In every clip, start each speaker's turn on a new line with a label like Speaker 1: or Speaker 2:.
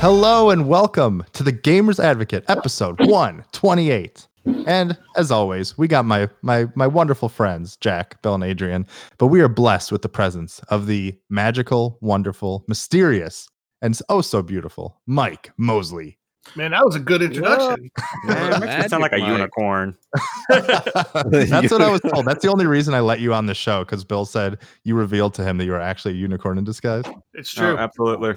Speaker 1: Hello and welcome to the Gamers Advocate, episode 128. And as always, we got my my my wonderful friends, Jack, Bill, and Adrian. But we are blessed with the presence of the magical, wonderful, mysterious, and oh so beautiful Mike Mosley.
Speaker 2: Man, that was a good introduction.
Speaker 3: Man,
Speaker 4: makes me sound like
Speaker 3: Magic
Speaker 4: a
Speaker 3: Mike.
Speaker 4: unicorn.
Speaker 1: That's what I was told. That's the only reason I let you on the show because Bill said you revealed to him that you were actually a unicorn in disguise.
Speaker 2: It's
Speaker 4: Oh,
Speaker 2: true.
Speaker 4: absolutely.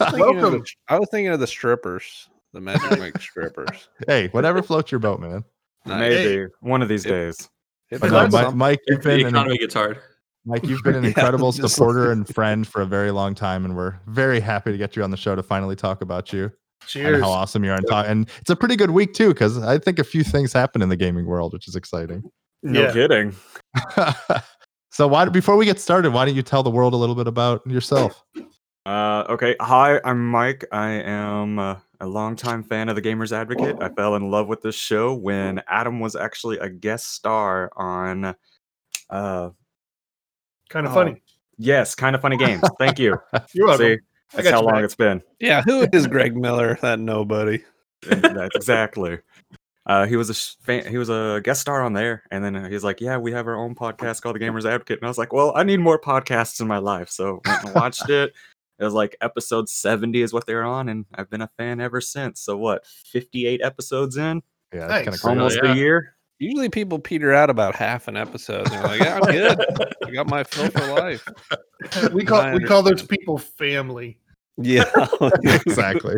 Speaker 2: Welcome.
Speaker 3: Welcome. I was thinking of the strippers, the Magic Mike strippers.
Speaker 1: Hey, whatever floats your boat, man.
Speaker 4: Maybe one of these
Speaker 3: It-
Speaker 4: days.
Speaker 3: If
Speaker 1: But
Speaker 2: no,
Speaker 3: not,
Speaker 2: my-
Speaker 1: Mike, Mike, you've
Speaker 5: the
Speaker 1: been an
Speaker 5: economy gets hard.
Speaker 1: Mike, you've been an
Speaker 3: Yeah,
Speaker 1: incredible
Speaker 3: just like-
Speaker 1: supporter and friend for a very long time, and we're very happy to get you on the show to finally talk about you and
Speaker 2: Cheers.
Speaker 1: how awesome you are. And, talk- and it's a pretty good week too, because I think a few things happen in the gaming world, which is exciting.
Speaker 4: No
Speaker 2: Yeah.
Speaker 4: kidding.
Speaker 1: so, why before we get started, why don't you tell the world a little bit about yourself?
Speaker 4: Uh, okay. Hi, I'm Mike. I am uh, a longtime fan of the Gamers Advocate. I fell in love with this show when Adam was actually a guest star on. Uh,
Speaker 2: Kind of
Speaker 4: Oh.
Speaker 2: funny.
Speaker 4: yes, kind of funny games. Thank you.
Speaker 2: You're welcome.
Speaker 4: See, that's
Speaker 2: got
Speaker 4: how
Speaker 2: your
Speaker 4: long
Speaker 2: back.
Speaker 4: it's been.
Speaker 3: yeah, who is Greg Miller? That nobody.
Speaker 4: And that's exactly. Uh, he was a sh- fan, he was a guest star on there, and then he was like, "Yeah, we have our own podcast called The Gamers Advocate," and I was like, "Well, I need more podcasts in my life," so went and watched it. It was like episode seventy is what they're on, and I've been a fan ever since. So what, fifty-eight episodes in,
Speaker 1: Yeah, that's kind of
Speaker 2: Thanks.
Speaker 1: crazy.
Speaker 4: almost
Speaker 5: yeah.
Speaker 4: a year.
Speaker 3: Usually people peter out about half an episode. and They're like, yeah, I'm good. I got my fill for life.
Speaker 2: we call
Speaker 3: I
Speaker 2: we call those
Speaker 3: understand.
Speaker 2: people family.
Speaker 3: Yeah.
Speaker 1: exactly.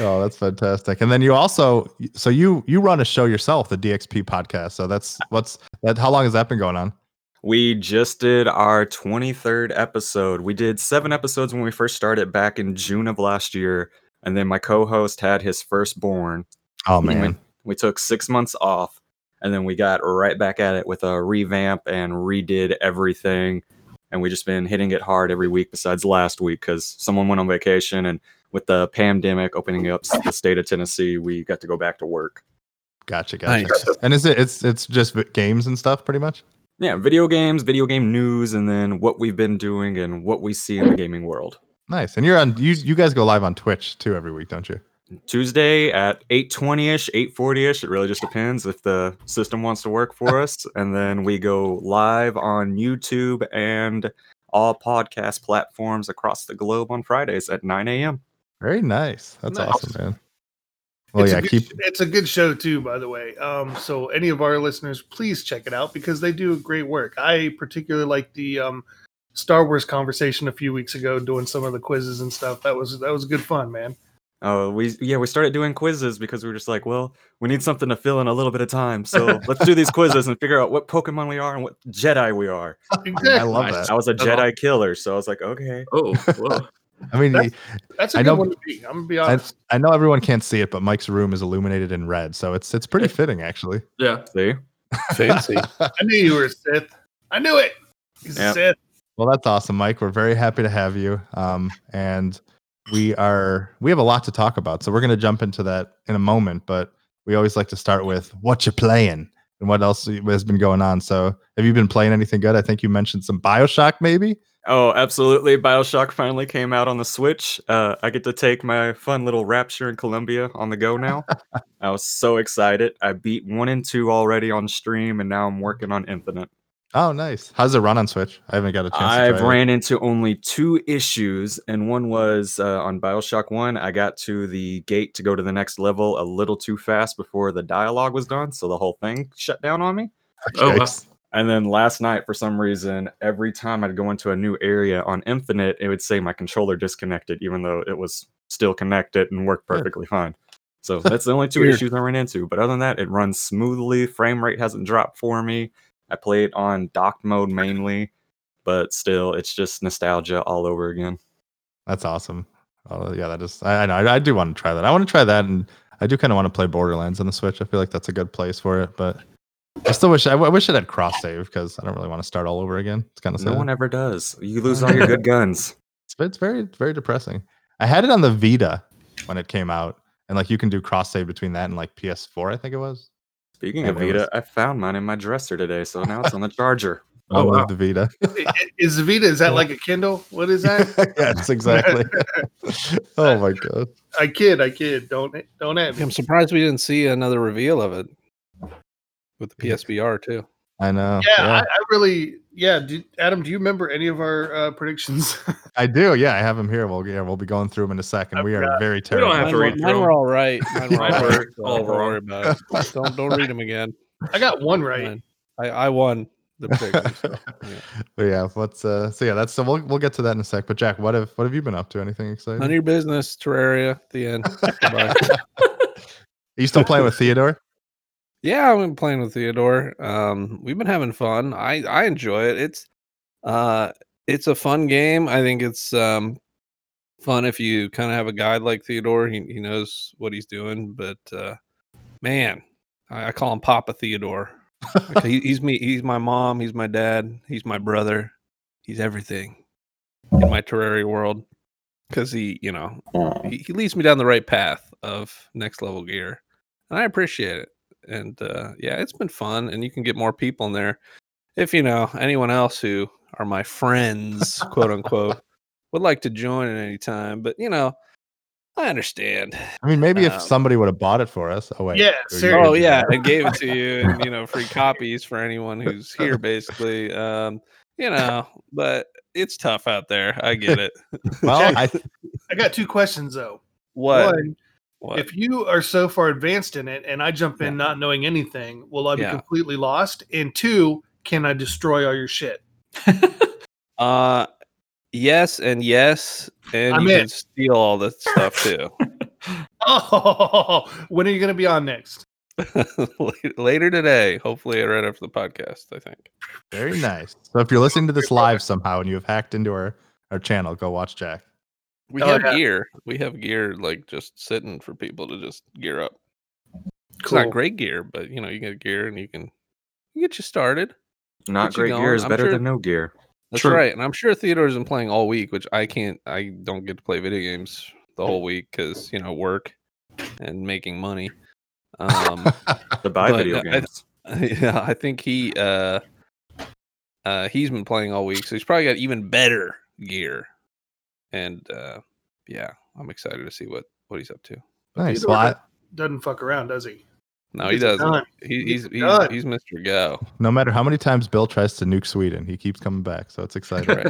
Speaker 1: Oh, that's fantastic. And then you also, so you you run a show yourself, the DXP podcast. So that's what's that. How long has that been going on?
Speaker 4: We just did our 23rd episode. We did seven episodes when we first started back in June of last year. And then my co host had his firstborn.
Speaker 1: Oh
Speaker 4: Yeah.
Speaker 1: man,
Speaker 4: We took six months off and then we got right back at it with a revamp and redid everything. And we just been hitting it hard every week besides last week because someone went on vacation. And with the pandemic opening up s- the state of Tennessee, we got to go back to work.
Speaker 1: gotcha, gotcha.
Speaker 3: Nice.
Speaker 1: And is it? It's it's just v- games and stuff, pretty much.
Speaker 4: Yeah, video games, video game news, and then what we've been doing and what we see in the gaming world.
Speaker 1: Nice. And you're on you you guys go live on Twitch too every week, don't you?
Speaker 4: Tuesday at 8:20ish, 8:40ish. It really just depends if the system wants to work for us. And then we go live on YouTube and all podcast platforms across the globe on Fridays at 9 a.m.
Speaker 1: Very nice. That's
Speaker 3: Nice.
Speaker 1: awesome, man. Well,
Speaker 2: it's
Speaker 1: Oh, yeah,
Speaker 2: a good,
Speaker 1: keep
Speaker 2: it's a good show too, by the way. Um, so any of our listeners, please check it out because they do great work. I particularly like the um, Star Wars conversation a few weeks ago, doing some of the quizzes and stuff. That was that was good fun, man.
Speaker 4: Oh, we yeah, we started doing quizzes because we were just like, well, we need something to fill in a little bit of time. So let's do these quizzes and figure out what Pokemon we are and what Jedi we are.
Speaker 1: I
Speaker 2: Exactly.
Speaker 1: love
Speaker 5: Nice.
Speaker 1: that.
Speaker 4: I was a
Speaker 5: That's aw-
Speaker 4: Jedi killer, so I was like, okay.
Speaker 5: Oh, whoa.
Speaker 1: I mean,
Speaker 2: That's- That's a
Speaker 1: I
Speaker 2: good
Speaker 1: know-
Speaker 2: one to be. I'm gonna be honest.
Speaker 1: I know everyone can't see it, but Mike's room is illuminated in red, so it's it's pretty fitting actually.
Speaker 5: yeah.
Speaker 4: See,
Speaker 3: Fancy.
Speaker 2: I, knew you were a Sith. I knew it. He's
Speaker 4: Yeah.
Speaker 2: a Sith.
Speaker 1: Well, that's awesome, Mike. We're very happy to have you. Um, and we are we have a lot to talk about, so we're gonna jump into that in a moment. But we always like to start with what you playing and what else has been going on. So, have you been playing anything good? I think you mentioned some Bioshock, maybe.
Speaker 4: Oh, absolutely. Bioshock finally came out on the Switch. Uh, I get to take my fun little Rapture in Columbia on the go now. I was so excited. I beat one and two already on stream, and now I'm working on Infinite.
Speaker 1: Oh, nice. How's it run on Switch? I haven't got a chance. to try
Speaker 4: I've
Speaker 1: it.
Speaker 4: ran into only two issues, and one was uh, on Bioshock 1. I got to the gate to go to the next level a little too fast before the dialogue was done, so the whole thing shut down on me.
Speaker 5: Oh, wow.
Speaker 1: Yikes.
Speaker 4: And then last night, for some reason, every time I'd go into a new area on Infinite, it would say my controller disconnected, even though it was still connected and worked
Speaker 1: Huh.
Speaker 4: perfectly fine. So that's the only two
Speaker 3: Weird.
Speaker 4: issues I ran into. But other than that, it runs smoothly. Frame rate hasn't dropped for me. I play it on docked mode mainly, but still, it's just nostalgia all over again.
Speaker 1: That's awesome. Oh yeah, that is. I, I know. I, I do want to try that. I want to try that, and I do kind of want to play Borderlands on the Switch. I feel like that's a good place for it, but I still wish I, w- I wish it had cross save because I don't really want to start all over again. It's kind of sad.
Speaker 4: No one ever does. You lose all your good guns.
Speaker 1: it's, it's very very depressing. I had it on the Vita when it came out, and like you can do cross save between that and like PS4. I think it was.
Speaker 4: Speaking
Speaker 1: Yeah,
Speaker 4: of
Speaker 1: there was-
Speaker 4: Vita, I found mine in my dresser today, so now it's on the charger.
Speaker 1: I
Speaker 2: Oh,
Speaker 1: love the Vita.
Speaker 2: I- I- is the Vita is that like a Kindle? What is that?
Speaker 1: yes, exactly. oh my god.
Speaker 2: I kid, I kid. Don't don't at me.
Speaker 3: I'm surprised we didn't see another reveal of it with the PSVR too.
Speaker 1: I know.
Speaker 2: Yeah, I, I really. Yeah, do, Adam, do you remember any of our uh, predictions?
Speaker 1: I do. Yeah, I have him here. We'll yeah, we'll be going through him in a second.
Speaker 2: I
Speaker 1: we are
Speaker 2: forgot.
Speaker 1: very
Speaker 4: We
Speaker 1: terrible.
Speaker 4: don't have
Speaker 3: mine,
Speaker 4: to
Speaker 3: were,
Speaker 4: read
Speaker 3: mine
Speaker 4: through
Speaker 3: were all right. Mine were all, right,
Speaker 4: Mine were
Speaker 3: so
Speaker 4: all
Speaker 3: don't worry
Speaker 4: wrong.
Speaker 3: about it. Don't don't read them again.
Speaker 2: I got one right.
Speaker 3: Fine. I, I won the prediction. so, yeah.
Speaker 1: But yeah, let's uh so yeah, that's so we'll we'll get to that in a sec. But Jack, what have what have you been up to? Anything exciting?
Speaker 3: None of your business, Terraria. The end. Goodbye.
Speaker 1: Are you still playing with Theodore?
Speaker 3: Yeah, I've been playing with Theodore. Um, we've been having fun. I I enjoy it. It's uh it's a fun game. I think it's um fun if you kind of have a guide like Theodore. He he knows what he's doing, but uh man, I, I call him Papa Theodore. Like, he, he's me. He's my mom. He's my dad. He's my brother. He's everything in my Terraria world because he, you know, he, he leads me down the right path of next level gear, and I appreciate it. And uh, yeah, it's been fun, and you can get more people in there if you know anyone else who are my friends, quote unquote, would like to join at any time. But you know, I understand.
Speaker 1: I mean, maybe if
Speaker 3: Um,
Speaker 1: somebody would have bought it for us. Oh wait.
Speaker 2: Yeah,
Speaker 1: Or you-
Speaker 2: seriously.
Speaker 3: Oh yeah, I gave it to you, and you know, free copies for anyone who's here, basically. Um, you know, but it's tough out there. I get it.
Speaker 1: Well, I
Speaker 2: I got two questions though.
Speaker 3: What?
Speaker 2: One,
Speaker 3: What?
Speaker 2: if you are so far advanced in it, and I jump in
Speaker 3: Yeah.
Speaker 2: not knowing anything, will I be
Speaker 3: Yeah.
Speaker 2: completely lost? And two, can I destroy all your shit?
Speaker 3: Uh yes and yes, and
Speaker 2: I'm
Speaker 3: you
Speaker 2: in.
Speaker 3: can steal all the stuff too.
Speaker 2: Oh, when are you going to be on next?
Speaker 3: Late- Later today, hopefully right after the podcast, I think.
Speaker 1: very nice. So if you're listening to this live somehow and you have hacked into our our channel, go watch Jack.
Speaker 3: We
Speaker 2: Oh,
Speaker 3: have
Speaker 2: yeah.
Speaker 3: gear. We have gear like just sitting for people to just gear up. It's not great gear, but you know, you get gear and you can you get you started.
Speaker 4: Not
Speaker 3: What you
Speaker 4: great
Speaker 3: going?
Speaker 4: gear is
Speaker 3: I'm
Speaker 4: better
Speaker 3: sure-
Speaker 4: than no gear.
Speaker 3: That's
Speaker 4: True.
Speaker 3: right. And I'm sure Theodore's been playing all week, which I can't I don't get to play video games the whole week because you know, work and making money. Um
Speaker 4: To buy
Speaker 3: But,
Speaker 4: video
Speaker 3: uh, I-
Speaker 4: games.
Speaker 3: yeah, I think he uh uh he's been playing all week, so he's probably got even better gear. And uh yeah, I'm excited to see what what he's up to.
Speaker 1: nice.
Speaker 2: Theodore
Speaker 1: Well, I,
Speaker 2: Doesn't fuck around, does he?
Speaker 3: No,
Speaker 2: He's
Speaker 3: he doesn't.
Speaker 2: done.
Speaker 3: He,
Speaker 2: He's
Speaker 3: he's he's,
Speaker 2: done.
Speaker 3: he's Mr. Go.
Speaker 1: no matter how many times Bill tries to nuke Sweden, he keeps coming back. So it's exciting.
Speaker 3: Right.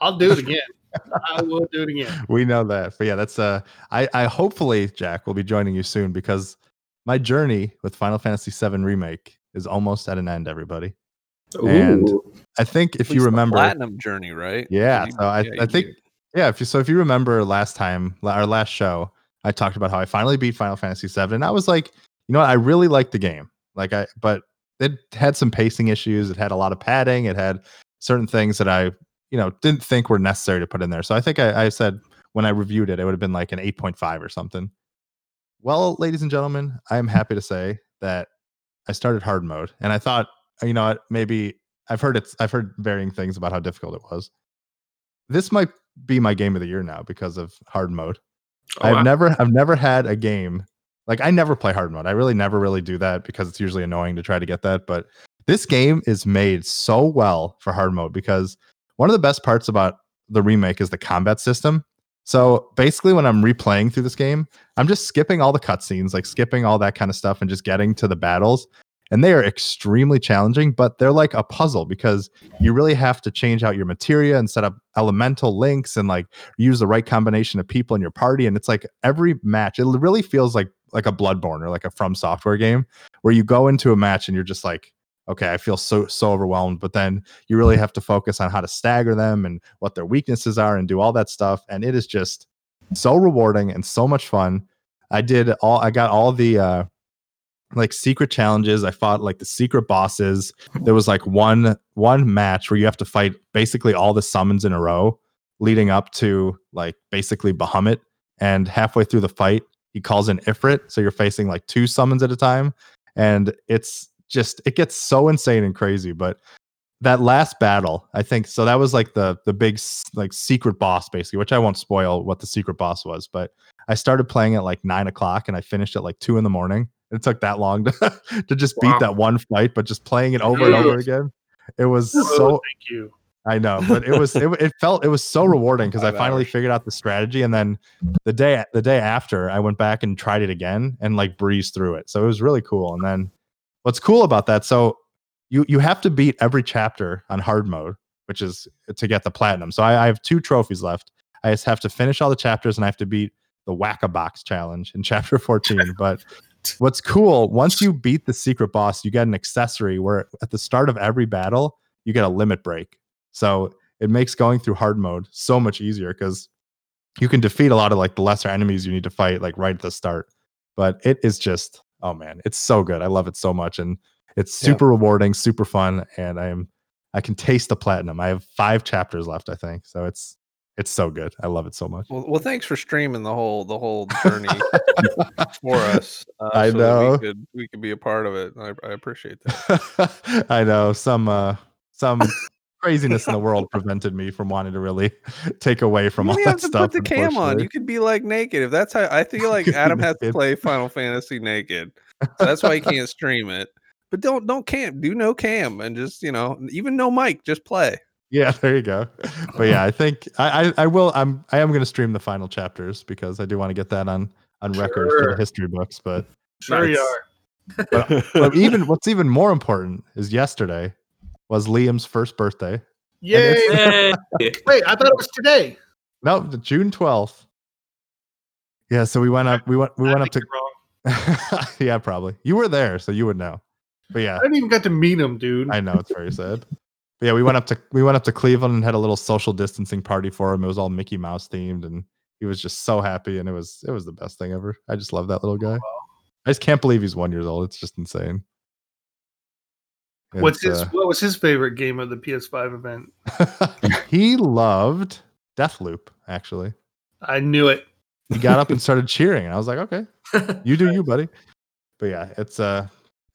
Speaker 2: I'll do it again. I will do it again.
Speaker 1: we know that. But yeah, that's uh I, I hopefully Jack will be joining you soon because my journey with Final Fantasy VII remake is almost at an end, everybody. And I think if
Speaker 3: At
Speaker 1: you
Speaker 3: least the
Speaker 1: remember
Speaker 3: platinum journey, right?
Speaker 1: Yeah,
Speaker 3: You-
Speaker 1: so I- I
Speaker 3: you
Speaker 1: think-
Speaker 3: did.
Speaker 1: Yeah, if you so if you remember last time, la- our last show, I talked about how I finally beat Final Fantasy VII, and I was like, you know what, I really liked the game. Like I, but it had some pacing issues. It had a lot of padding. It had certain things that I, you know, didn't think were necessary to put in there. So I think I, I said when I reviewed it, it would have been like an eight point five or something. Well, ladies and gentlemen, I am happy to say that I started hard mode, and I thought, uh, you know, what, maybe I've heard it's I've heard varying things about how difficult it was. This might be my game of the year now because of hard mode.
Speaker 4: Oh,
Speaker 1: I've
Speaker 4: wow.
Speaker 1: never I've never had a game like I never play hard mode. I really never really do that because it's usually annoying to try to get that, but this game is made so well for hard mode because one of the best parts about the remake is the combat system. So basically when I'm replaying through this game, I'm just skipping all the cutscenes, like skipping all that kind of stuff and just getting to the battles. And they are extremely challenging, but they're like a puzzle because you really have to change out your materia and set up elemental links and like use the right combination of people in your party. And it's like every match, it really feels like like a Bloodborne or like a From Software game where you go into a match and you're just like, okay, I feel so so overwhelmed. But then you really have to focus on how to stagger them and what their weaknesses are and do all that stuff. And it is just so rewarding and so much fun. I did all I got all the uh like secret challenges. I fought like the secret bosses. There was like one one match where you have to fight basically all the summons in a row leading up to like basically Bahamut. And halfway through the fight, he calls in Ifrit. So you're facing like two summons at a time. And it's just it gets so insane and crazy. But that last battle, I think so that was like the the big s- like secret boss basically, which I won't spoil what the secret boss was, but I started playing at like nine o'clock and I finished at like two in the morning. It took that long to, to just
Speaker 4: Wow.
Speaker 1: beat that one fight, but just playing it over and over again. It was
Speaker 2: Oh,
Speaker 1: so
Speaker 2: thank you.
Speaker 1: I know, but it was it, it felt it was so rewarding because I
Speaker 3: Five
Speaker 1: finally
Speaker 3: hours.
Speaker 1: figured out the strategy, and then the day the day after, I went back and tried it again and like breezed through it. So it was really cool. And then what's cool about that? So you you have to beat every chapter on hard mode, which is to get the platinum. So I, I have two trophies left. I just have to finish all the chapters, and I have to beat the whack a box challenge in chapter fourteen. But what's cool once you beat the secret boss, you get an accessory where at the start of every battle. You get a limit break. So it makes going through hard mode so much easier because you can defeat a lot of like the lesser enemies you need to fight like right at the start. But it is just oh man, it's so good. I love it so much, and it's
Speaker 3: Yeah.
Speaker 1: super rewarding, super fun, and I am I can taste the platinum. I have five chapters left, I think. So it's it's so good. I love it so much.
Speaker 3: Well, well, thanks for streaming the whole the whole journey for us. Uh,
Speaker 1: I
Speaker 3: that
Speaker 1: know.
Speaker 3: we could, we could be a part of it. I, I appreciate that.
Speaker 1: I know some uh some craziness in the world prevented me from wanting to really take away from
Speaker 3: you
Speaker 1: all
Speaker 3: don't
Speaker 1: that
Speaker 3: have to
Speaker 1: stuff.
Speaker 3: put the cam on.
Speaker 1: unfortunately.
Speaker 3: You could be like naked if that's how. I feel like
Speaker 1: could be
Speaker 3: Adam has to
Speaker 1: naked.
Speaker 3: play Final Fantasy naked, so that's why he can't stream it. But don't don't cam. Do no cam and just you know even no mic. Just play.
Speaker 1: Yeah, there you go. But yeah, I think I, I, I will. I'm I am going to stream the final chapters because I do want to get that on on record for
Speaker 2: Sure.
Speaker 1: the history books. But
Speaker 2: Sure you
Speaker 1: Nice.
Speaker 2: are.
Speaker 1: but even what's even more important is yesterday was Liam's first birthday.
Speaker 2: Yay!
Speaker 5: Hey.
Speaker 2: Wait, I thought it was today.
Speaker 1: No, the June twelfth. Yeah, so we went up. We went. We
Speaker 2: I
Speaker 1: went up
Speaker 2: think
Speaker 1: to.
Speaker 2: you're wrong.
Speaker 1: yeah, probably. You were there, so you would know. But yeah,
Speaker 2: I didn't even get to meet him, dude.
Speaker 1: I know it's very sad. But yeah, we went up to we went up to Cleveland and had a little social distancing party for him. It was all Mickey Mouse themed, and he was just so happy, and it was it was the best thing ever. I just love that
Speaker 2: Oh,
Speaker 1: little guy. I just can't believe he's one years old. It's just insane.
Speaker 2: What's
Speaker 1: It's,
Speaker 2: his? What was his favorite game of the PS5 event?
Speaker 1: uh, he loved Deathloop. Actually,
Speaker 2: I knew it.
Speaker 1: he got up and started cheering, and I was like, okay, you do you, buddy. But yeah, it's uh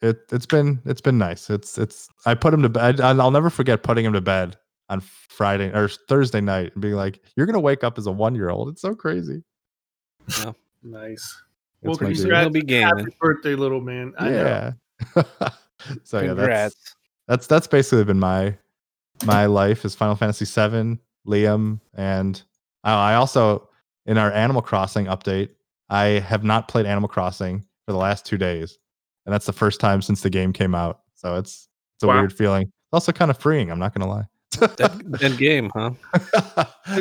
Speaker 1: it it's been it's been nice. It's it's I put him to bed. and I'll never forget putting him to bed on Friday or Thursday night and being like, "You're gonna wake up as a one year old." It's so crazy.
Speaker 2: Nice.
Speaker 1: It's
Speaker 2: well,
Speaker 1: my dude.
Speaker 3: congrats.
Speaker 2: congrats.
Speaker 3: He'll be gaming.
Speaker 2: Happy birthday, little man. I know.
Speaker 1: yeah. so yeah, that's that's that's basically been my my life is Final Fantasy VII, Liam, and I I also in our Animal Crossing update, I have not played Animal Crossing for the last two days, and that's the first time since the game came out. So it's it's a
Speaker 5: Wow.
Speaker 1: weird feeling. Also, kind of freeing. I'm not gonna lie.
Speaker 3: Dead, dead game, huh?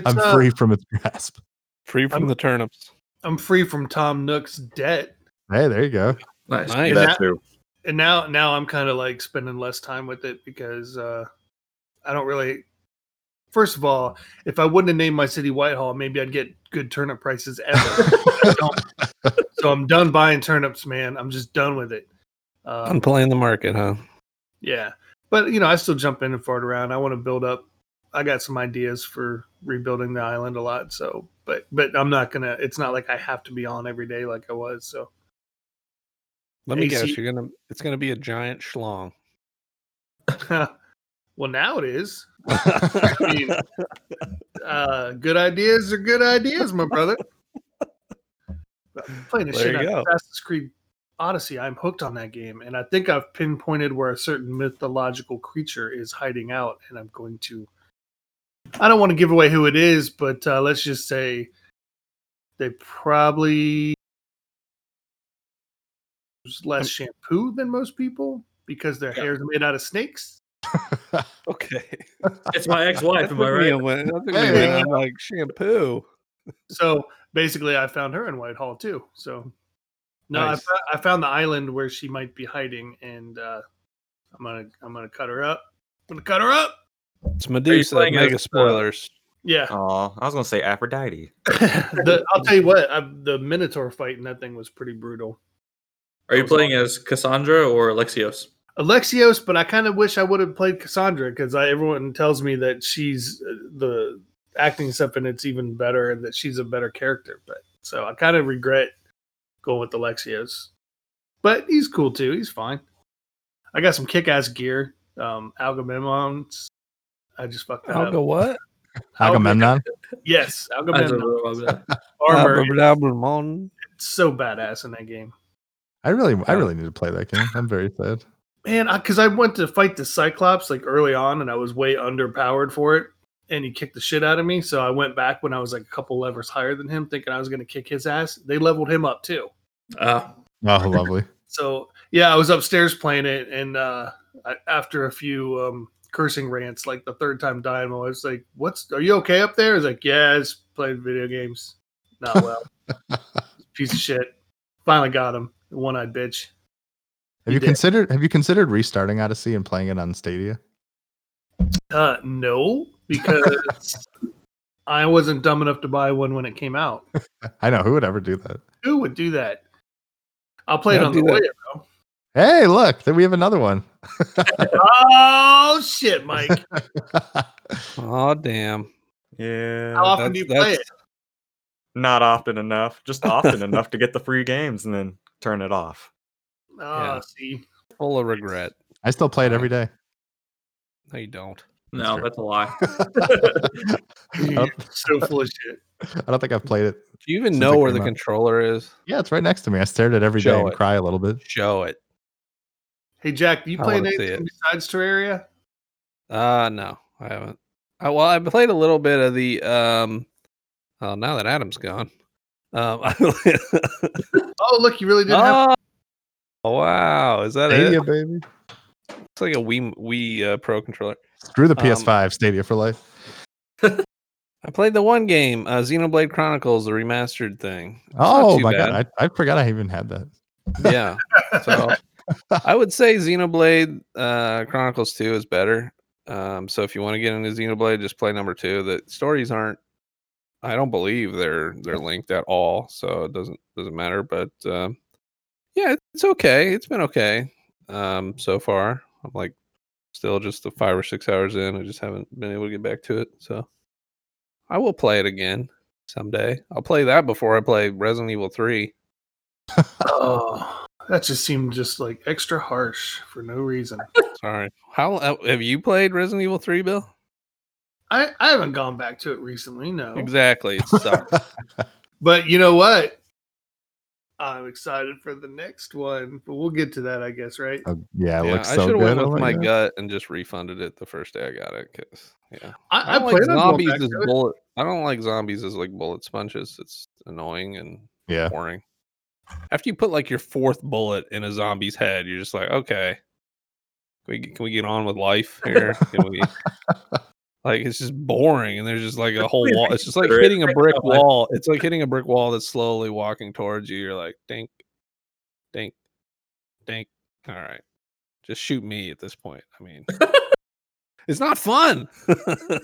Speaker 1: I'm
Speaker 2: uh,
Speaker 1: free from its grasp.
Speaker 3: Free from
Speaker 2: I'm-
Speaker 3: the turnips.
Speaker 2: I'm free from Tom Nook's debt,
Speaker 1: Hey, there you go.
Speaker 5: Nice.
Speaker 3: Nice.
Speaker 4: that too.
Speaker 2: and now now I'm kind of like spending less time with it because uh, I don't really. First of all, if I wouldn't have named my city Whitehall, maybe I'd get good turnip prices ever. I don't. so I'm done buying turnips, man. I'm just done with it. Um,
Speaker 5: uh,
Speaker 3: I'm playing the market, huh?
Speaker 2: Yeah. But you know, I still jump in and fart around. I want to build up. I got some ideas for rebuilding the island a lot. So, but but I'm not gonna. It's not like I have to be on every day like I was. So
Speaker 3: Let me
Speaker 2: AC
Speaker 3: guess. You're gonna. It's gonna be a giant schlong.
Speaker 2: well, now it is. mean, Uh, good ideas are good ideas, my brother. I'm playing the
Speaker 3: There
Speaker 2: shit
Speaker 3: you
Speaker 2: out of
Speaker 3: go.
Speaker 2: Assassin's Creed Odyssey. I'm hooked on that game, and I think I've pinpointed where a certain mythological creature is hiding out, and I'm going to. I don't want to give away who it is, but uh, let's just say they probably use less shampoo than most people because their hair's made out of snakes.
Speaker 3: okay.
Speaker 5: It's my ex-wife,
Speaker 3: That
Speaker 5: am I
Speaker 3: took me a
Speaker 5: right?
Speaker 3: minute- that took me a
Speaker 1: Hey.
Speaker 3: minute. I'm like shampoo.
Speaker 2: so basically i found her in whitehall too so no I,
Speaker 3: Nice.
Speaker 2: fo- I found the island where she might be hiding and uh i'm gonna i'm gonna cut her up i'm gonna cut her up
Speaker 3: It's Medusa.
Speaker 5: playing
Speaker 3: Mega
Speaker 5: as, uh,
Speaker 3: spoilers.
Speaker 2: yeah
Speaker 4: Aw, I was gonna say Aphrodite.
Speaker 2: the, i'll tell you what I, the minotaur fight in that thing was pretty brutal
Speaker 5: Are you playing as Cassandra or Alexios?
Speaker 2: alexios but i kind of wish i would have played cassandra because everyone tells me that she's uh, the acting stuff and it's even better and that she's a better character but so i kind of regret going with alexios but he's cool too he's fine i got some kick-ass gear um agamemnon's i just fucked that up
Speaker 3: what?
Speaker 1: Agamemnon.
Speaker 2: yes
Speaker 5: I don't
Speaker 2: agamemnon
Speaker 5: know about that.
Speaker 2: armor
Speaker 3: Armor.
Speaker 2: it's so badass in that game
Speaker 1: I really, I really need to play that game. I'm very sad.
Speaker 2: man, because I, went to fight the Cyclops like early on, and I was way underpowered for it, and he kicked the shit out of me. So I went back when I was like a couple levers higher than him, thinking I was going to kick his ass. They leveled him up too.
Speaker 5: Uh,
Speaker 1: Oh, lovely.
Speaker 2: So yeah, I was upstairs playing it, and uh, I, after a few um, cursing rants, like the third time dying, I was like, "What's? Are you okay up there?" I was like, "Yeah, I just played video games. Not well. Piece of shit. Finally got him. One eyed bitch.
Speaker 1: Have you
Speaker 2: did.
Speaker 1: considered have you considered restarting Odyssey and playing it on Stadia?
Speaker 2: Uh, no, because I wasn't dumb enough to buy one when it came out.
Speaker 1: I know who would ever do that.
Speaker 2: Who would do that? I'll play it
Speaker 3: Yeah,
Speaker 2: on the
Speaker 3: do that.
Speaker 2: way.
Speaker 1: Hey, look, then we have another one.
Speaker 2: Oh shit, Mike!
Speaker 3: Oh damn.
Speaker 4: Yeah.
Speaker 3: Oh.
Speaker 2: How often do you
Speaker 3: That's-
Speaker 2: play
Speaker 3: that's-
Speaker 2: it?
Speaker 4: Not often enough. Just often enough to get the free games and then turn it off.
Speaker 2: Oh,
Speaker 3: yeah.
Speaker 2: see,
Speaker 3: Full of regret.
Speaker 1: I still play it every day.
Speaker 3: No, you don't.
Speaker 5: no,
Speaker 1: true.
Speaker 5: that's a lie.
Speaker 2: You're so full of shit.
Speaker 1: I don't think I've played it.
Speaker 3: Do you even
Speaker 1: Since
Speaker 3: know
Speaker 1: it
Speaker 3: where the
Speaker 1: came out.
Speaker 3: controller is?
Speaker 1: Yeah, it's right next to me. I stared at it every day
Speaker 3: Show
Speaker 1: and
Speaker 3: it.
Speaker 1: cry a little bit.
Speaker 3: Show it.
Speaker 2: Hey Jack, do you
Speaker 3: I
Speaker 2: play
Speaker 3: wanna see
Speaker 2: anything besides Terraria?
Speaker 3: Uh no, I haven't. Uh, well, I played a little bit of the um well, now that Adam's gone. Um
Speaker 2: Oh, look, you really didn't have.
Speaker 3: oh, wow, is that
Speaker 1: Stadia,
Speaker 3: it?
Speaker 1: baby.
Speaker 3: It's like a Wii Wii uh, Pro controller.
Speaker 1: Screw the
Speaker 3: Um,
Speaker 1: PS5, Stadia for life.
Speaker 3: I played the one game, uh Xenoblade Chronicles, the remastered thing. It's not
Speaker 1: Oh
Speaker 3: too
Speaker 1: my
Speaker 3: bad.
Speaker 1: god, I, I forgot I even had that.
Speaker 3: yeah. So I would say Xenoblade uh, Chronicles 2 is better. Um, so if you want to get into Xenoblade, just play number two. The stories aren't I don't believe they're they're linked at all, so it doesn't doesn't matter. But um, yeah, it's okay. It's been okay um, so far. I'm like still just the five or six hours in. I just haven't been able to get back to it. So I will play it again someday. I'll play that before I play Resident Evil 3.
Speaker 2: Oh, that just seemed just like extra harsh for no reason.
Speaker 3: Sorry. How uh, have you played Resident Evil 3, Bill?
Speaker 2: I, I haven't gone back to it recently, no.
Speaker 3: Exactly. It sucked.
Speaker 2: But you know what? I'm excited for the next one, but we'll get to that, I guess, right?
Speaker 1: Oh, yeah, it
Speaker 3: Yeah,
Speaker 1: looks
Speaker 3: I
Speaker 1: so
Speaker 3: should have
Speaker 1: good.
Speaker 3: went
Speaker 1: Oh
Speaker 3: with my
Speaker 1: God.
Speaker 3: gut and just refunded it the first day I got it. Cause yeah,
Speaker 2: I, I,
Speaker 3: don't
Speaker 2: played on going
Speaker 3: zombies
Speaker 2: back
Speaker 3: as
Speaker 2: to it.
Speaker 3: bullet. I don't like zombies as like bullet sponges. It's annoying and
Speaker 1: Yeah.
Speaker 3: boring. After you put like your fourth bullet in a zombie's head, you're just like, okay, can we can we get on with life here? Can we? like it's just boring, and there's just like a whole
Speaker 5: Please
Speaker 3: wall. It's just like
Speaker 5: consider it.
Speaker 3: hitting a
Speaker 5: Thank
Speaker 3: brick
Speaker 5: God.
Speaker 3: wall. It's like hitting a brick wall that's slowly walking towards you. You're like, dink, dink, dink. All right, just shoot me at this point. I mean. It's not fun.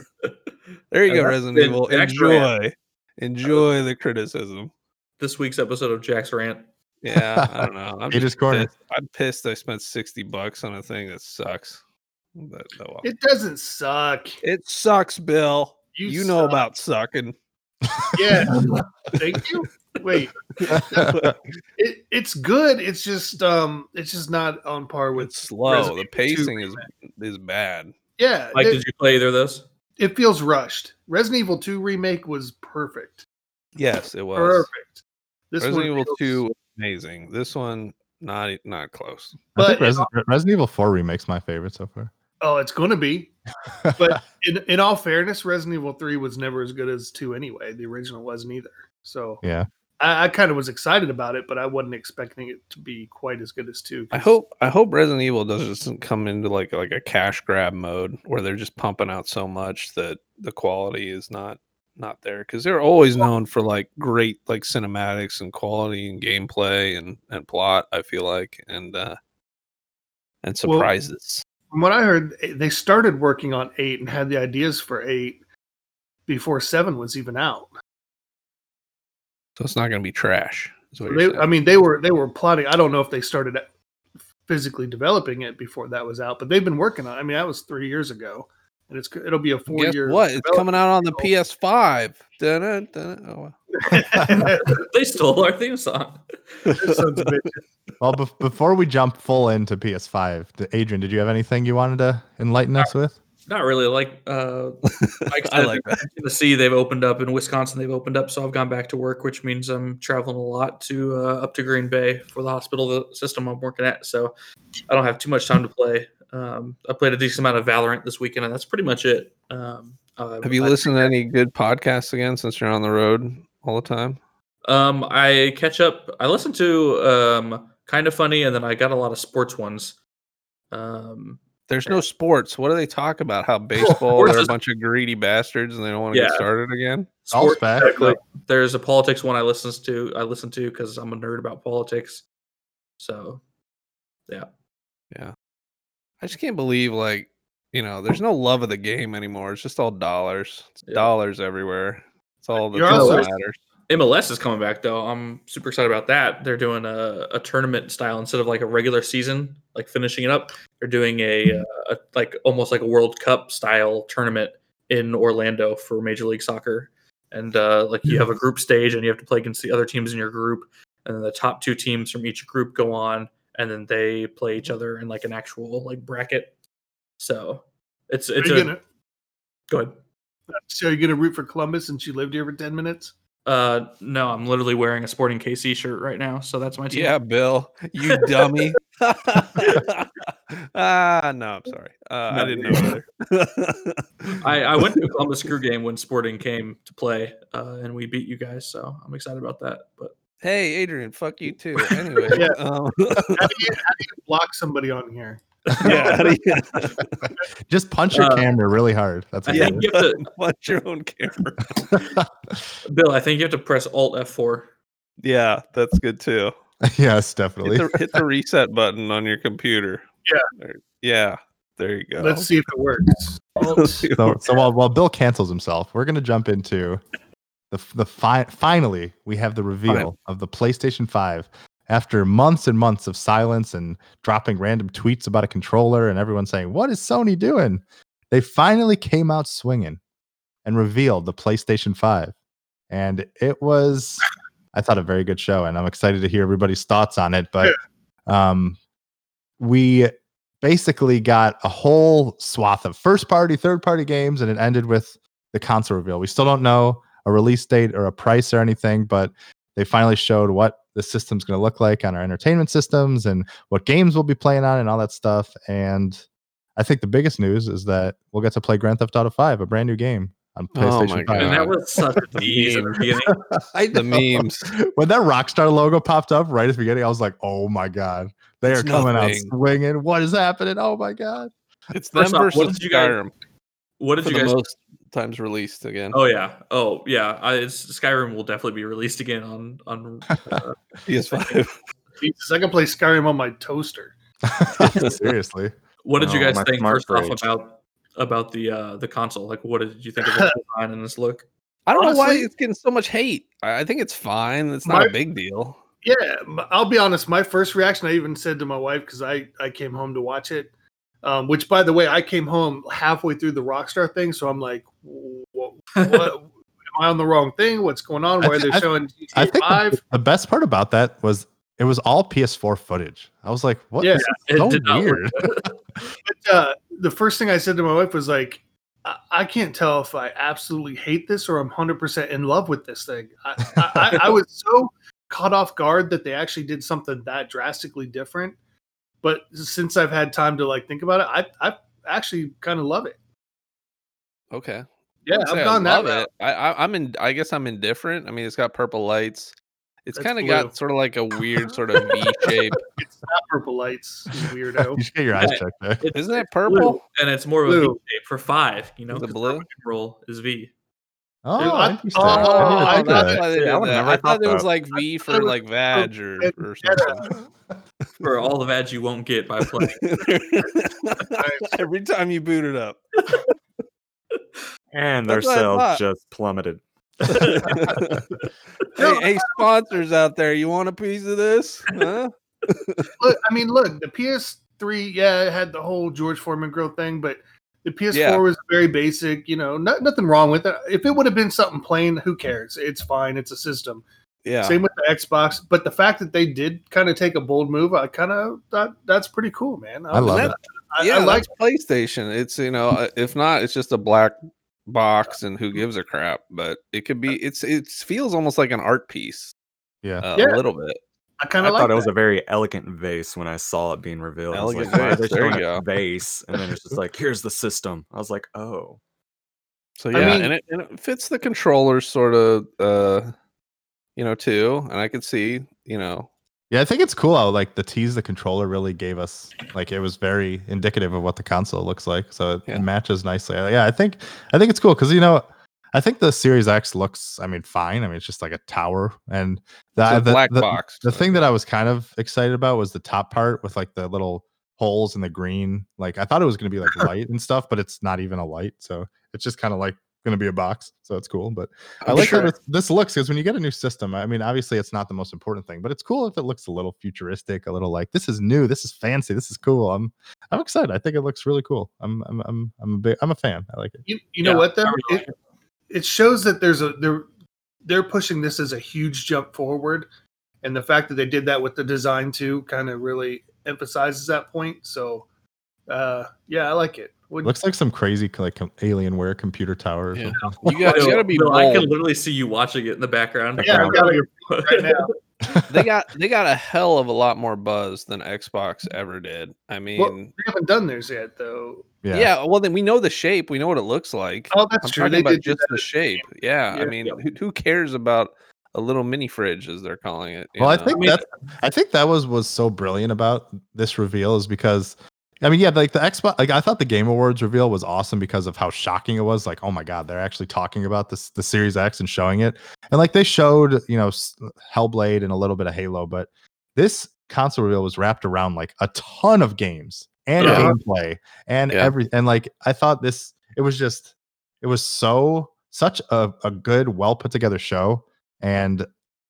Speaker 3: there you
Speaker 5: And
Speaker 3: go,
Speaker 5: that's
Speaker 3: Resident
Speaker 5: been
Speaker 3: Evil.
Speaker 5: Jack's
Speaker 3: Enjoy. Enjoy the criticism.
Speaker 5: This week's episode of Jack's Rant.
Speaker 3: Yeah, I don't know. I'm
Speaker 1: It is
Speaker 3: just
Speaker 1: corner.
Speaker 3: pissed. I'm pissed I spent 60 bucks on a thing that sucks. But oh well. it,
Speaker 2: It doesn't suck.
Speaker 3: sucks, Bill.
Speaker 2: You
Speaker 3: You, know
Speaker 2: suck.
Speaker 3: about sucking.
Speaker 2: Yeah. Thank you. Wait, it, it's good. It's just um, it's just not on par with
Speaker 3: It's slow.
Speaker 2: Resident
Speaker 3: The
Speaker 2: Evil 2
Speaker 3: pacing is is bad.
Speaker 2: yeah.
Speaker 5: Mike,
Speaker 2: it-
Speaker 5: did you play either of those?
Speaker 2: it feels rushed. Resident Evil 2 remake was perfect.
Speaker 3: Yes, it was.
Speaker 2: Perfect. This
Speaker 3: Resident
Speaker 2: one
Speaker 3: Evil
Speaker 2: feels-
Speaker 3: 2 was amazing. This one not e- not close.
Speaker 1: I think
Speaker 2: but-
Speaker 1: Resi- Re- Resident Evil 4 remake's my favorite so far.
Speaker 2: Oh, it's going to be. But in, in all fairness, Resident Evil 3 was never as good as 2 anyway. The original wasn't either. So
Speaker 1: yeah.
Speaker 2: I, I kind of was excited about it, but I wasn't expecting it to be quite as good as 2.
Speaker 3: I
Speaker 2: 'cause
Speaker 3: hope I hope Resident Evil doesn't come into like like a cash grab mode where they're just pumping out so much that the quality is not not there because they're always known for like great like cinematics and quality and gameplay and and plot. I feel like and uh and
Speaker 2: Well-
Speaker 3: surprises.
Speaker 2: From what I heard, eh, they started working on 8 and had the ideas for 8 before 7 was even out.
Speaker 3: so it's not going to be trash. Is what
Speaker 2: So
Speaker 3: you're
Speaker 2: they, I
Speaker 3: saying.
Speaker 2: mean, they were they were plotting. I don't know if they started eh, physically developing it before that was out, but they've been working on. it. I mean, that was three years ago, and it's it'll be a four
Speaker 3: Guess
Speaker 2: year.
Speaker 3: what? It's coming out on the
Speaker 2: development
Speaker 3: PS5. Dun-dun, dun-dun. Oh, wow.
Speaker 5: They stole our theme song.
Speaker 2: Sons of bitches.
Speaker 1: Well,
Speaker 3: Uh,
Speaker 1: bef- before we jump full into PS5, d- Adrian, did you have anything you wanted to enlighten us with?
Speaker 5: Not really. Like uh, Mike
Speaker 3: I
Speaker 5: said,
Speaker 3: like that.
Speaker 5: in Tennessee, they've opened up. In Wisconsin, they've opened up. So I've gone back to work, which means I'm traveling a lot to uh, up to Green Bay for the hospital the system I'm working at. So I don't have too much time to play. Um, I played a decent amount of Valorant this weekend, and that's pretty much it. Um, uh,
Speaker 3: Have you
Speaker 5: I-
Speaker 3: listened to any good podcasts again since you're on the road all the time?
Speaker 5: Um, I catch up. I listen to um, kind of funny, and then I got a lot of sports ones. Um,
Speaker 3: There's no sports. What do they talk about? How baseball,
Speaker 5: sports
Speaker 3: they're a
Speaker 5: is-
Speaker 3: bunch of greedy bastards and they don't want to get
Speaker 5: Yeah.
Speaker 3: started again?
Speaker 1: All's
Speaker 5: sports-
Speaker 1: back.
Speaker 5: Exactly. There's a politics one I listens to. I listen to because I'm a nerd about politics. So, yeah,
Speaker 3: I just can't believe, like, you know, there's no love of the game anymore. It's just all dollars. It's
Speaker 5: Yeah.
Speaker 3: dollars everywhere. It's all that
Speaker 2: You're
Speaker 3: really
Speaker 5: also-
Speaker 3: matters.
Speaker 5: MLS is coming back though. I'm super excited about that. They're doing a, a tournament style instead of like a regular season, like finishing it up. They're doing a, uh, a like almost like a World Cup style tournament in Orlando for Major League Soccer. And uh, like you have a group stage and you have to play against the other teams in your group, and then the top two teams from each group go on, and then they play each other in like an actual like bracket. So it's
Speaker 2: Are
Speaker 5: it's
Speaker 2: you,
Speaker 5: a,
Speaker 2: gonna,
Speaker 5: go ahead.
Speaker 2: so are you gonna root for Columbus since you lived here for ten minutes?
Speaker 5: Uh, no, I'm literally wearing a Sporting KC shirt right now, so that's my team.
Speaker 3: Yeah, Bill, you dummy. ah, no, I'm sorry. Uh, I
Speaker 5: No,
Speaker 3: didn't
Speaker 5: you're
Speaker 3: know either.
Speaker 5: I, I went to a Columbus Crew game when Sporting came to play, uh, and we beat you guys, so I'm excited about that. But
Speaker 3: hey, Adrian, fuck you too. Anyway,
Speaker 2: Yeah.
Speaker 3: um,
Speaker 2: How do you, how do you block somebody on here?
Speaker 3: yeah, how do you
Speaker 1: Just punch your
Speaker 5: Uh,
Speaker 1: camera really hard. That's
Speaker 5: I
Speaker 1: what yeah.
Speaker 5: think you have to,
Speaker 3: punch your own camera?
Speaker 5: Bill, I think you have to press Alt F4.
Speaker 3: Yeah, that's good too.
Speaker 1: yes,
Speaker 3: Hit
Speaker 1: definitely.
Speaker 3: the, hit the reset button on your computer.
Speaker 2: Yeah.
Speaker 3: There- yeah, there you go.
Speaker 2: Let's see if it works.
Speaker 3: Let's see
Speaker 1: So,
Speaker 3: what-
Speaker 1: so while, while Bill cancels himself, we're going to jump into the f- the fi- finally we have the reveal
Speaker 3: Fine.
Speaker 1: of the PlayStation 5 after months and months of silence and dropping random tweets about a controller and everyone saying, "What is Sony doing?" They finally came out swinging and revealed the PlayStation 5. And it was I thought a very good show and I'm excited to hear everybody's thoughts on it, but um we basically got a whole swath of first party, third party games, and it ended with the console reveal. We still don't know a release date or a price or anything, but they finally showed what the system's going to look like on our entertainment systems and what games we'll be playing on and all that stuff. And I think the biggest news is that we'll get to play Grand Theft Auto 5, a brand new game on
Speaker 3: Oh my
Speaker 1: PlayStation 5.
Speaker 5: And that
Speaker 3: God.
Speaker 5: was such a tease in the beginning.
Speaker 1: I
Speaker 3: the
Speaker 1: know.
Speaker 3: memes.
Speaker 1: When that Rockstar logo popped up right at the beginning, I was like, oh my God, they
Speaker 3: It's
Speaker 1: are coming
Speaker 3: nothing.
Speaker 1: out swinging. What is happening? Oh my God.
Speaker 3: It's them
Speaker 5: First off,
Speaker 3: versus
Speaker 5: what did you guys-
Speaker 3: Skyrim
Speaker 5: What did
Speaker 3: for
Speaker 5: you
Speaker 3: the
Speaker 5: guys?
Speaker 3: most times released again.
Speaker 5: Oh yeah, oh yeah. I, it's, Skyrim will definitely be released again on on. Uh,
Speaker 3: PS5.
Speaker 2: Jesus, I can play Skyrim on my toaster.
Speaker 1: Seriously.
Speaker 5: what did you
Speaker 3: Oh,
Speaker 4: No,
Speaker 5: guys
Speaker 4: my
Speaker 5: think
Speaker 4: smart
Speaker 5: first off
Speaker 4: fridge.
Speaker 5: about about the uh, the console? Like, what did you think of the design and this look?
Speaker 3: I don't know why
Speaker 2: Honestly-
Speaker 3: it's getting so much hate. I I think it's fine. It's not
Speaker 2: My-
Speaker 3: a big deal.
Speaker 2: Yeah, m- I'll be honest. My first reaction, I even said to my wife because I I came home to watch it. Um, which, by the way, I came home halfway through the Rockstar thing, so I'm like, "Wh- what, what am I on the wrong thing? What's going on?
Speaker 1: I
Speaker 2: Why are
Speaker 1: thi-
Speaker 2: they
Speaker 1: I-
Speaker 2: showing GTA
Speaker 1: I think the,
Speaker 2: Five?
Speaker 1: the best part about that was it was all PS4 footage. I was like, what?
Speaker 2: Yeah,
Speaker 1: This is so
Speaker 5: look
Speaker 1: weird.
Speaker 5: good.
Speaker 2: But, uh, the first thing I said to my wife was like, I, I can't tell if I absolutely hate this or I'm 100 percent in love with this thing. I, I, I, I was so caught off guard that they actually did something that drastically different. But since I've had time to like think about it, I I actually kind of love it.
Speaker 3: Okay.
Speaker 2: Yeah,
Speaker 3: I'd
Speaker 2: I've
Speaker 3: say I
Speaker 2: gone that
Speaker 3: love
Speaker 2: route.
Speaker 3: it. I, I, I'm in. I guess I'm indifferent. I mean, it's got purple lights. It's
Speaker 2: That's
Speaker 3: kind of
Speaker 2: blue.
Speaker 3: got sort of like a weird sort of V shape.
Speaker 2: It's not purple lights, you
Speaker 1: you
Speaker 2: weirdo.
Speaker 1: should get your eyes checked there.
Speaker 3: Isn't it
Speaker 5: Blue,
Speaker 3: purple?
Speaker 5: and it's more of a V
Speaker 2: Blue.
Speaker 5: shape for five. You know,
Speaker 3: Is it
Speaker 5: 'cause
Speaker 3: blue?
Speaker 5: roll is V.
Speaker 1: Oh,
Speaker 2: I-
Speaker 1: interesting.
Speaker 2: oh,
Speaker 1: I didn't
Speaker 2: I
Speaker 1: think of
Speaker 2: thought
Speaker 1: that.
Speaker 3: why they
Speaker 4: Yeah, I
Speaker 3: did
Speaker 4: would've
Speaker 3: that.
Speaker 4: never
Speaker 3: I thought
Speaker 4: thought
Speaker 3: it was
Speaker 4: that.
Speaker 3: like V
Speaker 2: it
Speaker 3: for
Speaker 2: was
Speaker 3: like Vag or,
Speaker 2: and
Speaker 3: or
Speaker 5: for all the ads you won't get by playing.
Speaker 3: something. Every time you boot it up.
Speaker 4: And their
Speaker 3: That's what I thought.
Speaker 4: sales just plummeted.
Speaker 3: hey, hey, sponsors out there, you want a piece of this? Huh?
Speaker 2: Look, I mean, look, the PS3, yeah, it had the whole George Foreman grill thing, but the PS4
Speaker 3: Yeah.
Speaker 2: was very basic. You know, not, nothing wrong with it. If it would have been something plain, who cares? It's fine. It's a system.
Speaker 3: Yeah.
Speaker 2: Same with the Xbox. But the fact that they did kind of take a bold move, I kind of thought that's pretty cool, man.
Speaker 1: I love
Speaker 3: that-
Speaker 1: it.
Speaker 2: I, I
Speaker 3: yeah,
Speaker 2: like
Speaker 3: that's PlayStation. It's you know, uh, if not, it's just a black box, and who gives a crap? But it could be. It's it feels almost like an art piece.
Speaker 1: Yeah.
Speaker 3: uh,
Speaker 2: Yeah.
Speaker 3: a little bit.
Speaker 2: I
Speaker 4: I
Speaker 2: kind of like
Speaker 4: thought
Speaker 2: that.
Speaker 4: it was a very elegant vase when I saw it being revealed. I was like,
Speaker 3: Elegant
Speaker 4: why are they
Speaker 3: vase, there you
Speaker 4: showing a vase? And then it's just like, here's the system. I was like, oh,
Speaker 3: So yeah,
Speaker 2: I mean-
Speaker 3: and, it, and it fits the controller sort of, uh, you know, too. And I could see, you know,
Speaker 1: Yeah, I think it's cool how like the tease the controller really gave us. Like it was very indicative of what the console looks like, so it
Speaker 3: Yeah.
Speaker 1: matches nicely. Uh, Yeah, I think I think it's cool because you know, I think the Series X looks. I mean, fine. I mean, it's just like a tower, and
Speaker 3: it's
Speaker 1: the,
Speaker 3: a
Speaker 1: Uh, the
Speaker 3: black
Speaker 1: the,
Speaker 3: box.
Speaker 1: the
Speaker 3: so-
Speaker 1: thing that I was kind of excited about was the top part with like the little holes in the green. Like I thought it was going to be like light and stuff, but it's not even a light. So it's just kind of like going to be a box. So it's cool. But I
Speaker 3: I'm
Speaker 1: like
Speaker 3: sure-
Speaker 1: how this- this looks because when you get a new system, I mean, obviously it's not the most important thing, but it's cool if it looks a little futuristic, a little like this is new, this is fancy, this is cool. I'm I'm excited. I think it looks really cool. I'm I'm I'm I'm a big, I'm a fan. I like it.
Speaker 2: You, you know
Speaker 5: Yeah,
Speaker 2: what though?
Speaker 5: I really
Speaker 2: It, it shows that there's a they're they're pushing this as a huge jump forward, and the fact that they did that with the design too kind of really emphasizes that point. So, uh, yeah, I like it. Would-
Speaker 1: looks like some crazy like com- alienware computer tower. Or
Speaker 3: Yeah.
Speaker 1: something.
Speaker 3: you got
Speaker 5: Bill-
Speaker 3: to be
Speaker 5: Bill, I can
Speaker 3: bold.
Speaker 5: literally see you watching it in the background.
Speaker 2: yeah, I got it right now.
Speaker 3: They got they got a hell of a lot more buzz than Xbox ever did. I mean,
Speaker 2: We haven't done theirs yet though.
Speaker 1: yeah.
Speaker 3: yeah. Well, then we know the shape. We know what it looks like.
Speaker 2: Oh, that's
Speaker 3: I'm
Speaker 2: true.
Speaker 3: talking
Speaker 2: They
Speaker 3: about
Speaker 2: did do
Speaker 3: just the shape. Yeah,
Speaker 2: Yeah.
Speaker 3: I mean, who, who cares about a little mini fridge, as they're calling it? you
Speaker 1: Well, I
Speaker 3: know?
Speaker 1: think
Speaker 5: mean-
Speaker 1: that's I think that was was so brilliant about this reveal is because I mean, yeah, like the Xbox, like I thought the Game Awards reveal was awesome because of how shocking it was. Like, oh my god, they're actually talking about this the Series X and showing it, and like they showed you know s- Hellblade and a little bit of Halo, but this console reveal was wrapped around like a ton of games and
Speaker 3: Yeah.
Speaker 1: gameplay and
Speaker 3: Yeah.
Speaker 1: every and like I thought this it was just it was so such a, a good well put together show and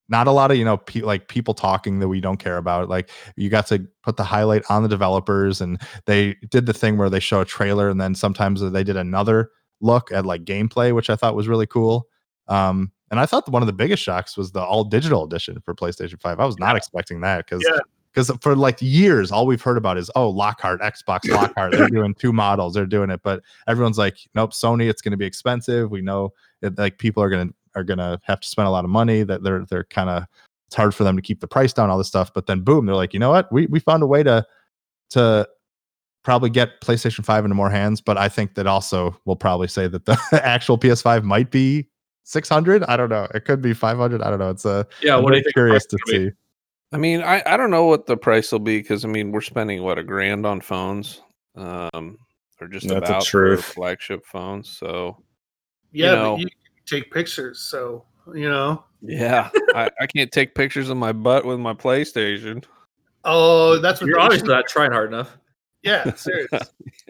Speaker 1: not a lot of you know pe- like people talking that we don't care about like you got to put the highlight on the developers and they did the thing where they show a trailer and then sometimes they did another look at like gameplay which i thought was really cool um and i thought one of the biggest shocks was the all digital edition for playstation 5 i was not expecting that because
Speaker 2: Yeah.
Speaker 1: because for like years all we've heard about is oh lockhart xbox lockhart they're doing two models they're doing it but everyone's like nope sony it's going to be expensive we know that like people are going to are going to have to spend a lot of money that they're they're kind of it's hard for them to keep the price down all this stuff but then boom they're like you know what we we found a way to to probably get PlayStation 5 into more hands, but I think that also will probably say that the actual PS5 might be 600. I don't know. It could be 500. I don't know. It's a
Speaker 5: Yeah,
Speaker 1: I'm
Speaker 5: what do
Speaker 1: very
Speaker 5: you think?
Speaker 1: curious
Speaker 5: the
Speaker 1: to
Speaker 5: price is gonna be?
Speaker 1: see.
Speaker 3: I mean, I, I don't know what the price will be because I mean we're spending what a grand on phones, um, or just
Speaker 4: That's a
Speaker 3: about for
Speaker 4: truth.
Speaker 3: flagship phones. So
Speaker 2: Yeah,
Speaker 3: know.
Speaker 2: but you can take pictures. So you know.
Speaker 3: yeah, I, I can't take pictures of my butt with my PlayStation.
Speaker 2: Oh, that's what
Speaker 5: You're
Speaker 2: they
Speaker 5: obviously
Speaker 2: should-
Speaker 5: not trying hard enough.
Speaker 2: Yeah, serious.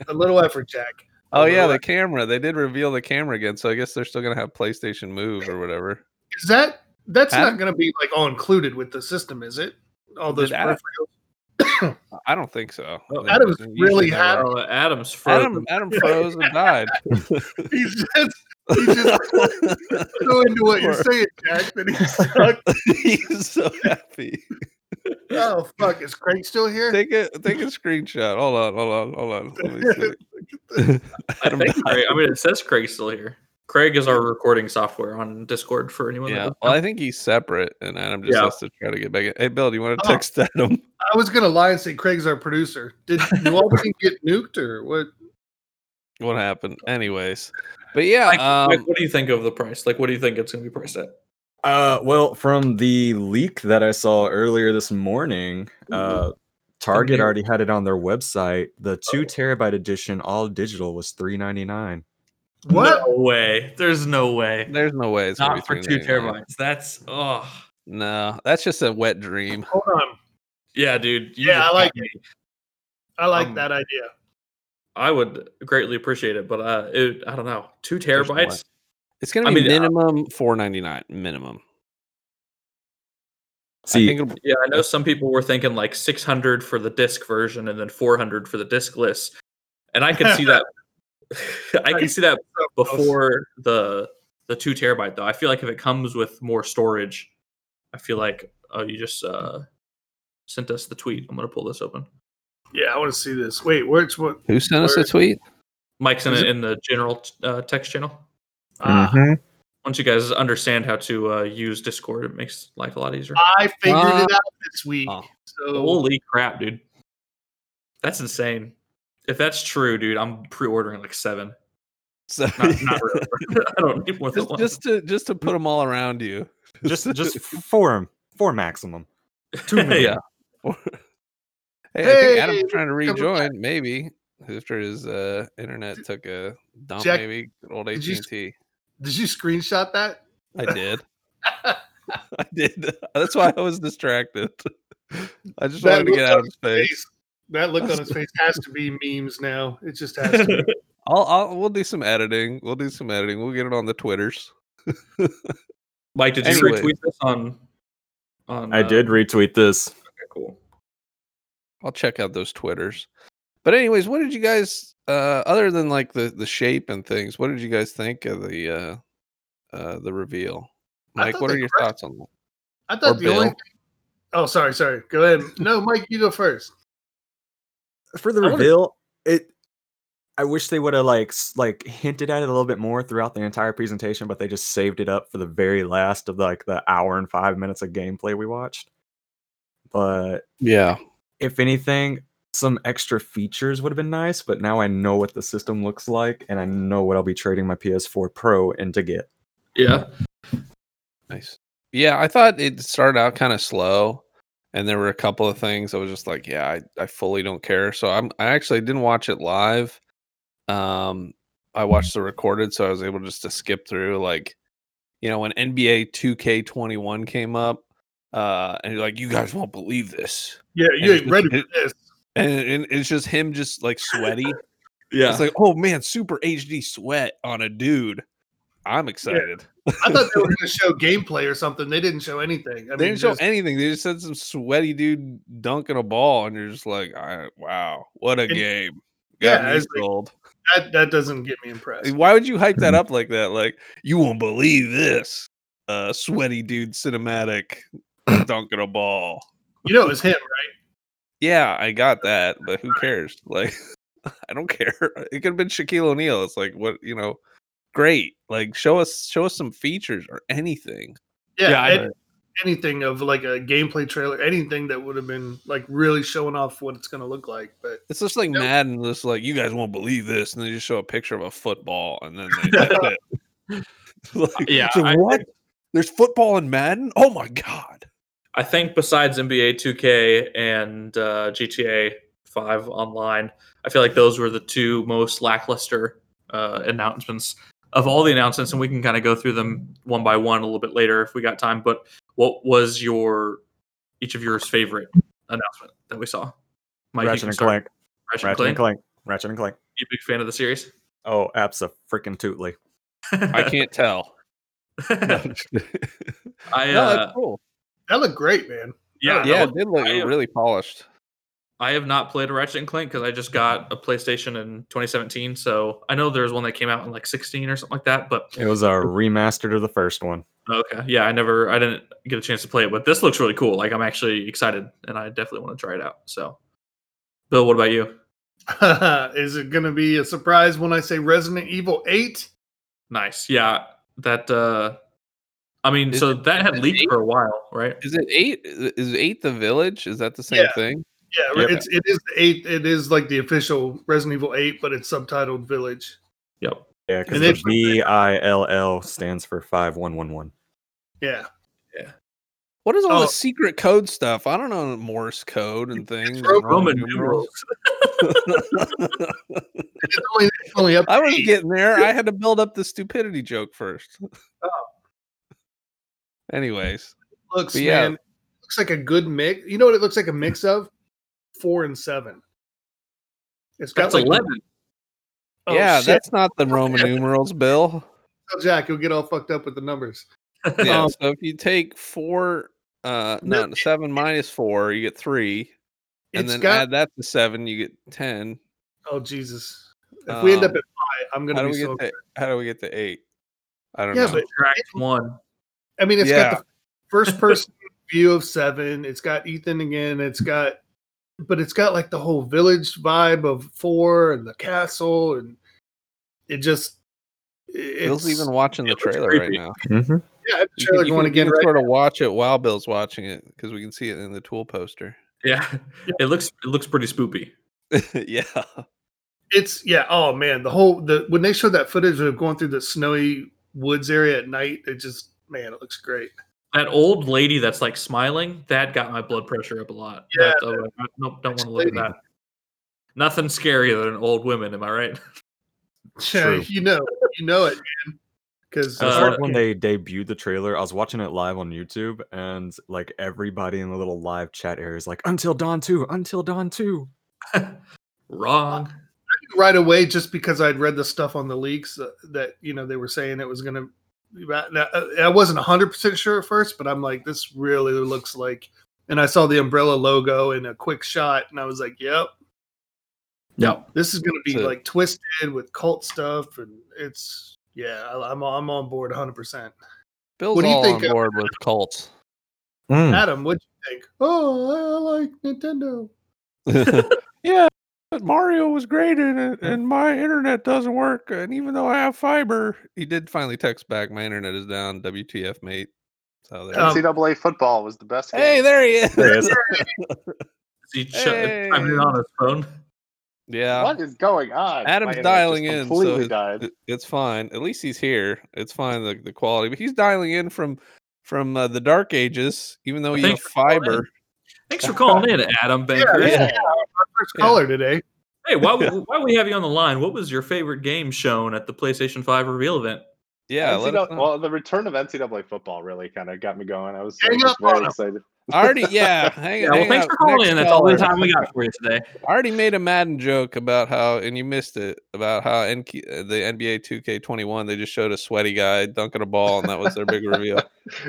Speaker 2: a little effort, Jack.
Speaker 3: Oh yeah,
Speaker 2: Really?
Speaker 3: the camera. They did reveal the camera again, so I guess they're still gonna have PlayStation Move or whatever.
Speaker 2: Is that that's
Speaker 3: Huh?
Speaker 2: not going to be like all included with the system, is it? All those
Speaker 3: Did Adam-
Speaker 2: peripherals.
Speaker 3: I don't think so. I
Speaker 5: Oh,
Speaker 3: think
Speaker 2: Adam's
Speaker 3: usually
Speaker 2: really
Speaker 3: they
Speaker 2: happy.
Speaker 3: were-
Speaker 5: Oh, Adam's frozen.
Speaker 3: Adam Adam froze and died.
Speaker 2: He's just he's just so into what you're saying, Jack. That he's stuck.
Speaker 3: He's so happy.
Speaker 2: Oh fuck, is Craig still here?
Speaker 3: Take a take a screenshot. Hold on, hold on, hold on. Let me see.
Speaker 5: I,
Speaker 3: Adam
Speaker 5: think
Speaker 3: died.
Speaker 5: Craig, I mean, it says Craig's still here. Craig is our recording software on Discord for anyone.
Speaker 3: Yeah.
Speaker 5: That
Speaker 3: Well, I think he's separate, and Adam just
Speaker 5: Yeah.
Speaker 3: has to try to get back. in. Hey, Bill, do you want
Speaker 2: Oh.
Speaker 3: to text Adam?
Speaker 2: I was gonna lie and say Craig's our producer. Did New Albany get nuked or what?
Speaker 3: What happened? Anyways, but yeah,
Speaker 5: Like, Mike,
Speaker 3: um,
Speaker 5: what do you think of the price? Like, what do you think it's going to be priced at?
Speaker 4: Uh, well, from the leak that I saw earlier this morning, uh, Target
Speaker 5: new-
Speaker 4: already had it on their website. The
Speaker 3: Oh.
Speaker 4: two terabyte edition, all digital, was three ninety nine.
Speaker 2: What?
Speaker 5: No way. There's no way.
Speaker 3: there's no way it's gonna
Speaker 5: Not for
Speaker 3: be
Speaker 5: two
Speaker 3: 399.
Speaker 5: terabytes. That's oh
Speaker 3: No, that's just a wet dream.
Speaker 2: Hold on,
Speaker 5: yeah, dude. you
Speaker 2: Yeah,
Speaker 5: just
Speaker 2: I like
Speaker 5: got me.
Speaker 2: I like
Speaker 5: Um,
Speaker 2: that idea.
Speaker 5: I would greatly appreciate it, but uh, it, I don't know. Two
Speaker 3: There's no way.
Speaker 5: terabytes.
Speaker 3: It's gonna
Speaker 5: I
Speaker 3: be
Speaker 5: mean, uh,
Speaker 3: minimum four ninety nine minimum. I
Speaker 4: See,
Speaker 3: think it'll-
Speaker 5: Yeah, I know some people were thinking like 600 for the disc version and then 400 for the discless, and I could see that. I can see that before the the two terabyte though. I feel like if it comes with more storage, uh, I feel like oh, you just uh, sent us the tweet. I'm gonna pull this open.
Speaker 2: Yeah, I want to see this. Wait, where's what?
Speaker 3: Who sent us a
Speaker 2: Where-
Speaker 3: tweet?
Speaker 5: Mike's in,
Speaker 2: Is
Speaker 5: it, in the general uh, text channel.
Speaker 2: Uh,
Speaker 5: Ah,
Speaker 4: Mhm.
Speaker 5: Once you guys understand how to uh, use Discord, it makes life a lot easier.
Speaker 2: I figured
Speaker 3: Uh,
Speaker 2: it out this week.
Speaker 3: oh.
Speaker 2: So
Speaker 5: Holy crap, dude! That's insane. If that's true, dude, I'm pre-ordering like seven.
Speaker 3: So
Speaker 5: Not, not really. I don't need more than
Speaker 3: just,
Speaker 5: one.
Speaker 3: just to just to put them all around you.
Speaker 4: Just just f- four 'em. four maximum. Two minutes.
Speaker 5: yeah.
Speaker 3: Hey, I think
Speaker 2: Hey,
Speaker 3: Adam's trying to
Speaker 2: coming back.
Speaker 3: rejoin, maybe after his uh, internet took a dump.
Speaker 2: Jack,
Speaker 3: maybe Good old
Speaker 2: did
Speaker 3: AT
Speaker 2: you
Speaker 3: and
Speaker 2: s-
Speaker 3: T.
Speaker 2: did you screenshot that?
Speaker 3: I did. I did. That's why I was distracted. I just
Speaker 2: That
Speaker 3: wanted to
Speaker 2: looked
Speaker 3: get out
Speaker 2: on
Speaker 3: of space.
Speaker 2: That look on his face has to be memes now. It just has to. Be.
Speaker 3: I'll, I'll we'll do some editing. We'll do some editing. We'll get it on the twitters.
Speaker 5: Mike, did you
Speaker 3: Anyway.
Speaker 5: retweet this on? On
Speaker 4: I
Speaker 5: uh,
Speaker 4: did retweet this.
Speaker 5: okay, cool.
Speaker 3: I'll check out those twitters. But anyways, what did you guys uh other than like the the shape and things, what did you guys think of the uh uh the reveal?
Speaker 2: I
Speaker 3: Mike,
Speaker 2: thought
Speaker 3: what
Speaker 2: they
Speaker 3: are your
Speaker 2: crushed
Speaker 3: thoughts on that?
Speaker 2: I thought
Speaker 3: Or
Speaker 2: the only.
Speaker 3: Bill.
Speaker 2: Oh, sorry, sorry. Go ahead. No, Mike, you go first.
Speaker 4: For the
Speaker 2: I wanna-
Speaker 4: reveal, it I wish they would have like s- like hinted at it a little bit more throughout the entire presentation, but they just saved it up for the very last of like the hour and 5 minutes of gameplay we watched. But
Speaker 3: Yeah.
Speaker 4: if anything, some extra features would have been nice, but now I know what the system looks like and I know what I'll be trading my PS4 Pro in to get.
Speaker 5: Yeah.
Speaker 3: Nice. Yeah, I thought it started out kind of slow and there were a couple of things I was just like, yeah, I, I fully don't care. So I'm I actually didn't watch it live. Um I watched the recorded so I was able just to skip through like you know when NBA 2K21 came up uh and you're like you guys won't believe this.
Speaker 2: Yeah, you
Speaker 3: And
Speaker 2: ain't ready for this.
Speaker 3: and, and it's just him just like sweaty
Speaker 5: Yeah.
Speaker 3: it's like oh man super hd sweat on a dude i'm excited
Speaker 2: I thought they were going to show gameplay or something. They didn't show anything. I
Speaker 3: they
Speaker 2: mean,
Speaker 3: didn't show
Speaker 2: just-
Speaker 3: anything they just said some sweaty dude dunking a ball and you're just like I, wow what a
Speaker 2: And-
Speaker 3: game
Speaker 2: Yeah,
Speaker 3: yeah,
Speaker 2: it's like- that that doesn't get me impressed.
Speaker 3: why would you hype that up like that like you won't believe this uh sweaty dude cinematic dunking a ball
Speaker 2: You know, it was him, right?
Speaker 3: yeah i got that but who cares like i don't care it could have been shaquille o'neal it's like what you know great like show us show us some features or anything
Speaker 2: Yeah.
Speaker 5: Yeah, I-
Speaker 2: any- anything of like a gameplay trailer, anything that would have been like really showing off what it's going to look like. But
Speaker 3: it's just like
Speaker 2: Nope.
Speaker 3: madden just like you guys won't believe this and they just show a picture of a football and then they, that's it. Like,
Speaker 5: yeah,
Speaker 3: so
Speaker 5: I- I-
Speaker 3: what there's football in madden oh my god
Speaker 5: I think besides NBA 2K and uh, GTA 5 Online, I feel like those were the two most lackluster uh, announcements of all the announcements, and we can kind of go through them one by one a little bit later if we got time. But what was your each of yours favorite announcement that we saw? Mike, you
Speaker 4: Ratchet
Speaker 5: can
Speaker 4: and
Speaker 5: start.
Speaker 4: Clank.
Speaker 5: Ratchet, and
Speaker 4: Ratchet
Speaker 5: Clank.
Speaker 4: and Clank. Ratchet and Clank.
Speaker 5: You a big fan of the series?
Speaker 4: Oh, abso freaking tootly.
Speaker 3: i can't tell no,
Speaker 5: can't.
Speaker 3: I'm just-
Speaker 5: I,
Speaker 3: No,
Speaker 5: uh,
Speaker 3: that's cool
Speaker 2: that looked great, man.
Speaker 5: yeah,
Speaker 3: yeah
Speaker 5: yeah.
Speaker 3: it did look
Speaker 5: I-
Speaker 3: really polished
Speaker 5: I have not played Ratchet and Clank because I just got a PlayStation in 2017. So I know there's one that came out in like 16 or something like that. But
Speaker 4: It was a remastered of the first one.
Speaker 5: okay, yeah, I never, I didn't get a chance to play it. But this looks really cool. Like I'm actually excited, and I definitely want to try it out. So, Bill, what about you?
Speaker 2: Is it going to be a surprise when I say Resident Evil 8?
Speaker 5: Nice, yeah. That, uh I mean,
Speaker 3: Is
Speaker 5: so
Speaker 3: it-
Speaker 5: that had
Speaker 3: is it
Speaker 5: leaked
Speaker 3: eight?
Speaker 5: for a while, right?
Speaker 3: is it eight is eight the village is that the same
Speaker 2: Yeah.
Speaker 3: thing
Speaker 2: Yeah,
Speaker 4: Yep.
Speaker 2: it's it is the eight. It is like the official Resident Evil Eight, but it's subtitled Village.
Speaker 5: Yep.
Speaker 4: Yeah, because
Speaker 2: And
Speaker 4: the
Speaker 2: it's-
Speaker 4: V I L L stands for five one one one.
Speaker 2: Yeah,
Speaker 3: What is all
Speaker 2: Oh.
Speaker 3: the secret code stuff? I don't know Morse code and things. and
Speaker 2: Ro-
Speaker 3: Roman
Speaker 5: Roman
Speaker 3: numerals.
Speaker 5: numerals.
Speaker 2: it's only, it's only up.
Speaker 3: I was
Speaker 2: eight.
Speaker 3: getting there. I had to build up the stupidity joke first.
Speaker 5: Oh.
Speaker 3: Anyways,
Speaker 2: looks
Speaker 3: but yeah.
Speaker 2: man. Looks like a good mix. You know what it looks like a mix of four and seven. It's got
Speaker 5: That's
Speaker 2: like
Speaker 5: 11.
Speaker 2: oh,
Speaker 3: yeah,
Speaker 2: shit.
Speaker 3: that's not the Roman numerals, Bill.
Speaker 2: Jack. You'll get all fucked up with the numbers.
Speaker 3: Yeah,
Speaker 2: Um,
Speaker 3: so if you take four, uh,
Speaker 2: no,
Speaker 3: no, seven minus four, you get three, and
Speaker 2: It's
Speaker 3: then
Speaker 2: got
Speaker 3: add that to seven, you get ten.
Speaker 2: oh Jesus. If we end up
Speaker 3: Um,
Speaker 2: at five, I'm
Speaker 3: How
Speaker 2: gonna
Speaker 3: do
Speaker 2: be
Speaker 3: we
Speaker 2: so.
Speaker 3: get to, how do we get to eight? I don't
Speaker 2: Yeah,
Speaker 3: know.
Speaker 2: but-
Speaker 5: Subtract one.
Speaker 2: I mean, it's
Speaker 3: yeah,
Speaker 2: got the first person view of seven. It's got Ethan again. It's got but it's got like the whole village vibe of four and the castle, and it just it's,
Speaker 3: Bill's even watching the
Speaker 5: it looks
Speaker 3: trailer right
Speaker 5: creepy.
Speaker 3: now.
Speaker 2: yeah, I have the trailer going again right
Speaker 3: sort of watch it while Bill's watching it because we can see it in the tool poster.
Speaker 5: Yeah, it looks it looks pretty spoopy.
Speaker 3: yeah.
Speaker 2: it's yeah oh man the whole the when they showed that footage of going through the snowy woods area at night it just man it looks great
Speaker 5: That old lady that's like smiling, that got my blood pressure up a lot.
Speaker 2: Yeah.
Speaker 5: That- oh, I don't, don't want to look at that. Nothing scarier than old women, am I right?
Speaker 2: yeah
Speaker 1: True.
Speaker 2: you know you know it man because
Speaker 5: Uh,
Speaker 4: I was like, when they debuted the trailer, I was watching it live on YouTube, and like everybody in the little live chat area is like, "Until Dawn Two, Until Dawn Two.
Speaker 5: Wrong.
Speaker 2: right away just because i'd read the stuff on the leaks uh, that you know they were saying it was going to be about now, uh, i wasn't 100% sure at first but i'm like this really looks like and i saw the umbrella logo in a quick shot and i was like yep
Speaker 5: Yep.
Speaker 2: This is going to be
Speaker 3: So-
Speaker 2: like twisted with cult stuff, and it's yeah, I, I'm I'm on board 100. percent
Speaker 3: Bill's
Speaker 2: What do you
Speaker 3: all
Speaker 2: think,
Speaker 3: on
Speaker 2: uh,
Speaker 3: board with cults. Hmm.
Speaker 2: Adam, what do you think? Oh, I like Nintendo.
Speaker 3: yeah, but Mario was great in it, and my internet doesn't work. And even though I have fiber, he did finally text back, "My internet is down. WTF, mate."
Speaker 6: Oh,
Speaker 3: So there.
Speaker 2: Um,
Speaker 6: NCAA football was the best.
Speaker 3: hey,
Speaker 6: game.
Speaker 3: there he is.
Speaker 4: There he is.
Speaker 5: Is he ch- chiming in on his phone?
Speaker 3: yeah,
Speaker 6: What is going on?
Speaker 3: Adam's
Speaker 6: My internet just
Speaker 3: dialing in, so
Speaker 6: Completely
Speaker 3: his-
Speaker 6: died.
Speaker 3: it- it's fine. At least he's here. It's fine. The, the quality, but he's dialing in from from uh, the dark ages, even though
Speaker 5: Well,
Speaker 3: you have
Speaker 5: thanks for calling in.
Speaker 3: fiber.
Speaker 5: Thanks for calling in, Adam Banker.
Speaker 2: Yeah.
Speaker 6: Yeah.
Speaker 2: First
Speaker 3: Yeah.
Speaker 2: caller today.
Speaker 5: Hey, while we, while we have you on the line, what was your favorite game shown at the PlayStation 5 reveal event?
Speaker 3: Yeah, let us
Speaker 6: NCAA
Speaker 3: know.
Speaker 6: well, the return of NCAA football really kind of got me going. I was, I
Speaker 2: Hang
Speaker 6: was
Speaker 2: up on
Speaker 6: very
Speaker 2: him.
Speaker 6: excited.
Speaker 3: I already, yeah. Hang,
Speaker 5: Yeah, well,
Speaker 3: hang
Speaker 5: thanks
Speaker 3: out.
Speaker 5: for calling
Speaker 3: Next
Speaker 5: in. That's all the
Speaker 3: caller.
Speaker 5: time we got for you today.
Speaker 3: I already made a Madden joke about how, and you missed it, about how NK, uh, the NBA 2K21, they just showed a sweaty guy dunking a ball, and that was their big reveal.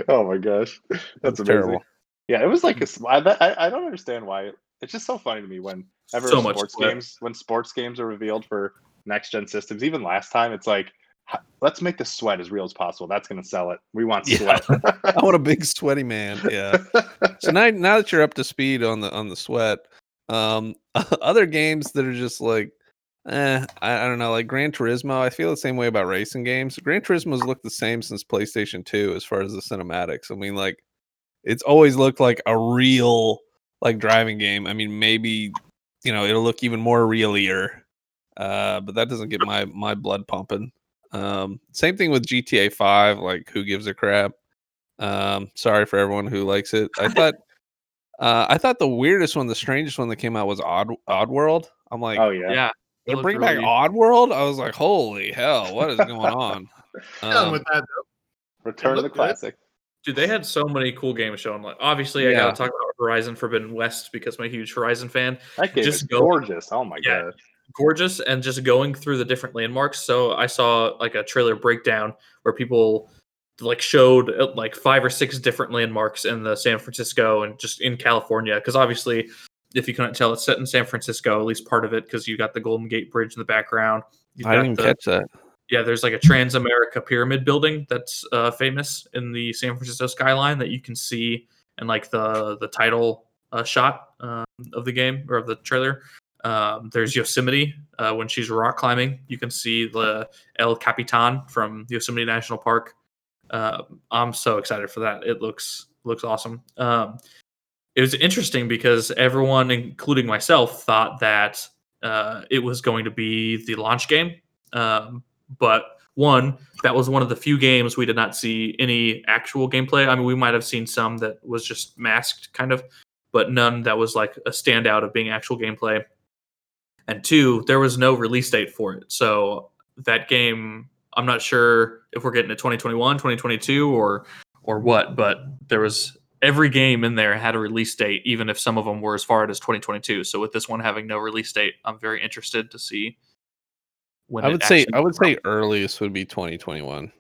Speaker 6: Oh my gosh, that's amazing.
Speaker 3: terrible.
Speaker 6: Yeah, it was
Speaker 5: Hmm.
Speaker 6: like a sm- I, bet- I I don't understand why. It's just so funny to me when ever
Speaker 5: So much
Speaker 6: sports
Speaker 5: sweat.
Speaker 6: games when sports games are revealed for next gen systems. Even last time, it's like, "H- let's make the sweat as real as possible. That's going to sell it. We want
Speaker 3: Yeah.
Speaker 6: sweat.
Speaker 3: I want a big sweaty man. Yeah. So now, now that you're up to speed on the on the sweat, um, other games that are just like, eh, I, I don't know, like Gran Turismo. I feel the same way about racing games. Gran Turismo's looked the same since PlayStation 2 as far as the cinematics. I mean, like, it's always looked like a real like driving game. I mean, maybe you know it'll look even more realier, uh, but that doesn't get my my blood pumping. Um, same thing with GTA Five. Like, who gives a crap? Um, sorry for everyone who likes it. I thought uh, I thought the weirdest one, the strangest one that came out was Odd Oddworld. I'm like,
Speaker 6: oh yeah.
Speaker 5: yeah.
Speaker 3: they're
Speaker 5: looked
Speaker 3: bringing back
Speaker 5: really-
Speaker 3: Oddworld. I was like, holy hell, what is going on?
Speaker 2: Done
Speaker 3: Um,
Speaker 2: with that. Though.
Speaker 6: Return of the
Speaker 2: looked good.
Speaker 6: classic.
Speaker 5: Dude, they had so many cool games shown. Like, obviously, I
Speaker 3: Yeah.
Speaker 5: gotta talk about Horizon Forbidden West because I'm a huge Horizon fan.
Speaker 6: That game
Speaker 5: Just
Speaker 6: is
Speaker 5: go-
Speaker 6: gorgeous. Oh my
Speaker 5: Yeah.
Speaker 6: god.
Speaker 5: Gorgeous, and just going through the different landmarks. So I saw like a trailer breakdown where people like showed uh, like five or six different landmarks in the San Francisco and just in California. Because obviously, if you couldn't tell, it's set in San Francisco, at least part of it, because you got the Golden Gate Bridge in the background. You've
Speaker 3: I
Speaker 5: got
Speaker 3: didn't
Speaker 5: the-
Speaker 3: even catch that.
Speaker 5: yeah, there's like a Transamerica pyramid building that's uh, famous in the San Francisco skyline that you can see in like the the title uh, shot um, of the game or of the trailer. Um, there's Yosemite uh, when she's rock climbing. You can see the El Capitan from Yosemite National Park. Uh, I'm so excited for that. It looks looks awesome. Um, it was interesting because everyone, including myself, thought that uh, it was going to be the launch game. Um, but one, that was one of the few games we did not see any actual gameplay. I mean, we might have seen some that was just masked, kind of, but none that was like a standout of being actual gameplay. And two, there was no release date for it. So that game, I'm not sure if we're getting it 2021, 2022, or or what, but there was every game in there had a release date, even if some of them were as far out as 2022. So with this one having no release date, I'm very interested to see when
Speaker 3: I
Speaker 5: it
Speaker 3: would say
Speaker 5: actually
Speaker 3: I would
Speaker 5: comes out.
Speaker 3: say earliest would be 2021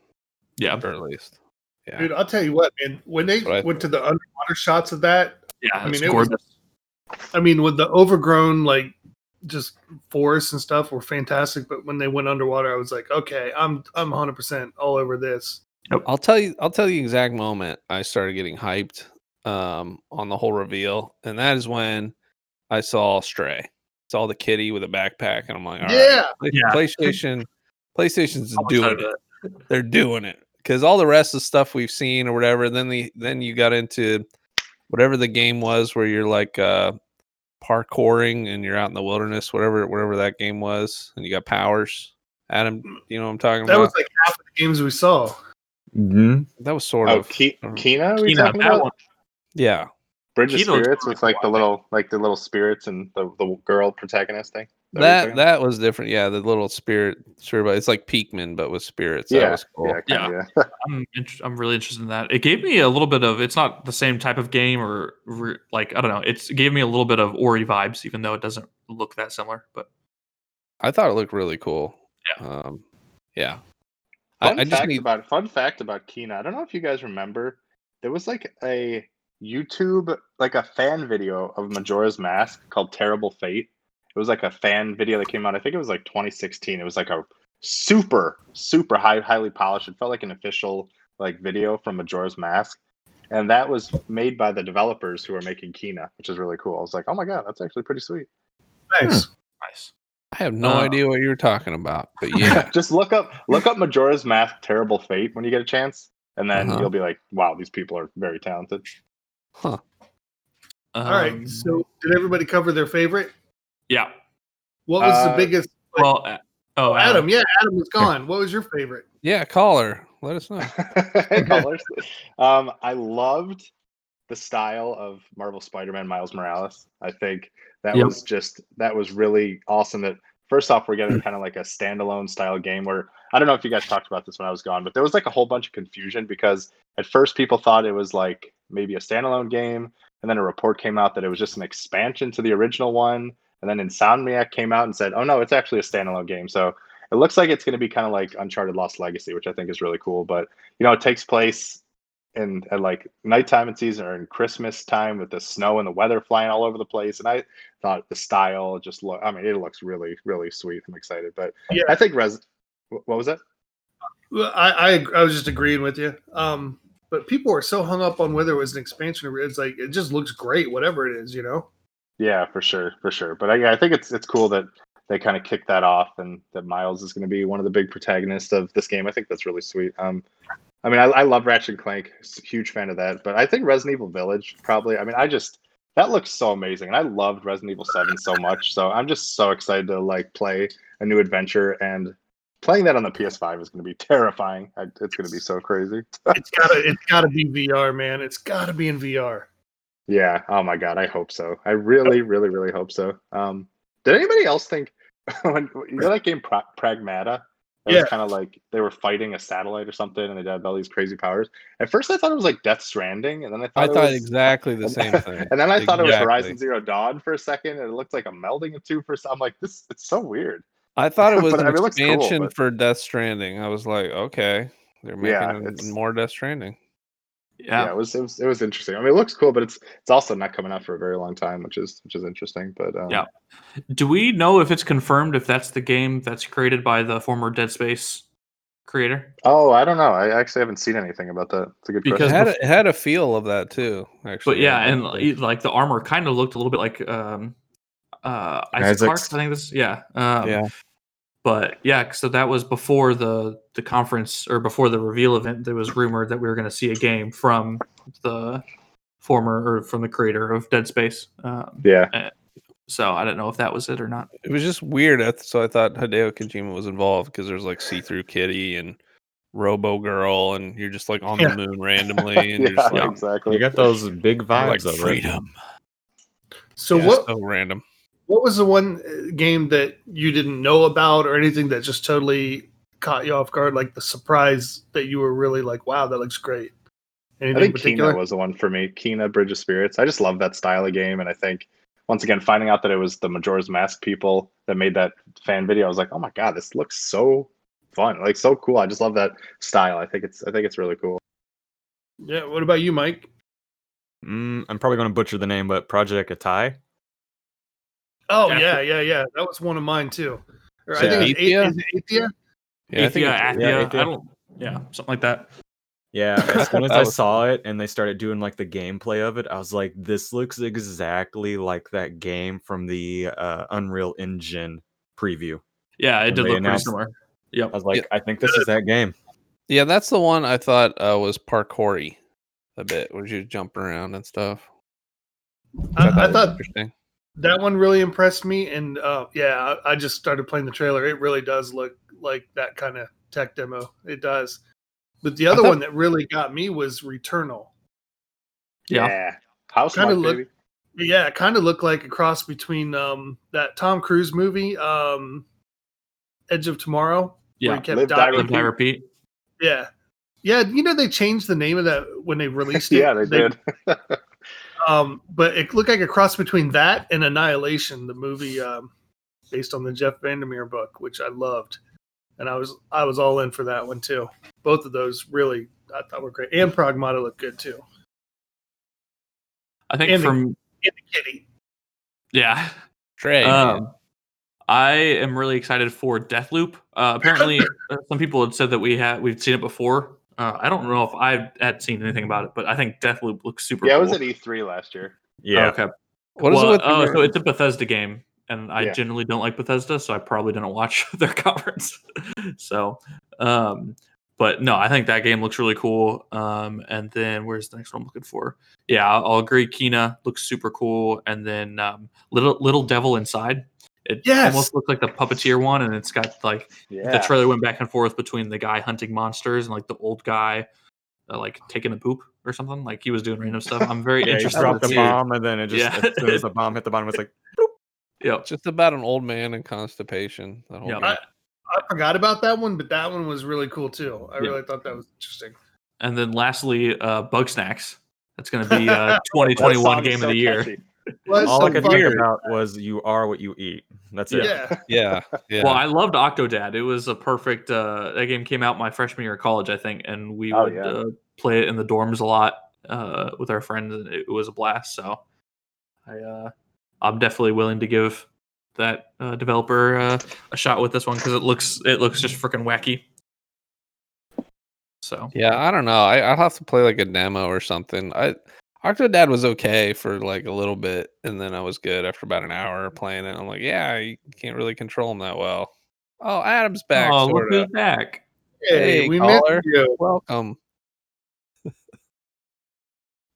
Speaker 5: Yeah.
Speaker 3: earliest. Yeah.
Speaker 2: Dude, I'll tell you what, man. When they
Speaker 3: Right.
Speaker 2: went to the underwater shots of that,
Speaker 5: Yeah. I
Speaker 2: mean,
Speaker 5: mean,
Speaker 2: it was- I mean, with the overgrown like just forests and stuff were fantastic, but when they went underwater, I was like, okay, I'm I'm 100 percent all over this.
Speaker 3: I'll tell you I'll tell you the exact moment I started getting hyped um on the whole reveal and that is when I saw Stray. Saw the kitty with a backpack, and I'm like, all right,
Speaker 2: yeah,
Speaker 3: Play-
Speaker 5: Yeah.
Speaker 3: PlayStation, PlayStation's
Speaker 5: I'm
Speaker 3: doing
Speaker 5: excited
Speaker 3: it. They're doing it because all the rest of the stuff we've seen or whatever. Then the then you got into whatever the game was where you're like uh, parkouring and you're out in the wilderness, whatever whatever that game was, and you got powers. Adam, you know what I'm talking
Speaker 2: that
Speaker 3: about?
Speaker 2: was like half of the games we saw.
Speaker 4: Mm-hmm.
Speaker 3: that was sort
Speaker 1: Oh,
Speaker 3: of
Speaker 1: Ki-
Speaker 3: Mhm.
Speaker 1: Kina, are we
Speaker 5: Kena,
Speaker 1: talking
Speaker 5: that
Speaker 1: about?
Speaker 5: one.
Speaker 3: yeah.
Speaker 1: Bridge of
Speaker 5: Keno's
Speaker 1: Spirits
Speaker 5: really
Speaker 1: with like the
Speaker 5: cool.
Speaker 1: little, like the little spirits and the, the girl protagonist thing. what you're
Speaker 3: That
Speaker 1: talking
Speaker 3: that was different. Yeah, the little spirit sure, but it's like Peekman, but with spirits.
Speaker 1: about?
Speaker 3: That
Speaker 1: yeah,
Speaker 3: was cool.
Speaker 1: yeah, kinda, yeah.
Speaker 5: I'm int- I'm really interested in that. It gave me a little bit of it's not the same type of game or re- like I don't know. It's it gave me a little bit of Ori vibes, even though it doesn't look that similar. But
Speaker 3: I thought it looked really cool.
Speaker 5: Yeah.
Speaker 3: Um, yeah.
Speaker 1: Fun
Speaker 3: I, I
Speaker 1: fact
Speaker 3: just need.
Speaker 1: about fun fact about Kina. I don't know if you guys remember, there was like a YouTube, like a fan video of Majora's Mask called "Terrible Fate." It was like a fan video that came out. I think it was like 2016. It was like a super, super high, highly polished. It felt like an official like video from Majora's Mask, and that was made by the developers who are making Kina, which is really cool. I was like, oh my god, that's actually pretty sweet.
Speaker 2: Nice.
Speaker 3: Hmm.
Speaker 5: nice.
Speaker 3: I have no
Speaker 5: uh,
Speaker 3: idea what you're talking about, but yeah,
Speaker 1: Just look up, look up Majora's Mask "Terrible Fate" when you get a chance, and then
Speaker 3: Uh-huh.
Speaker 1: you'll be like, wow, these people are very talented.
Speaker 5: Um,
Speaker 2: All right. So did everybody cover their favorite?
Speaker 5: yeah.
Speaker 2: What was
Speaker 1: Uh,
Speaker 2: the biggest?
Speaker 5: Well, uh, oh
Speaker 2: Oh, Adam. Yeah, Adam was gone. What was your favorite?
Speaker 3: yeah. Caller, let us know.
Speaker 1: colors. Um, I loved the style of Marvel Spider-Man Miles Morales. I think that
Speaker 5: Yep.
Speaker 1: was just that was really awesome. That first off, we're getting kind of like a standalone style game where I don't know if you guys talked about this when I was gone, but there was like a whole bunch of confusion because at first people thought it was like maybe a standalone game, and then a report came out that it was just an expansion to the original one, and then Insomniac came out and said, "Oh no, it's actually a standalone game." So it looks like it's going to be kind of like Uncharted Lost Legacy, which I think is really cool. But you know, it takes place in at like nighttime in season or in Christmas time with the snow and the weather flying all over the place. And I thought the style just look. I mean, it looks really, really sweet. I'm excited. But
Speaker 2: Yeah.
Speaker 1: I think Res. wh- What was it?
Speaker 2: Well, I, I ag- I was just agreeing with you. Um, but people are so hung up on whether it was an expansion or it's like it just looks great, whatever it is, you know.
Speaker 1: Yeah, for sure, for sure. But I, yeah, I think it's it's cool that they kind of kicked that off and that Miles is going to be one of the big protagonists of this game. I think that's really sweet. Um, I mean, I, I love Ratchet and Clank, s- huge fan of that. But I think Resident Evil Village probably. I mean, I just that looks so amazing, and I loved Resident Evil Seven so much. So I'm just so excited to like play a new adventure and. Playing that on the PS5 is going to be terrifying. I, it's going to be so crazy.
Speaker 2: It's gotta it's gotta be VR, man. It's gotta be in VR.
Speaker 1: Yeah. Oh my god. I hope so. I really, really, really hope so. Um, did anybody else think when you know that game pra- Pragmata? It
Speaker 2: Yeah.
Speaker 1: was kind of like they were fighting a satellite or something, and they had all these crazy powers. At first, I thought it was like Death Stranding, and then I thought
Speaker 3: I
Speaker 1: it
Speaker 3: thought
Speaker 1: was,
Speaker 3: exactly the same thing.
Speaker 1: and then I thought it was
Speaker 3: Exactly.
Speaker 1: Horizon Zero Dawn for a second, and it looked like a melding of two for some. I'm like, this it's so weird.
Speaker 3: I thought it was
Speaker 1: But,
Speaker 3: an
Speaker 1: I mean, it looks cool,
Speaker 3: expansion
Speaker 1: but-
Speaker 3: for Death Stranding. I was like, okay, they're making
Speaker 1: Yeah,
Speaker 3: an-
Speaker 1: it's-
Speaker 3: more Death Stranding.
Speaker 5: yeah,
Speaker 1: it was it was it was interesting. I mean, it looks cool, but it's it's also not coming out for a very long time, which is which is interesting. But um,
Speaker 5: Yeah. Do we know if it's confirmed if that's the game that's created by the former Dead Space creator?
Speaker 1: Oh, I don't know. I actually haven't seen anything about that. It's a good
Speaker 3: It
Speaker 5: Because-
Speaker 1: question.
Speaker 3: had a, it had a feel of that too, actually.
Speaker 5: But yeah, and
Speaker 3: definitely.
Speaker 5: like, like the armor kind of looked a little bit like um uh Isaac Clarke,
Speaker 4: Isaac's.
Speaker 5: I think this yeah. Um,
Speaker 3: Yeah.
Speaker 5: But yeah, so that was before the the conference or before the reveal event. There was rumored that we were going to see a game from the former or from the creator of Dead Space. Um,
Speaker 1: Yeah.
Speaker 5: so I don't know if that was it or not.
Speaker 3: it was just weird. I th- So I thought Hideo Kojima was involved because there's like see through kitty and Robo Girl, and you're just like on
Speaker 2: Yeah.
Speaker 3: the moon randomly, and you're just
Speaker 1: yeah,
Speaker 3: like,
Speaker 1: exactly.
Speaker 4: You got those big
Speaker 3: I'm
Speaker 4: vibes
Speaker 3: like
Speaker 4: of it.
Speaker 3: freedom.
Speaker 2: So
Speaker 3: Yeah,
Speaker 2: what
Speaker 3: So random.
Speaker 2: what was the one uh, game that you didn't know about or anything that just totally caught you off guard, like the surprise that you were really like, wow, that looks great. Anything
Speaker 1: I think
Speaker 2: particular?
Speaker 1: Kena was the one for me. Kena, Bridge of Spirits. I just love that style of game, and I think once again finding out that it was the Majora's Mask people that made that fan video, I was like, oh my god, this looks so fun, like so cool. I just love that style. I think it's I think it's really cool.
Speaker 2: yeah. What about you, Mike?
Speaker 4: Mm, I'm probably going to butcher the name, but Project Atai.
Speaker 2: Oh yeah,
Speaker 5: Yeah.
Speaker 2: yeah, yeah. That was one of mine too. Or I
Speaker 3: Yeah.
Speaker 2: think it was A-
Speaker 3: Athia?
Speaker 2: is it Athia?
Speaker 3: Yeah, I think
Speaker 5: Athea,
Speaker 3: it's-
Speaker 5: Athea,
Speaker 4: Athea.
Speaker 5: I don't. Yeah, something like that.
Speaker 4: Yeah, as soon as I saw it and they started doing like the gameplay of it, I was like, this looks exactly like that game from the uh, Unreal Engine preview.
Speaker 5: Yeah, it
Speaker 4: When
Speaker 5: did
Speaker 4: they
Speaker 5: look pretty
Speaker 4: announced-
Speaker 5: similar.
Speaker 4: I
Speaker 5: Yep.
Speaker 4: was like, I think this is that game.
Speaker 3: Yeah, that's the one I thought uh, was parkoury a bit, where you're jumping around and stuff.
Speaker 5: Uh,
Speaker 2: I, I
Speaker 3: was
Speaker 2: thought
Speaker 3: interesting.
Speaker 2: that one really impressed me, and uh, yeah, I, I just started playing the trailer. It really does look like that kind of tech demo. It does. But the other
Speaker 3: thought-
Speaker 2: one that really got me was Returnal.
Speaker 5: Yeah.
Speaker 6: House
Speaker 2: Kinda
Speaker 6: Kinda
Speaker 2: look-
Speaker 6: baby.
Speaker 2: Yeah, it kind of looked like a cross between um, that Tom Cruise movie, um, Edge of Tomorrow.
Speaker 5: Yeah.
Speaker 2: he kept
Speaker 6: Live, Die,
Speaker 2: dying.
Speaker 5: Live, die, repeat.
Speaker 2: Yeah. Yeah, you know they changed the name of that when they released it.
Speaker 6: yeah, they did.
Speaker 2: Um, but it looked like a cross between that and Annihilation, the movie um, based on the Jeff Vandermeer book, which I loved, and I was I was all in for that one too. Both of those really I thought were great, and Pragmata looked good too.
Speaker 5: I think
Speaker 2: And the-
Speaker 5: from
Speaker 2: And the kitty,
Speaker 5: yeah.
Speaker 3: Trey,
Speaker 5: Um, I am really excited for Deathloop. Uh, apparently, uh, some people had said that we had we've seen it before. Uh, I don't know if I had seen anything about it, but I think Deathloop looks super.
Speaker 6: yeah, it
Speaker 5: cool.
Speaker 6: was E- at
Speaker 1: E
Speaker 6: E3 last year.
Speaker 4: Yeah.
Speaker 5: Okay.
Speaker 3: what is
Speaker 5: well,
Speaker 3: it with
Speaker 5: oh,
Speaker 3: your-
Speaker 5: so it's a Bethesda game, and I
Speaker 6: Yeah.
Speaker 5: generally don't like Bethesda, so I probably didn't watch their conference. so, um, but no, I think that game looks really cool. Um, and then where's the next one I'm looking for? Yeah, I'll, I'll agree. Kina looks super cool, and then um, little little devil inside. It
Speaker 2: Yes!
Speaker 5: almost looks like the puppeteer one, and it's got like
Speaker 6: Yeah.
Speaker 5: the trailer went back and forth between the guy hunting monsters and like the old guy, uh, like taking a poop or something. Like he was doing random stuff. I'm very
Speaker 4: Yeah, you
Speaker 5: interested.
Speaker 4: dropped
Speaker 5: to
Speaker 4: the
Speaker 5: see-
Speaker 4: bomb, and then it just
Speaker 5: Yeah.
Speaker 4: as soon as the bomb hit the bottom, it's like,
Speaker 5: Yep.
Speaker 3: It's just about an old man and constipation. That whole
Speaker 5: Yeah.
Speaker 3: game.
Speaker 2: I, I forgot about that one, but that one was really cool too. I
Speaker 5: Yeah.
Speaker 2: really thought that was interesting.
Speaker 5: And then lastly, uh, Bug Snacks. That's going to be uh, 2021
Speaker 6: That song is
Speaker 5: game
Speaker 6: so
Speaker 5: of the year.
Speaker 6: catchy.
Speaker 2: Well,
Speaker 4: all
Speaker 2: so
Speaker 4: I could
Speaker 2: fun.
Speaker 4: think about was you are what you eat. That's it.
Speaker 2: yeah.
Speaker 3: yeah, yeah.
Speaker 5: Well, I loved Octodad. It was a perfect. Uh, that game came out my freshman year of college, I think, and we
Speaker 6: Oh,
Speaker 5: would
Speaker 6: yeah.
Speaker 5: uh, play it in the dorms a lot uh, with our friends, and it was a blast. So, I uh, I'm definitely willing to give that uh, developer uh, a shot with this one because it looks it looks just freaking wacky. So
Speaker 3: Yeah, I don't know. I, I'll have to play like a demo or something. I Octodad was okay for like a little bit, and then I was good after about an hour of playing it. I'm like, yeah, you can't really control him that well. Oh, Adam's back,
Speaker 5: oh, look
Speaker 3: sort of.
Speaker 5: who's back.
Speaker 2: Hey,
Speaker 3: Hey,
Speaker 2: we
Speaker 3: caller.
Speaker 2: missed you.
Speaker 3: Welcome. Um,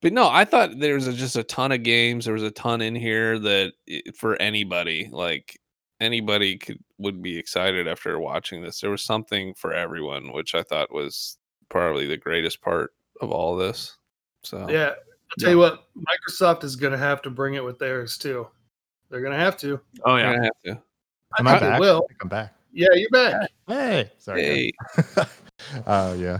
Speaker 3: but no, I thought there was a, just a ton of games. There was a ton in here that i- for anybody, like anybody could would be excited after watching this. There was something for everyone, which I thought was probably the greatest part of all this. So
Speaker 2: Yeah, I'll tell you what, Microsoft is going to have to bring it with theirs too. They're going to have to.
Speaker 5: Oh
Speaker 3: you're
Speaker 5: yeah,
Speaker 3: gonna have to.
Speaker 2: I
Speaker 1: Am I
Speaker 2: think they
Speaker 1: back?
Speaker 2: will.
Speaker 1: I think I'm back.
Speaker 2: Yeah, you're back.
Speaker 1: Hey, sorry. guys.
Speaker 3: Hey,
Speaker 1: Oh yeah.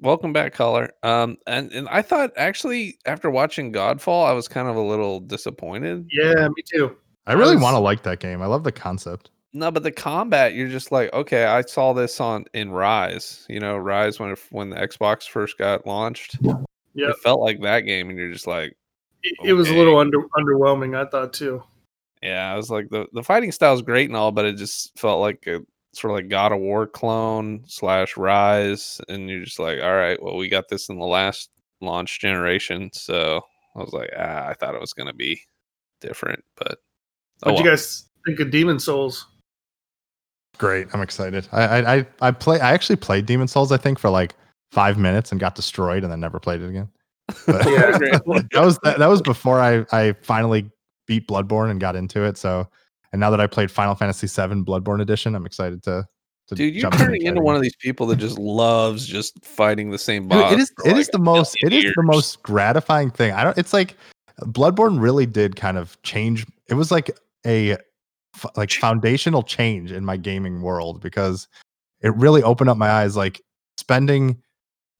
Speaker 3: welcome back, caller. Um, and and I thought actually after watching Godfall, I was kind of a little disappointed.
Speaker 2: Yeah, me too.
Speaker 1: I really
Speaker 2: was-
Speaker 1: want to like that game. I love the concept.
Speaker 3: No, but the combat, you're just like, okay, I saw this on in Rise. You know, Rise when it, when the Xbox first got launched,
Speaker 2: Yep.
Speaker 3: it felt like that game, and you're just like,
Speaker 2: It, it was a
Speaker 3: Okay.
Speaker 2: little under underwhelming, I thought too.
Speaker 3: yeah, I was like, the the fighting style's great and all, but it just felt like a sort of like God of War clone slash Rise, and you're just like, all right, well, we got this in the last launch generation, so I was like, ah, I thought it was gonna be different, but
Speaker 2: What
Speaker 3: oh,
Speaker 2: would you
Speaker 3: well.
Speaker 2: guys think of Demon Souls?
Speaker 1: Great. I'm excited. I I I, I play. I actually played Demon Souls. I think for like five minutes and got destroyed and then never played it again. But
Speaker 2: Yeah.
Speaker 1: that was that, that was before I I finally beat Bloodborne and got into it. So and now that I played Final Fantasy VII Bloodborne Edition, I'm excited to. to
Speaker 3: Dude, you're
Speaker 1: jump in and
Speaker 3: turning
Speaker 1: try it
Speaker 3: into
Speaker 1: again.
Speaker 3: one of these people that just loves just fighting the same
Speaker 1: Dude,
Speaker 3: boss.
Speaker 1: it is
Speaker 3: for,
Speaker 1: it
Speaker 3: like,
Speaker 1: is the most it is
Speaker 3: years.
Speaker 1: the most gratifying thing. I don't it's like Bloodborne really did kind of change it was like a f- like foundational change in my gaming world because it really opened up my eyes like spending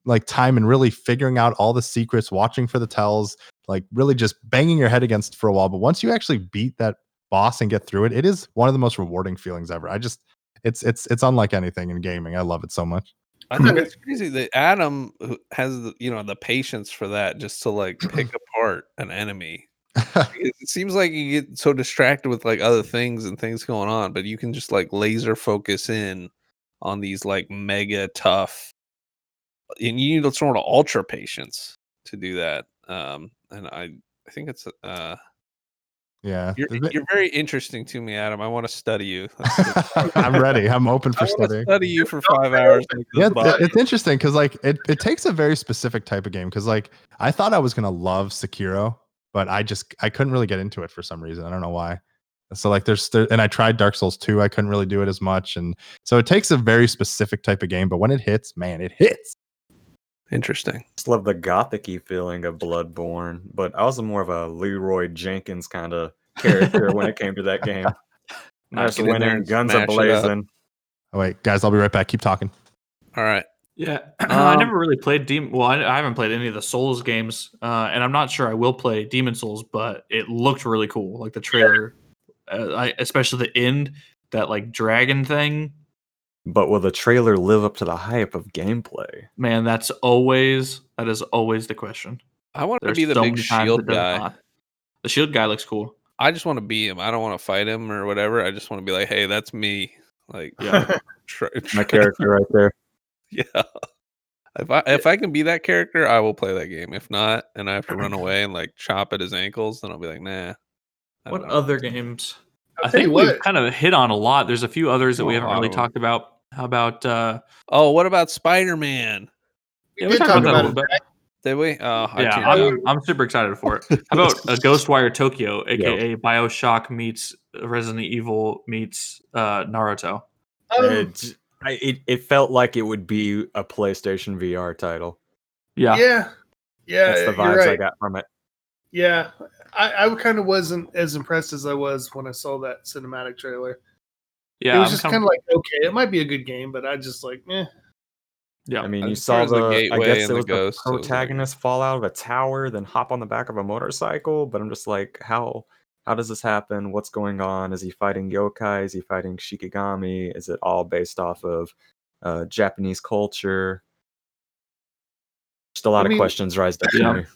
Speaker 1: like time and really figuring out all the secrets, watching for the tells, like really just banging your head against for a while, but once you actually beat that boss and get through it, it is one of the most rewarding feelings ever. I just it's it's it's unlike anything in gaming. I love it so much.
Speaker 3: I think it's crazy that Adam who has the, you know the patience for that just to like pick apart an enemy. It it seems like you get so distracted with like other things and things going on, but you can just like laser focus in on these like mega tough and you need sort of ultra patience to do that. Um, and I, I think it's uh,
Speaker 1: Yeah.
Speaker 3: you're, you're very interesting to me, Adam. I want to study you.
Speaker 1: I'm ready. I'm open
Speaker 3: I
Speaker 1: for
Speaker 3: want
Speaker 1: studying.
Speaker 3: to study you for five hours. like this
Speaker 1: yeah,
Speaker 3: book.
Speaker 1: th- it's interesting because like it, it takes a very specific type of game. Because like I thought I was gonna love Sekiro, but I just I couldn't really get into it for some reason. I don't know why. So like there's there, and I tried Dark Souls 2. I couldn't really do it as much, and so it takes a very specific type of game. But when it hits, man, it hits.
Speaker 3: Interesting.
Speaker 4: just love the gothicy feeling of Bloodborne, but I was more of a Leroy Jenkins kind of character when it came to that game. I just
Speaker 3: Get in
Speaker 4: went
Speaker 3: there
Speaker 4: in
Speaker 3: and
Speaker 4: guns
Speaker 3: smash
Speaker 4: a
Speaker 3: it up.
Speaker 4: blazing.
Speaker 1: Oh, wait, guys, I'll be right back. Keep talking.
Speaker 3: All right.
Speaker 5: Yeah, I
Speaker 4: Um,
Speaker 5: never really played Demon. Well, I, I haven't played any of the Souls games, uh, and I'm not sure I will play Demon Souls. But it looked really cool, like the trailer, uh, I, especially the end, that like dragon thing.
Speaker 4: But will the trailer live up to the hype of gameplay?
Speaker 5: Man, that's always that is always the question.
Speaker 3: I want to
Speaker 5: There's
Speaker 3: be the
Speaker 5: so
Speaker 3: big
Speaker 5: many times
Speaker 3: shield
Speaker 5: it does
Speaker 3: guy.
Speaker 5: not. The shield guy looks cool.
Speaker 3: I just want to be him. I don't want to fight him or whatever. I just want to be like, hey, that's me. Like,
Speaker 5: Yeah.
Speaker 3: try,
Speaker 4: My character right there.
Speaker 3: yeah. If I if I can be that character, I will play that game. If not, and I have to run away and like chop at his ankles, then I'll be like, nah. I
Speaker 5: What
Speaker 3: don't know.
Speaker 5: other games?
Speaker 2: I'll
Speaker 5: I
Speaker 2: tell you
Speaker 5: think
Speaker 2: what.
Speaker 5: we've kind of hit on a lot. There's a few others that we
Speaker 3: Oh,
Speaker 5: haven't
Speaker 3: I
Speaker 5: really
Speaker 3: don't-
Speaker 5: talked about. How about uh
Speaker 3: Oh, what about Spider Man?
Speaker 5: yeah,
Speaker 2: did
Speaker 5: we talked
Speaker 2: talk
Speaker 5: about that
Speaker 2: about
Speaker 5: a little bit.
Speaker 3: Did we? Oh, I
Speaker 5: yeah,
Speaker 3: tuned out.
Speaker 2: Um,
Speaker 5: I'm, I'm super excited for it. How about uh, Ghostwire Tokyo,
Speaker 4: Yeah.
Speaker 5: aka BioShock meets Resident Evil meets uh, Naruto?
Speaker 2: Um,
Speaker 4: It, I, it, it felt like it would be a PlayStation VR title.
Speaker 5: Yeah,
Speaker 2: yeah, yeah.
Speaker 4: That's the
Speaker 2: you're
Speaker 4: vibes I
Speaker 2: right.
Speaker 4: got from it.
Speaker 2: Yeah, I, I kind of wasn't as impressed as I was when I saw that cinematic trailer.
Speaker 5: yeah.
Speaker 2: it was
Speaker 5: I'm
Speaker 2: just
Speaker 5: kinda-
Speaker 2: kind of like, okay, it might be a good game, but I just like, eh.
Speaker 5: yeah.
Speaker 4: I mean,
Speaker 3: As
Speaker 4: you
Speaker 3: far
Speaker 4: saw
Speaker 3: as the
Speaker 4: the, I
Speaker 3: gateway
Speaker 4: guess
Speaker 3: and
Speaker 4: it
Speaker 3: the
Speaker 4: was the,
Speaker 3: ghost, it was like-
Speaker 4: protagonist fall out of a tower, then hop on the back of a motorcycle. But I'm just like, how how does this happen? What's going on? Is he fighting yokai? Is he fighting shikigami? Is it all based off of uh, Japanese culture? Just a lot
Speaker 2: I mean-
Speaker 4: of questions rise up
Speaker 5: Yeah.
Speaker 4: to me.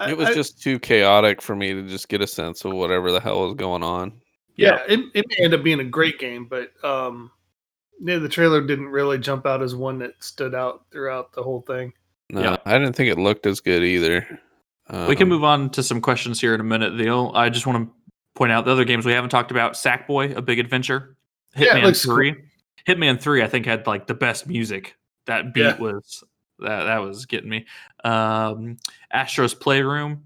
Speaker 2: I-
Speaker 3: It was
Speaker 2: I-
Speaker 3: just too chaotic for me to just get a sense of whatever the hell was going on.
Speaker 2: yeah. It, it may end up being a great game, but um, yeah, the trailer didn't really jump out as one that stood out throughout the whole thing.
Speaker 3: No,
Speaker 5: Yeah.
Speaker 3: I didn't think it looked as good either.
Speaker 5: we can
Speaker 3: Um,
Speaker 5: move on to some questions here in a minute. The ol- I just want to point out the other games we haven't talked about: Sackboy, A Big Adventure,
Speaker 2: Yeah, it
Speaker 5: Hitman
Speaker 2: looks cool.
Speaker 5: Three. Hitman Three, I think, had like the best music. That beat
Speaker 2: Yeah.
Speaker 5: was that that was getting me. Um, Astro's Playroom.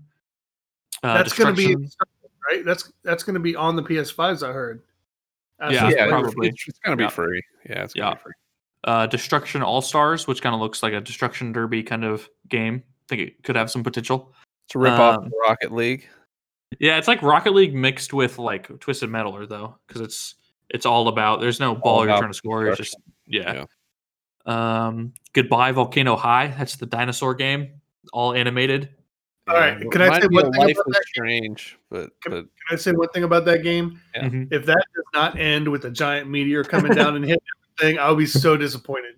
Speaker 5: Uh,
Speaker 2: that's going to be
Speaker 5: Destruction.
Speaker 2: right. That's that's going to be on the PS5s. I heard. That's
Speaker 5: Yeah,
Speaker 2: just
Speaker 3: yeah,
Speaker 2: what-
Speaker 5: probably.
Speaker 3: It's, it's gonna be
Speaker 5: Yeah.
Speaker 3: free. Yeah, it's gonna
Speaker 5: Yeah.
Speaker 3: be free.
Speaker 5: uh, Destruction All Stars, which kind of looks like a Destruction Derby kind of game. I think it could have some potential.
Speaker 3: It's a rip off
Speaker 5: Um,
Speaker 3: of Rocket League.
Speaker 5: Yeah, it's like Rocket League mixed with like Twisted Metal, or though, because it's it's all about. There's no ball you're
Speaker 3: about
Speaker 5: trying to score. It's just yeah.
Speaker 3: Yeah.
Speaker 5: Um, goodbye Volcano High. That's the dinosaur game, all animated.
Speaker 2: all right,
Speaker 3: Yeah,
Speaker 2: can I
Speaker 3: reminded
Speaker 2: say
Speaker 3: me
Speaker 2: one
Speaker 3: of
Speaker 2: thing
Speaker 3: Life
Speaker 2: about
Speaker 3: is
Speaker 2: that?
Speaker 3: Strange, but,
Speaker 2: Can-
Speaker 3: but
Speaker 2: Can I say one thing about that game?
Speaker 3: Yeah.
Speaker 5: Mhm.
Speaker 2: If that does not end with a giant meteor coming down and hitting everything, I'll be so disappointed.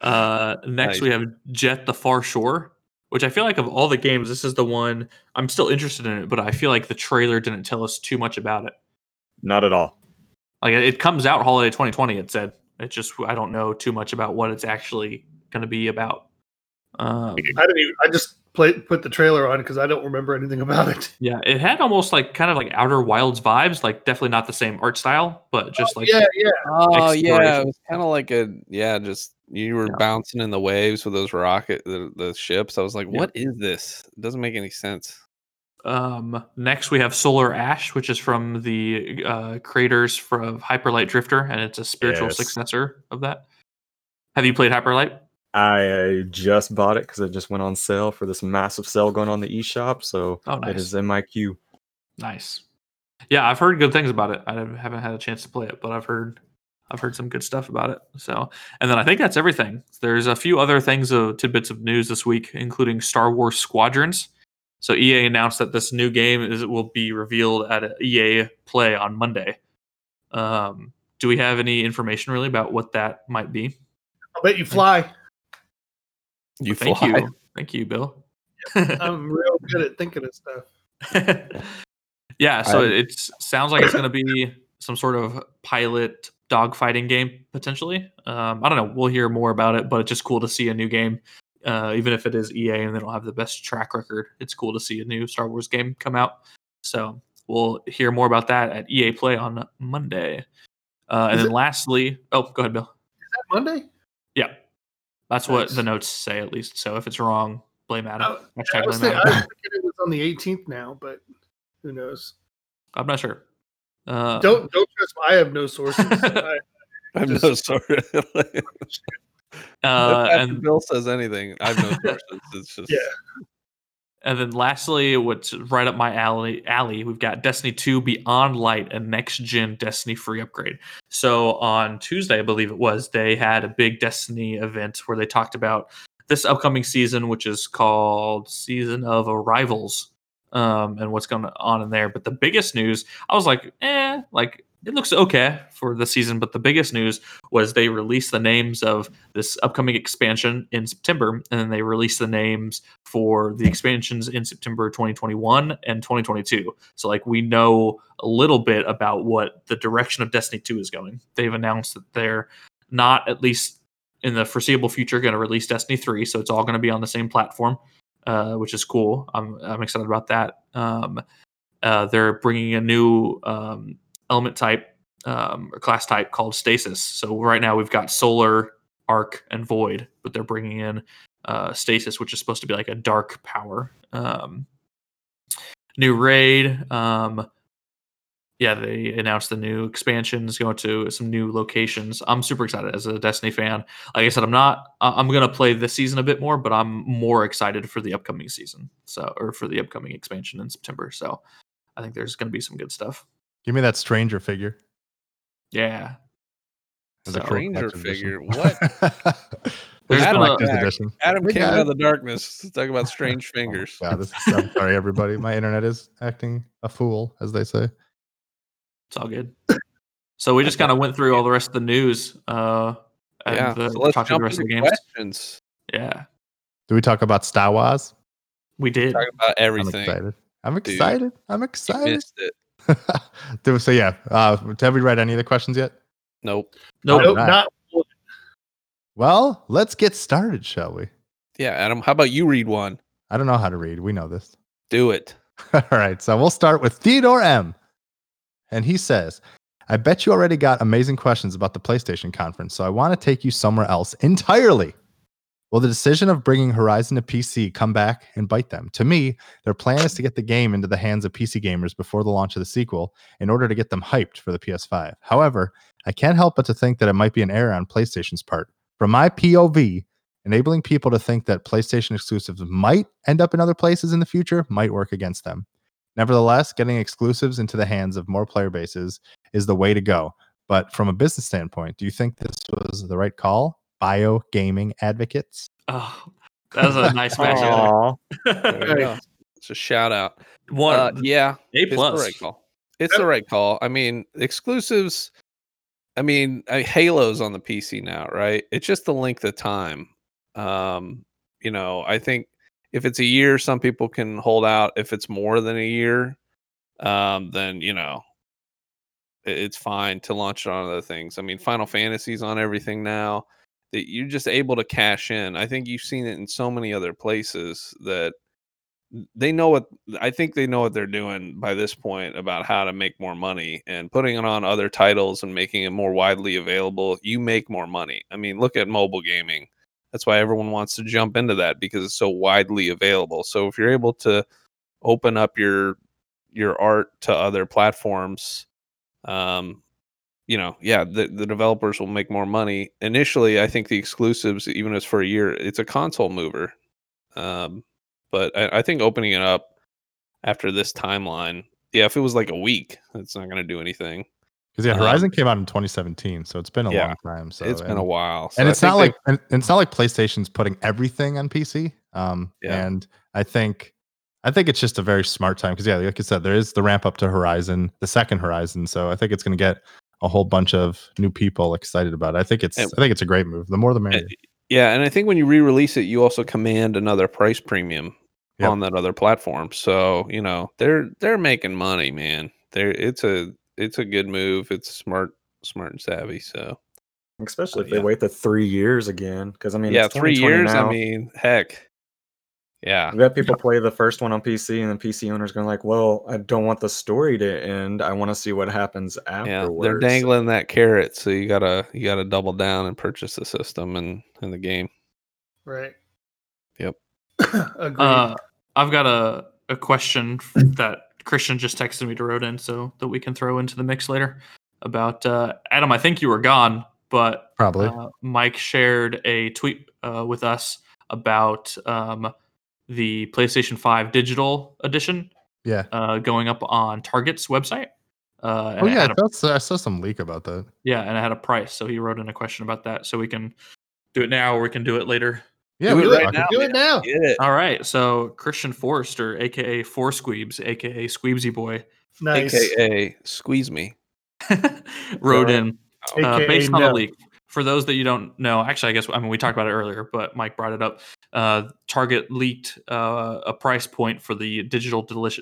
Speaker 5: Uh, next
Speaker 3: Nice.
Speaker 5: we have Jet the Far Shore, which I feel like of all the games, this is the one I'm still interested in it, but I feel like the trailer didn't tell us too much about it.
Speaker 4: Not at all.
Speaker 5: Like it- it comes out holiday 2020. It said it just I don't know too much about what it's actually going to be about. Um,
Speaker 2: I didn't even. I just played put the trailer on because I don't remember anything about it.
Speaker 5: yeah, it had almost like kind of like Outer Wilds vibes. Like definitely not the same art style, but just like
Speaker 2: yeah, yeah.
Speaker 3: oh yeah,
Speaker 5: exploration.
Speaker 3: it was kind of like a yeah, just you were
Speaker 5: Yeah.
Speaker 3: bouncing in the waves with those rocket the, the ships. I was like,
Speaker 5: Yeah.
Speaker 3: what is this? It doesn't make any sense.
Speaker 5: Um, next, we have Solar Ash, which is from the uh, creators from Hyperlight Drifter, and it's a spiritual
Speaker 4: Yes.
Speaker 5: successor of that. Have you played Hyperlight?
Speaker 4: I just bought it because it just went on sale for this massive sale going on the eShop. So
Speaker 5: Oh,
Speaker 4: it
Speaker 5: nice.
Speaker 4: is in my queue.
Speaker 5: Nice. Yeah, I've heard good things about it. I haven't had a chance to play it, but I've heard I've heard some good stuff about it. So, and then I think that's everything. There's a few other things, uh, tidbits of news this week, including Star Wars Squadrons. So EA announced that this new game is will be revealed at a EA Play on Monday. Um, do we have any information really about what that might be?
Speaker 2: I'll bet you fly.
Speaker 3: You
Speaker 5: Thank
Speaker 3: fly.
Speaker 5: you, thank you, Bill.
Speaker 2: I'm real good at thinking of stuff.
Speaker 5: yeah, so
Speaker 3: I-
Speaker 2: Um,
Speaker 5: it sounds like it's going to be some sort of pilot dogfighting game potentially. Um, I don't know. We'll hear more about it, but it's just cool to see a new game, uh, even if it is EA and they don't have the best track record. It's cool to see a new Star Wars game come out. So we'll hear more about that at EA Play on Monday. Uh, and
Speaker 2: Is
Speaker 5: then
Speaker 2: it-
Speaker 5: lastly, oh, go ahead, Bill.
Speaker 2: Monday?
Speaker 5: That's what
Speaker 2: Nice.
Speaker 5: the notes say, at least. So if it's wrong, blame Adam.
Speaker 2: I-
Speaker 5: Hashtag
Speaker 2: Oh, I was,
Speaker 5: blame
Speaker 2: thinking, I
Speaker 5: Adam.
Speaker 2: was thinking it was on the 18th now, but who knows?
Speaker 5: I'm not sure. Uh,
Speaker 2: Don't don't trust. I have no sources. I,
Speaker 3: I have no
Speaker 2: Just-
Speaker 3: sort of.
Speaker 5: Uh, and
Speaker 3: Bill says anything, I have no sources. It's just
Speaker 2: Yeah.
Speaker 5: And then lastly, what's right up my alley, alley, we've got Destiny 2 Beyond Light, a next gen Destiny free upgrade. So on Tuesday, I believe it was, they had a big Destiny event where they talked about this upcoming season, which is called Season of Arrivals, um, and what's going on in there. But the biggest news, I was like, eh, like it looks okay for the season. But the biggest news was they released the names of this upcoming expansion in September, and then they released the names for the expansions in September 2021 and 2022. So, like, we know a little bit about what the direction of Destiny 2 is going. They've announced that they're not, at least in the foreseeable future, going to release Destiny 3. So, it's all going to be on the same platform, uh, which is cool. I'm, I'm excited about that. Um, uh, they're bringing a new um, element type um, or class type called Stasis. So, right now, we've got Solar, Arc, and Void, but they're bringing in uh, stasis, which is supposed to be like a dark power. Um, new raid. Um, yeah, they announced the new expansions, going to some new locations. I'm super excited as a Destiny fan. Like I said, I'm not. I- I'm gonna play this season a bit more, but I'm more excited for the upcoming season. So, or for the upcoming expansion in September. So, I think there's gonna be some good stuff.
Speaker 1: Give me that stranger figure.
Speaker 5: Yeah,
Speaker 1: as a
Speaker 5: So-
Speaker 1: cool
Speaker 3: Stranger
Speaker 1: collector's edition.
Speaker 3: figure,
Speaker 5: There's
Speaker 1: As a
Speaker 5: been a-
Speaker 1: collector's edition.
Speaker 3: Adam
Speaker 1: Hey,
Speaker 3: came out
Speaker 1: guys.
Speaker 3: of the darkness. to Talk about
Speaker 5: Oh,
Speaker 3: strange fingers.
Speaker 1: Yeah, Oh this is, I'm sorry, everybody. My internet is acting a fool, as they say.
Speaker 5: it's all good. So we just kind of went through all the rest of the news. Uh, and
Speaker 3: yeah,
Speaker 5: the,
Speaker 3: so let's
Speaker 5: talked
Speaker 3: jump
Speaker 5: about the rest of the
Speaker 3: into
Speaker 5: games.
Speaker 3: questions.
Speaker 5: Yeah,
Speaker 1: Do we talk about Star Wars?
Speaker 5: we did.
Speaker 3: Talk about
Speaker 1: I'm
Speaker 3: everything. You
Speaker 1: excited. I'm
Speaker 3: dude.
Speaker 1: excited. I'm excited.
Speaker 3: missed it.
Speaker 1: Do- so yeah, uh, have we read any of the questions yet?
Speaker 3: Nope.
Speaker 5: Nope.
Speaker 2: nope,
Speaker 1: right.
Speaker 2: not
Speaker 1: Well, let's get started, shall we?
Speaker 3: Yeah, Adam. How about you read one?
Speaker 1: I don't know how to read. We know this.
Speaker 3: Do it.
Speaker 1: All right, so we'll start with Theodore M. And he says, I bet you already got amazing questions about the PlayStation conference, so I want to take you somewhere else entirely. Will the decision of bringing Horizon to PC come back and bite them? To me, their plan is to get the game into the hands of PC gamers before the launch of the sequel in order to get them hyped for the PS5. However, I can't help but to think that it might be an error on PlayStation's part. From my POV, enabling people to think that PlayStation exclusives might end up in other places in the future might work against them. Nevertheless, getting exclusives into the hands of more player bases is the way to go. But from a business standpoint, do you think this was the right call? Bio gaming advocates?
Speaker 5: Oh, that was a nice match.
Speaker 4: Aw.
Speaker 3: There you go. It's a shout out.
Speaker 5: One
Speaker 3: Oh. Uh, yeah,
Speaker 5: A
Speaker 3: it's
Speaker 5: plus.
Speaker 3: the right call. It's the
Speaker 2: Yep.
Speaker 3: right call. I mean, exclusives. I mean, uh, Halo's on the PC now, right? It's just the length of time. Um, you know, I think if it's a year, some people can hold out. If it's more than a year, um, then you know, i- it's fine to launch it on other things. I mean, Final Fantasy's on everything now. That you're just able to cash in. I think you've seen it in so many other places that they know what I think they know what they're doing by this point about how to make more money and putting it on other titles and making it more widely available. You make more money. I mean, look at mobile gaming. That's why everyone wants to jump into that because it's so widely available. So if you're able to open up your your art to other platforms, um, you know, yeah, the, the developers will make more money. Initially, I think the exclusives, even if it's for a year, it's a console mover. Um, but I, I think opening it up after this timeline, yeah, if it was like a week, it's not going to do anything.
Speaker 1: Because yeah,
Speaker 3: Um,
Speaker 1: Horizon came out in 2017, so it's been a
Speaker 3: yeah,
Speaker 1: long time. So
Speaker 3: it's been
Speaker 1: and-
Speaker 3: a while, so
Speaker 1: and
Speaker 3: I
Speaker 1: it's not like
Speaker 3: think
Speaker 1: and and it's not like PlayStation's putting everything on PC. Um,
Speaker 3: Yeah.
Speaker 1: and I think I think it's just a very smart time because yeah, like I said, there is the ramp up to Horizon, the second Horizon. So I think it's going to get a whole bunch of new people excited about it. I think it's
Speaker 3: And-
Speaker 1: I think it's a great move. The more the merrier.
Speaker 3: they- yeah, and I think when you re-release it, you also command another price premium
Speaker 1: Yep.
Speaker 3: on that other platform. So you know they're they're making money, man. They're it's a it's a good move. It's a smart smart and savvy. So
Speaker 4: Especially if
Speaker 3: Yeah.
Speaker 4: they wait the three years again, because I mean,
Speaker 3: yeah,
Speaker 4: it's
Speaker 3: three
Speaker 4: 2020
Speaker 3: years.
Speaker 4: Now.
Speaker 3: I mean, heck, yeah,
Speaker 4: I've got people play the first one on PC, and then PC owners going like, "Well, I don't want the story to end. I want to see what happens
Speaker 3: yeah.
Speaker 4: afterwards."
Speaker 3: They're dangling that carrot, so you gotta you gotta double down and purchase the system and and the game.
Speaker 2: Right.
Speaker 3: Yep.
Speaker 2: Agreed.
Speaker 5: Uh, I've got a, a question f- that Christian just texted me to wrote in so that we can throw into the mix later about uh, Adam. I think you were gone, but
Speaker 1: Probably.
Speaker 5: uh, Mike shared a tweet uh, with us about um, the PlayStation 5 digital edition
Speaker 1: yeah.
Speaker 5: uh, going up on Target's website. Uh,
Speaker 1: Oh
Speaker 5: and it
Speaker 1: yeah,
Speaker 5: had
Speaker 1: I,
Speaker 5: a-
Speaker 1: saw- I saw some leak about that.
Speaker 5: yeah, and I had a price. So he wrote in a question about that. So we can do it now or we can do it later.
Speaker 1: Yeah,
Speaker 3: Do
Speaker 1: we
Speaker 3: it
Speaker 1: were
Speaker 3: right
Speaker 1: talking-
Speaker 3: now.
Speaker 2: Do it now.
Speaker 3: Get it.
Speaker 5: All right. So Christian Forrester, aka Four Squeebs, aka Squeebsy Boy,
Speaker 2: Nice.
Speaker 3: uh, AKA squeeze me.
Speaker 5: wrote in uh,
Speaker 2: AKA
Speaker 5: based on
Speaker 2: no.
Speaker 5: a leak. For those that you don't know, actually, I guess I mean we talked about it earlier, but Mike brought it up. Uh, Target leaked uh, a price point for the digital delish-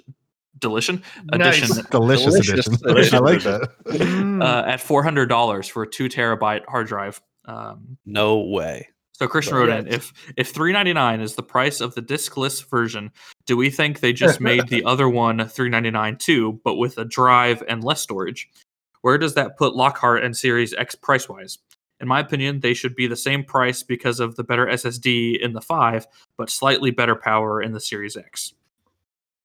Speaker 5: delition edition
Speaker 2: Nice. Hmm.
Speaker 1: Delicious,
Speaker 3: Delicious
Speaker 1: edition.
Speaker 3: edition.
Speaker 1: I like that.
Speaker 5: uh, at four hundred dollars for a two terabyte hard drive. Um,
Speaker 3: No way.
Speaker 5: so Christian wrote in,
Speaker 2: Yes.
Speaker 5: if if three ninety nine is the price of the discless version, do we think they just made the other one three ninety nine too, but with a drive and less storage? Where does that put Lockhart and Series X price wise? In my opinion, they should be the same price because of the better SSD in the five, but slightly better power in the Series X.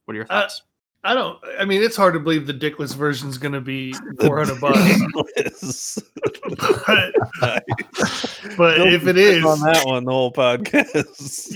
Speaker 5: What are your
Speaker 2: Uh,
Speaker 5: thoughts?
Speaker 2: I don't. I mean, it's hard to believe the dickless version's going to be four hundred bucks.
Speaker 3: bucks.
Speaker 2: But But if it is-
Speaker 3: on that one, the whole podcast.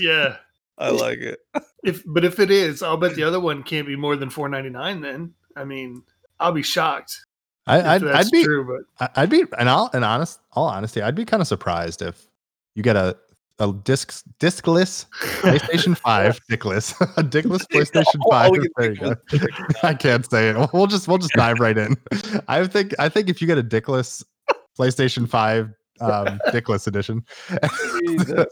Speaker 2: yeah,
Speaker 3: I like it.
Speaker 2: if but if it is, I'll bet the other one can't be more than four ninety nine. Then I mean, I'll be shocked. If
Speaker 1: I, I'd,
Speaker 2: that's
Speaker 1: I'd be,
Speaker 2: true, but
Speaker 1: I- I'd be, and all, in honest, all honesty, I'd be kind of surprised if you get a a disc discless PlayStation Five, dickless, a dickless Playstation
Speaker 3: Oh,
Speaker 1: Five.
Speaker 3: we can
Speaker 1: there you
Speaker 3: think
Speaker 1: go.
Speaker 3: of it.
Speaker 1: I can't say it. We'll just we'll just dive right in. I think I think if you get a dickless PlayStation Five um, dickless edition,
Speaker 3: Jesus.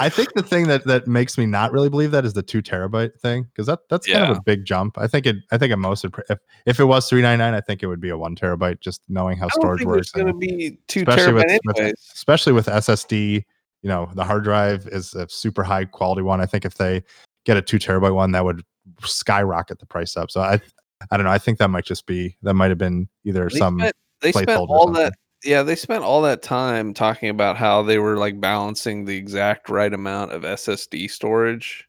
Speaker 1: I think the thing that that makes me not really believe that is the two terabyte thing because that that's kind of
Speaker 3: Yeah.
Speaker 1: a big jump. I think it. I think at most it, pr- if if it was three ninety nine, I think it would be a one terabyte. Just knowing how
Speaker 3: I don't
Speaker 1: storage
Speaker 3: think there's
Speaker 1: works,
Speaker 3: going to
Speaker 1: and
Speaker 3: be two
Speaker 1: especially
Speaker 3: terabyte
Speaker 1: with,
Speaker 3: anyways.
Speaker 1: with- especially with SSD. You know, the hard drive is a super high quality one. I think if they get a two terabyte one, that would skyrocket the price up. So I, I don't know. I think that might just be that might have been either
Speaker 3: They
Speaker 1: some
Speaker 3: spent, they spent
Speaker 1: placeholder or
Speaker 3: all
Speaker 1: something.
Speaker 3: that. Yeah, they spent all that time talking about how they were like balancing the exact right amount of SSD storage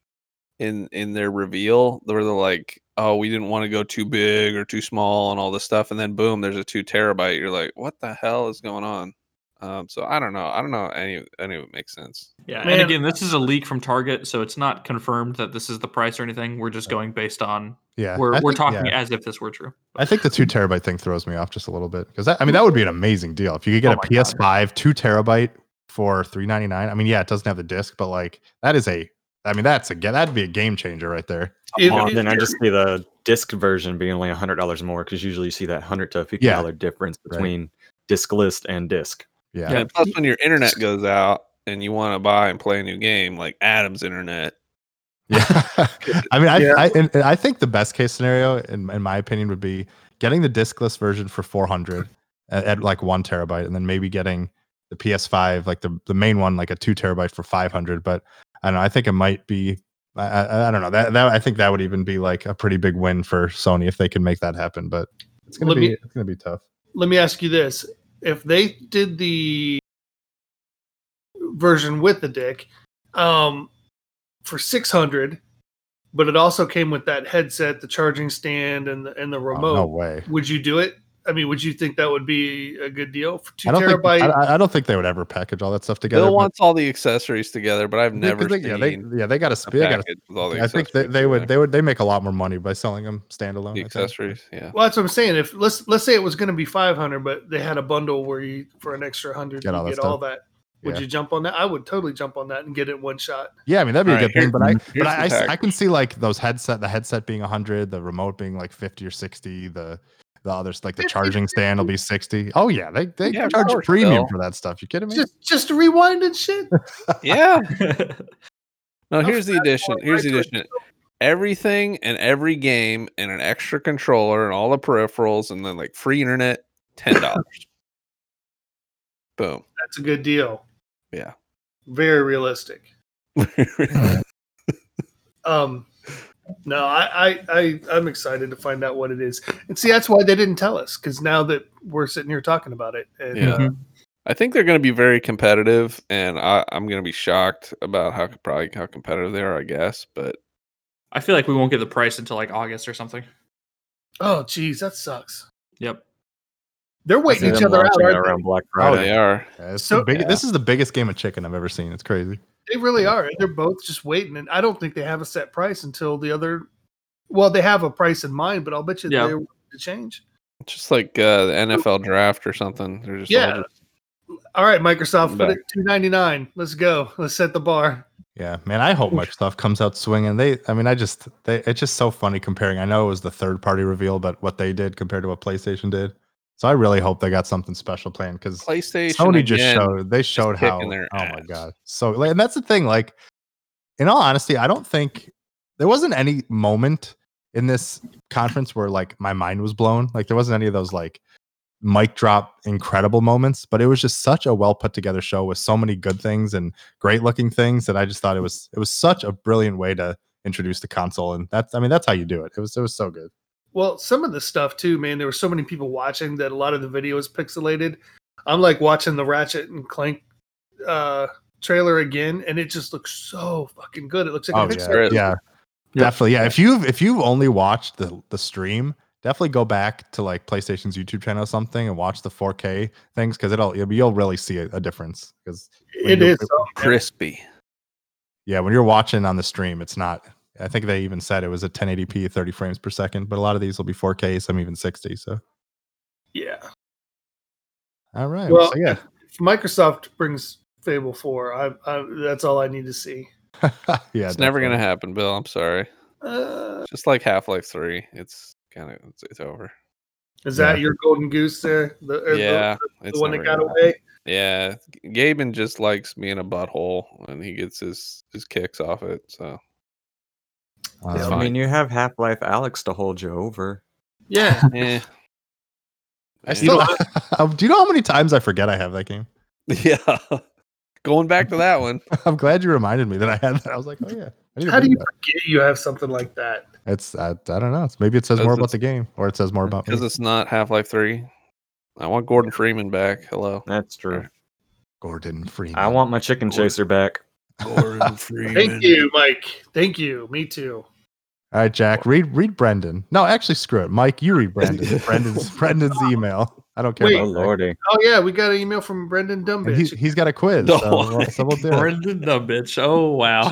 Speaker 3: in in their reveal. They were like, "Oh, we didn't want to go too big or too small and all this stuff." And then boom, there's a two terabyte. You're like, "What the hell is going on?" Um, so I don't know. I don't know any any of it makes sense.
Speaker 5: Yeah,
Speaker 2: Man.
Speaker 5: and again, this is a leak from Target, so it's not confirmed that this is the price or anything. We're just going based on
Speaker 1: yeah.
Speaker 5: we're
Speaker 1: I
Speaker 5: we're
Speaker 1: think-
Speaker 5: talking
Speaker 1: yeah.
Speaker 5: as if this were true.
Speaker 1: I think the two terabyte thing throws me off just a little bit because I mean that would be an amazing deal if you could get
Speaker 5: Oh
Speaker 1: a
Speaker 5: my God.
Speaker 1: PS5 two terabyte for three ninety nine. I mean, yeah, it doesn't have the disc, but like that is a. I mean, that's a ga- that'd be a game changer right there.
Speaker 2: if,
Speaker 4: Well,
Speaker 2: if-
Speaker 4: then I just see the disc version being only hundred dollars more because usually you see that hundred to fifty
Speaker 1: Yeah.
Speaker 4: dollar difference between disc list and disc.
Speaker 1: Yeah,
Speaker 5: Yeah.
Speaker 3: And plus, when your internet goes out and you want to buy and play a new game like Adam's internet,
Speaker 1: Yeah. I mean, I,
Speaker 2: Yeah.
Speaker 1: I, and, and I think the best case scenario, in, in my opinion, would be getting the discless version for 400 at, at like one terabyte, and then maybe getting the PS5, like the, the main one, like a two terabyte for 500. But I don't know. I think it might be, I, I, I don't know. That, that I think that would even be like a pretty big win for Sony if they can make that happen. But it's gonna
Speaker 2: Let
Speaker 1: be
Speaker 2: me-
Speaker 1: it's gonna be tough.
Speaker 2: let me ask you this: If they did the version with the dick um, for six hundred, but it also came with that headset, the charging stand, and the, and the
Speaker 1: Oh,
Speaker 2: remote,
Speaker 1: no way.
Speaker 2: would you do it? I mean, would you think that would be a good deal for two
Speaker 1: I don't
Speaker 2: terabyte?
Speaker 1: think I, I don't think they would ever package all that stuff together.
Speaker 3: Bill
Speaker 1: but
Speaker 3: wants all the accessories together, but I've
Speaker 1: they-
Speaker 3: never
Speaker 1: they-
Speaker 3: seen.
Speaker 1: yeah, they, yeah, they got
Speaker 3: a
Speaker 1: to they got to
Speaker 3: package with all the
Speaker 1: I think they,
Speaker 3: accessories
Speaker 1: they
Speaker 3: in
Speaker 1: would
Speaker 3: there.
Speaker 1: they would they make a lot more money by selling them standalone.
Speaker 3: the
Speaker 1: I think.
Speaker 3: accessories. Yeah.
Speaker 2: Well, that's what I'm saying. If let's let's say it was going to be 500, but they had a bundle where you for an extra hundred
Speaker 1: Get
Speaker 2: you
Speaker 1: all that
Speaker 2: get
Speaker 1: stuff.
Speaker 2: all that. Would
Speaker 1: Yeah.
Speaker 2: you jump on that? I would totally jump on that and get it in one shot.
Speaker 1: Yeah, I mean that'd be a
Speaker 3: All
Speaker 1: good
Speaker 3: right,
Speaker 1: thing, but I
Speaker 3: here's-
Speaker 1: but
Speaker 3: here's
Speaker 1: I, I
Speaker 3: the
Speaker 1: s- I
Speaker 3: package.
Speaker 1: can see like those headset the headset being hundred, the remote being like fifty or sixty, the the others like the
Speaker 2: 50,
Speaker 1: charging stand will be sixty. Oh yeah, they they
Speaker 3: Yeah, of
Speaker 1: charge a
Speaker 3: course,
Speaker 1: premium
Speaker 3: Bill.
Speaker 1: for that stuff. You kidding me?
Speaker 2: Just just to rewind and shit.
Speaker 3: yeah. No,
Speaker 2: That's
Speaker 3: here's the
Speaker 2: what I
Speaker 3: addition.
Speaker 2: want,
Speaker 3: Here's the
Speaker 2: right?
Speaker 3: addition. Everything and every game and an extra controller and all the peripherals and then like free internet ten dollars. Boom.
Speaker 2: That's a good deal.
Speaker 3: Yeah.
Speaker 2: Very realistic. Um, no, I, I, I, I'm excited to find out what it is, and see that's why they didn't tell us because now that we're sitting here talking about it, and,
Speaker 3: Yeah.
Speaker 2: uh,
Speaker 3: I think they're going to be very competitive, and I, I'm going to be shocked about how probably how competitive they are. I guess, but
Speaker 5: I feel like we won't get the price until like August or something.
Speaker 2: oh, geez, that sucks.
Speaker 5: Yep.
Speaker 2: They're waiting
Speaker 4: See
Speaker 2: each
Speaker 4: them
Speaker 2: other out.
Speaker 4: launching it
Speaker 2: Aren't
Speaker 4: around Black
Speaker 3: oh,
Speaker 4: Friday.
Speaker 3: they are.
Speaker 1: Yeah, it's
Speaker 2: So-
Speaker 1: the big,
Speaker 3: Yeah.
Speaker 1: This is the biggest game of chicken I've ever seen. It's crazy.
Speaker 2: they? they really are. and They're both just waiting, and I don't think they have a set price until the other. Well, they have a price in mind, but I'll bet you
Speaker 5: Yeah.
Speaker 2: they're willing to change.
Speaker 3: Just like uh, the NFL draft or something. They're just all
Speaker 2: Yeah.
Speaker 3: just-
Speaker 2: All right, Microsoft, put it
Speaker 3: Back.
Speaker 2: two ninety nine. Let's go. Let's set the bar.
Speaker 1: Yeah, man. I hope Microsoft comes out swinging. They, I mean, I just, they, it's just so funny comparing. I know it was the third party reveal, but what they did compared to what PlayStation did. So I really hope they got something special planned because
Speaker 3: PlayStation.
Speaker 1: Sony just
Speaker 3: again.
Speaker 1: showed they showed how
Speaker 3: kicking
Speaker 1: oh
Speaker 3: their
Speaker 1: my
Speaker 3: ass.
Speaker 1: god. So like, and that's the thing like in all honesty, I don't think there wasn't any moment in this conference where like my mind was blown. Like there wasn't any of those like mic drop incredible moments, but it was just such a well put together show with so many good things and great looking things that I just thought it was it was such a brilliant way to introduce the console and that's I mean that's how you do it. It was it was so good.
Speaker 2: Well, some of the stuff too, man. There were so many people watching that a lot of the video is pixelated. I'm like watching the Ratchet and Clank uh, trailer again, and it just looks so fucking good. It looks like
Speaker 1: Oh
Speaker 2: a pixel.
Speaker 1: yeah,
Speaker 3: Pixar.
Speaker 1: yeah,
Speaker 5: Yeah.
Speaker 1: definitely. Yeah, if you've if you've only watched the the stream, definitely go back to like PlayStation's YouTube channel or something and watch the 4K things because it'll you'll, you'll really see a, a difference. Because
Speaker 2: It is.
Speaker 3: crispy.
Speaker 1: yeah, when you're watching on the stream, it's not. I think they even said it was a 1080p, 30 frames per second, but a lot of these will be 4K, some even 60. So
Speaker 2: Yeah.
Speaker 1: all right,
Speaker 2: Well,
Speaker 1: so yeah.
Speaker 2: If Microsoft brings Fable Four, I, I that's all I need to see.
Speaker 1: yeah,
Speaker 3: it's never
Speaker 1: definitely.
Speaker 3: gonna happen, Bill. I'm sorry.
Speaker 2: Uh,
Speaker 3: Just like Half Life Three, it's kind of it's, it's over.
Speaker 2: is
Speaker 1: Yeah.
Speaker 2: that your golden goose there? The, or the-
Speaker 3: yeah,
Speaker 2: the,
Speaker 3: it's
Speaker 2: one that
Speaker 3: never
Speaker 2: got
Speaker 3: gonna
Speaker 2: away.
Speaker 3: happen. Yeah, G- Gaben just likes being a butthole, and he gets his his kicks off it. So
Speaker 1: Wow.
Speaker 2: Yeah,
Speaker 4: I mean, you have Half Life Alex to hold you over.
Speaker 2: Yeah.
Speaker 3: eh.
Speaker 1: I
Speaker 3: Eh.
Speaker 1: still, um, do you know how many times I forget I have that game?
Speaker 3: yeah. Going back to that one,
Speaker 1: I'm glad you reminded me that I had that. I was like, oh yeah. I need to
Speaker 2: How do
Speaker 1: bring
Speaker 2: you
Speaker 1: that.
Speaker 2: forget you have something like that?
Speaker 1: It's I, I don't know. It's, maybe it says
Speaker 3: Because
Speaker 1: more about
Speaker 3: it's-
Speaker 1: the game, or it says more about me.
Speaker 3: because it's not Half Life Three. I want Gordon Freeman back. Hello,
Speaker 4: That's true.
Speaker 1: Gordon Freeman.
Speaker 4: I want my chicken chaser back.
Speaker 3: Gordon
Speaker 2: Thank you, Mike. Thank you. Me too.
Speaker 1: All right, Jack. Read read Brendan. No, actually, screw it, Mike. You read Brendan. Brendan's Brendan's email. I don't care.
Speaker 2: Wait.
Speaker 4: Oh
Speaker 1: about Jack.
Speaker 4: lordy.
Speaker 2: Oh yeah, we got an email from Brendan
Speaker 1: And he,
Speaker 2: Dumbitch.
Speaker 1: he's got a quiz.
Speaker 3: No.
Speaker 1: So, we'll- so we'll do it.
Speaker 5: Brendan the bitch. Oh wow.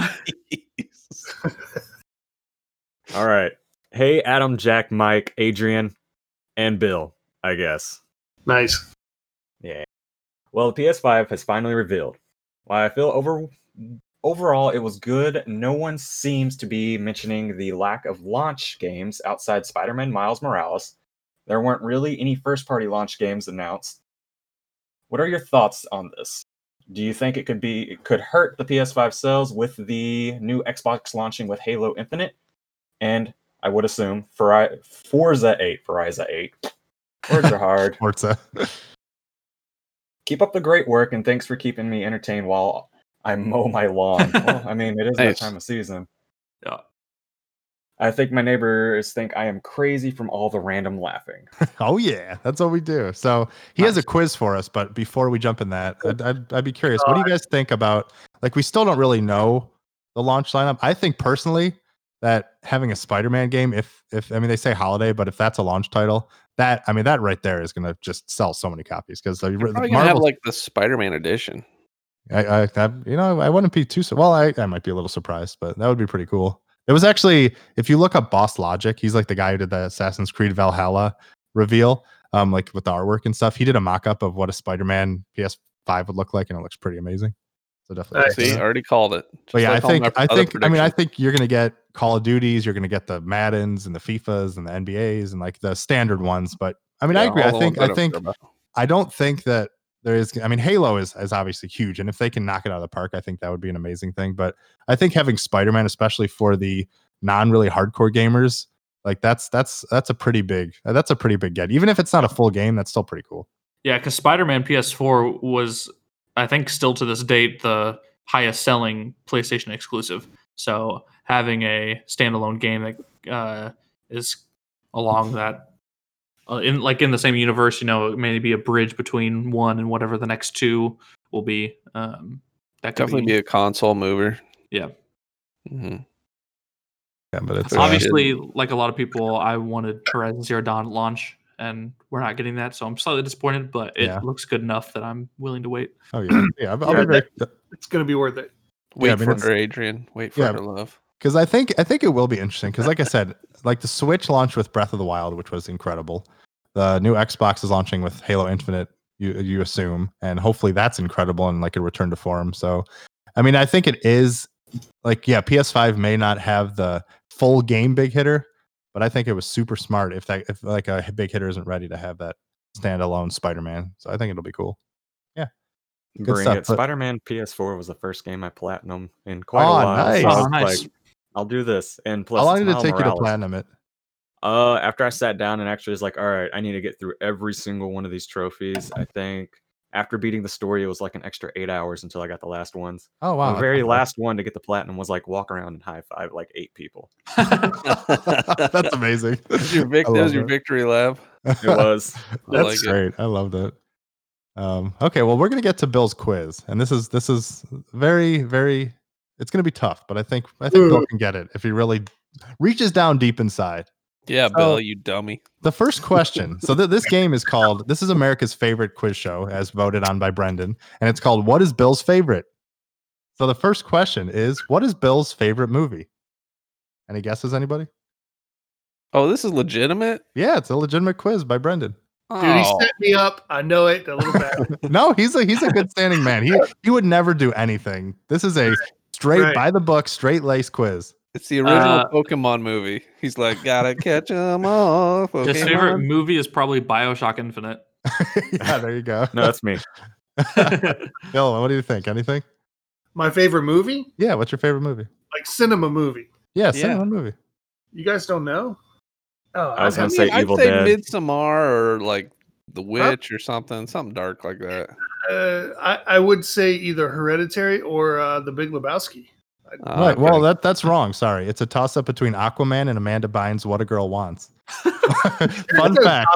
Speaker 4: All right. Hey, Adam, Jack, Mike, Adrian, and Bill, I guess.
Speaker 2: nice.
Speaker 4: Yeah. Well, the PS5 has finally revealed. While I feel over overall it was good, no one seems to be mentioning the lack of launch games outside Spider-Man Miles Morales. There weren't really any first-party launch games announced. What are your thoughts on this? Do you think it could be it could hurt the PS5 sales with the new Xbox launching with Halo Infinite? And I would assume Fori- Forza 8, Forza 8. Words are hard
Speaker 1: Forza.
Speaker 4: keep up the great work and thanks for keeping me entertained while I mow my lawn. well, I mean, it is
Speaker 3: Nice.
Speaker 4: that time of season.
Speaker 5: Yeah.
Speaker 4: I think my neighbors think I am crazy from all the random laughing.
Speaker 1: Oh yeah, that's what we do. So he has a
Speaker 4: Nice.
Speaker 1: quiz for us, but before we jump in that, I'd, I'd, I'd be curious. What do you guys think about? Like, we still don't really know the launch lineup. I think personally that having a Spider-Man game, if if I mean they say holiday, but if that's a launch title, that I mean that right there is going to just sell so many copies because the, the
Speaker 3: Probably gonna have
Speaker 1: Marvel.
Speaker 3: like the Spider-Man edition.
Speaker 1: I, I, that, you know, I wouldn't be too. su- Well, I, I might be a little surprised, but that would be pretty cool. It was actually, if you look up Boss Logic, he's like the guy who did the Assassin's Creed Valhalla reveal, um, like with the artwork and stuff. He did a mock-up of what a Spider-Man PS5 would look like, and it looks pretty amazing. So definitely, check
Speaker 2: Nice.
Speaker 1: that
Speaker 3: See,
Speaker 1: out.
Speaker 3: I already called it.
Speaker 1: But
Speaker 3: Just
Speaker 1: yeah,
Speaker 3: like
Speaker 1: I
Speaker 3: all my
Speaker 1: think I
Speaker 3: other
Speaker 1: think I mean I
Speaker 3: predictions.
Speaker 1: think you're gonna get Call of Duties, you're gonna get the Maddens and the FIFAs and the NBAs and like the standard ones. But I mean I
Speaker 3: Yeah,
Speaker 1: agree.
Speaker 3: all
Speaker 1: I
Speaker 3: the
Speaker 1: think
Speaker 3: ones I
Speaker 1: I
Speaker 3: don't
Speaker 1: think
Speaker 3: care about.
Speaker 1: I don't think that there is. I mean, Halo is is obviously huge, and if they can knock it out of the park, I think that would be an amazing thing. But I think having Spider Man, especially for the non really hardcore gamers, Like that's that's that's a pretty big that's a pretty big get. Even if it's not a full game, that's still pretty cool.
Speaker 7: Yeah, because Spider Man PS4 was, I think, still to this date, the highest selling PlayStation exclusive. So having a standalone game that uh, is along that, uh, in like in the same universe, you know, maybe a bridge between one and whatever the next two will be. Um, that could
Speaker 3: Definitely be a console mover.
Speaker 7: Yeah.
Speaker 3: Mhm.
Speaker 1: Yeah, but it's
Speaker 3: That's
Speaker 1: uh,
Speaker 3: obvious.
Speaker 7: obviously like a lot of people. I wanted Horizon Zero Dawn at launch, and we're not getting that, so I'm slightly disappointed. But it
Speaker 1: Yeah.
Speaker 7: looks good enough that I'm willing to wait.
Speaker 1: oh yeah, yeah. I'll, I'll
Speaker 2: Yeah,
Speaker 1: be very,
Speaker 2: It's going to be worth it.
Speaker 3: Wait
Speaker 1: I mean,
Speaker 3: for
Speaker 1: it's-
Speaker 3: her, Adrian. Wait for
Speaker 1: Yeah.
Speaker 3: her, love.
Speaker 1: because I think I think it will be interesting. Because like I said, like the Switch launched with Breath of the Wild, which was incredible. The new Xbox is launching with Halo Infinite. You you assume, and hopefully that's incredible and like a return to form. So, I mean, I think it is like yeah, PS5 may not have the full game big hitter, but I think it was super smart if that if like a big hitter isn't ready to have that standalone Spider-Man. So I think it'll be cool. Good
Speaker 4: Bring
Speaker 1: stuff,
Speaker 4: it.
Speaker 1: but-
Speaker 4: Spider-Man PS4 was the first game I platinum in quite
Speaker 1: Oh,
Speaker 4: a while.
Speaker 1: nice.
Speaker 4: So I
Speaker 7: Oh,
Speaker 4: was
Speaker 7: nice.
Speaker 4: like, I'll do this. And plus,
Speaker 1: How long
Speaker 4: it's
Speaker 1: did it
Speaker 4: Miles
Speaker 1: take you to
Speaker 4: Morales.
Speaker 1: platinum it?
Speaker 4: Uh, after I sat down and actually was like, all right, I need to get through every single one of these trophies. I think after beating the story, it was like an extra eight hours until I got the last ones.
Speaker 1: Oh wow,
Speaker 4: the
Speaker 1: that's
Speaker 4: very
Speaker 1: not bad.
Speaker 4: last one to get the platinum was like walk around and high five like eight people.
Speaker 1: that's amazing.
Speaker 3: That's your
Speaker 1: I
Speaker 3: vic- that
Speaker 1: love
Speaker 3: was your
Speaker 1: it.
Speaker 3: victory lab.
Speaker 4: It was
Speaker 3: I
Speaker 1: That's
Speaker 3: like it.
Speaker 1: great. I loved it. Um, okay, well, we're gonna get to Bill's quiz, and this is this is very very. It's gonna be tough, but I think I think Bill can get it if he really reaches down deep inside.
Speaker 3: Yeah,
Speaker 1: So-
Speaker 3: Bill, you dummy.
Speaker 1: The first question. so th- this game is called. This is America's favorite quiz show, as voted on by Brendan, and it's called "What is Bill's favorite." So the first question is, what is Bill's favorite movie? Any guesses, anybody?
Speaker 3: Oh, this is legitimate.
Speaker 1: Yeah, it's a legitimate quiz by Brendan.
Speaker 3: Oh,
Speaker 2: Dude, he set me up. I know it. A little bad.
Speaker 1: No, he's a he's a good standing man. He he would never do anything. This is a straight
Speaker 2: Right.
Speaker 1: by the book, straight lace quiz.
Speaker 3: it's the original
Speaker 7: Uh,
Speaker 3: Pokemon movie. He's like, gotta catch 'em all.
Speaker 7: His favorite
Speaker 3: Pokemon."
Speaker 7: movie is probably Bioshock Infinite.
Speaker 1: yeah, there you go.
Speaker 4: no, that's me.
Speaker 1: Bill, what do you think? Anything?
Speaker 2: My favorite movie?
Speaker 1: Yeah, what's your favorite movie?
Speaker 2: Like cinema movie.
Speaker 1: Yeah,
Speaker 3: Yeah.
Speaker 1: cinema movie.
Speaker 2: You guys don't know? Oh,
Speaker 4: I was
Speaker 2: I'd
Speaker 4: gonna
Speaker 2: have-
Speaker 4: say
Speaker 3: I'd
Speaker 4: Evil
Speaker 3: say
Speaker 4: Dead.
Speaker 3: Midsommar or like The Witch or something, something dark like that.
Speaker 2: uh, I, I would say either Hereditary or uh, The Big Lebowski.
Speaker 3: Uh,
Speaker 1: right. Well,
Speaker 3: okay.
Speaker 1: that that's wrong. Sorry, it's a toss up between Aquaman and Amanda Bynes' "What a Girl Wants." fun fact.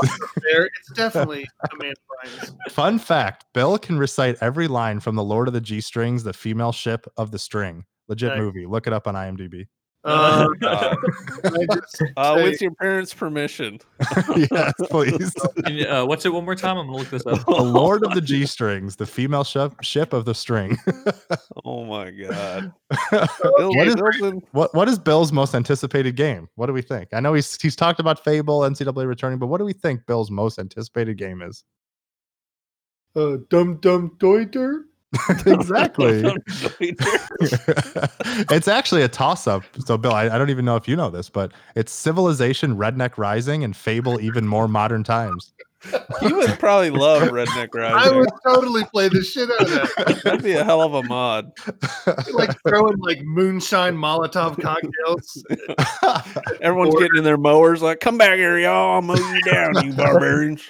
Speaker 2: There, it's definitely Amanda Bynes.
Speaker 1: Fun fact. Bill can recite every line from the Lord of the G Strings, the female ship of the string. Legit
Speaker 2: Nice.
Speaker 1: movie. Look it up on IMDb.
Speaker 2: Uh,
Speaker 3: Uh,
Speaker 2: I just
Speaker 3: uh,
Speaker 2: say-
Speaker 3: with your parents' permission.
Speaker 1: yes, please.
Speaker 7: And, uh, what's it one more time? I'm gonna look this up.
Speaker 1: the Oh, lord of the G strings, the female ship, ship of the string.
Speaker 3: Oh my god. Bill,
Speaker 1: what, is,
Speaker 3: Wilson,
Speaker 1: what, what is Bill's most anticipated game? What do we think? I know he's he's talked about Fable, NCAA returning, but what do we think Bill's most anticipated game is?
Speaker 2: uh, dum dum deuter.
Speaker 1: exactly. it's actually a toss up. So, Bill, I, I don't even know if you know this, but it's Civilization, Redneck Rising, and Fable, even more modern times.
Speaker 3: you would probably love Redneck
Speaker 2: I
Speaker 3: Rising.
Speaker 2: would totally play the shit out of that.
Speaker 3: That'd be a hell of a mod.
Speaker 2: Like throwing like moonshine Molotov cocktails.
Speaker 1: Oh
Speaker 3: Everyone's getting in their mowers, like, come back here, y'all. I'll mow you down, you barbarians.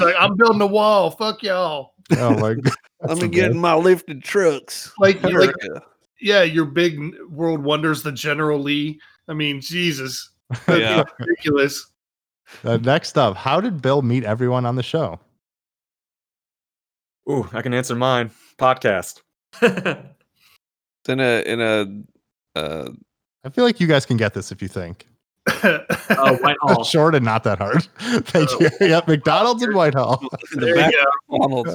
Speaker 2: Like I'm building a wall. Fuck y'all.
Speaker 1: oh my god.
Speaker 3: Let me get in my lifted trucks.
Speaker 2: Like you like
Speaker 3: America.
Speaker 2: yeah, your big world wonders, the General Lee. I mean, Jesus, that'd be
Speaker 3: Yeah.
Speaker 2: ridiculous.
Speaker 1: Uh, next up, how did Bill meet everyone on the show?
Speaker 4: Ooh, I can answer mine. Podcast.
Speaker 7: Oh,
Speaker 3: In a in a uh,
Speaker 1: I feel like you guys can get this if you think.
Speaker 7: Uh, Whitehall.
Speaker 1: Short and not that hard. Thank you. Yep, McDonald's and Whitehall.
Speaker 3: in the
Speaker 2: there
Speaker 3: back
Speaker 2: you go.
Speaker 3: of McDonald's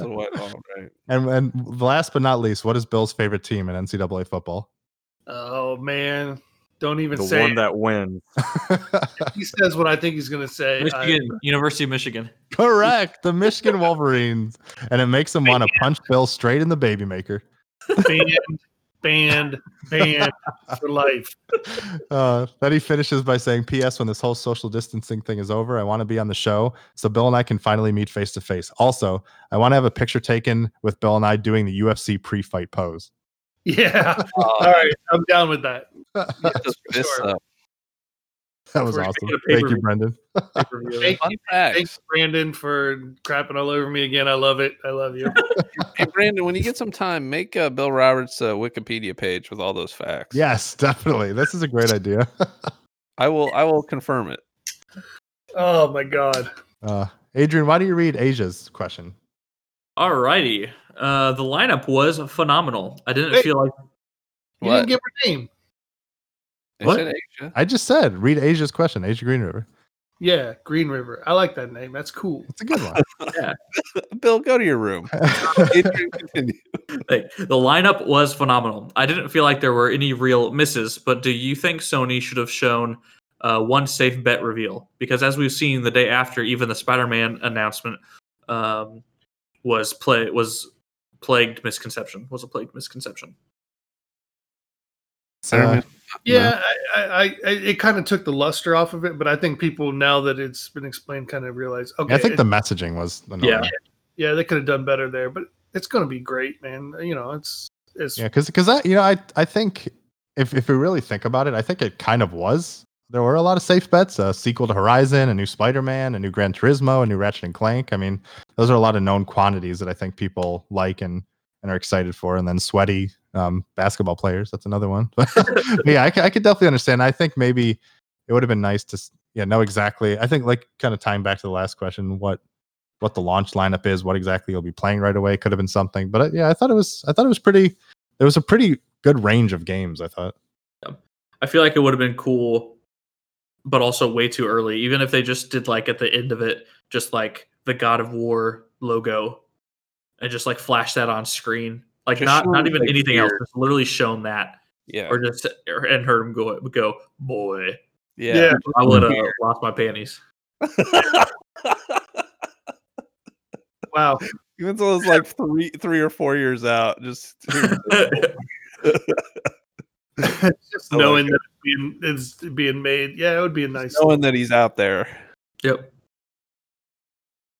Speaker 3: and whatnot, right?
Speaker 1: And and last but not least, what is Bill's favorite team in NCAA football?
Speaker 2: Oh man, don't even
Speaker 4: The
Speaker 2: say
Speaker 4: one
Speaker 2: it.
Speaker 4: that wins.
Speaker 2: he says what I think he's gonna say. I-
Speaker 7: Michigan, University of Michigan.
Speaker 1: Correct. The Michigan Wolverines. And it makes him want to punch Bill straight in the baby maker.
Speaker 2: banned, banned, banned for life.
Speaker 1: Uh, then he finishes by saying, P.S. When this whole social distancing thing is over, I want to be on the show so Bill and I can finally meet face to face. Also, I want to have a picture taken with Bill and I doing the UFC pre fight pose.
Speaker 2: Yeah.
Speaker 3: Uh,
Speaker 2: All right, I'm down with that.
Speaker 3: just
Speaker 2: for
Speaker 3: fist
Speaker 2: sure.
Speaker 3: up.
Speaker 1: That was
Speaker 5: We're
Speaker 1: awesome.
Speaker 5: taking a
Speaker 1: Thank you,
Speaker 5: pay-per-view.
Speaker 1: Brendan.
Speaker 5: pay-per-view.
Speaker 2: Thank
Speaker 3: Fun
Speaker 2: you,
Speaker 3: facts.
Speaker 2: thanks, Brandon, for crapping all over me again. I love it. I love you.
Speaker 3: Hey, Brandon, when you get some time, make uh, Bill Roberts' uh, Wikipedia page with all those facts.
Speaker 1: Yes, definitely. This is a great idea.
Speaker 3: I will. I will confirm it.
Speaker 2: Oh my god.
Speaker 1: Uh, Adrian, why do you read Asia's question?
Speaker 5: Alrighty. Uh, the lineup was phenomenal. I didn't
Speaker 2: Wait.
Speaker 5: feel like
Speaker 2: You
Speaker 3: What?
Speaker 2: didn't give her name.
Speaker 3: They
Speaker 5: What?
Speaker 3: said Asia.
Speaker 1: I just said read Asia's question. Asia Green River.
Speaker 2: Yeah, Green River. I like that name. That's cool.
Speaker 1: It's a good one. Uh,
Speaker 3: Bill, go to your room. Adrian, continue.
Speaker 5: like, the lineup was phenomenal. I didn't feel like there were any real misses. But do you think Sony should have shown uh, one safe bet reveal? Because as we've seen, the day after, even the Spider-Man announcement um, was play was plagued misconception. Was a plagued misconception.
Speaker 1: Uh,
Speaker 2: Yeah, I, I, I, I it kind of took the luster off of it, but I think people now that it's been explained kind of realize. Okay,
Speaker 1: I think
Speaker 2: it-
Speaker 1: the messaging was annoying.
Speaker 5: Yeah.
Speaker 2: yeah, they could have done better there, but it's going to be great, man. You know, it's it's
Speaker 1: Yeah, because because I you know I I think if if we really think about it, I think it kind of was. There were a lot of safe bets: a sequel to Horizon, a new Spider-Man, a new Gran Turismo, a new Ratchet and Clank. I mean, those are a lot of known quantities that I think people like and and are excited for. And then sweaty um, basketball players. That's another one. but yeah, I, c- I could definitely understand. I think maybe it would have been nice to s- yeah know exactly. I think like kind of tying back to the last question, what what the launch lineup is, what exactly you'll be playing right away could have been something. But uh, yeah, I thought it was I thought it was pretty there was a pretty good range of games. I thought.
Speaker 5: I feel like it would have been cool, but also way too early. Even if they just did like at the end of it, just like the God of War logo, and just like flash that on screen, like
Speaker 3: Just
Speaker 5: not
Speaker 3: show
Speaker 5: not
Speaker 3: it,
Speaker 5: even
Speaker 3: like,
Speaker 5: anything else,
Speaker 3: here.
Speaker 5: just literally shown that,
Speaker 3: Yeah.
Speaker 5: or just or, and heard him go go boy.
Speaker 3: yeah.
Speaker 2: yeah.
Speaker 5: I would have lost my panties.
Speaker 2: Wow,
Speaker 3: Even though it's like three, three or four years out, just
Speaker 2: just
Speaker 3: I like
Speaker 2: knowing that it's being, it's being made, yeah, it would be a nice.
Speaker 3: knowing that he's out there.
Speaker 5: yep.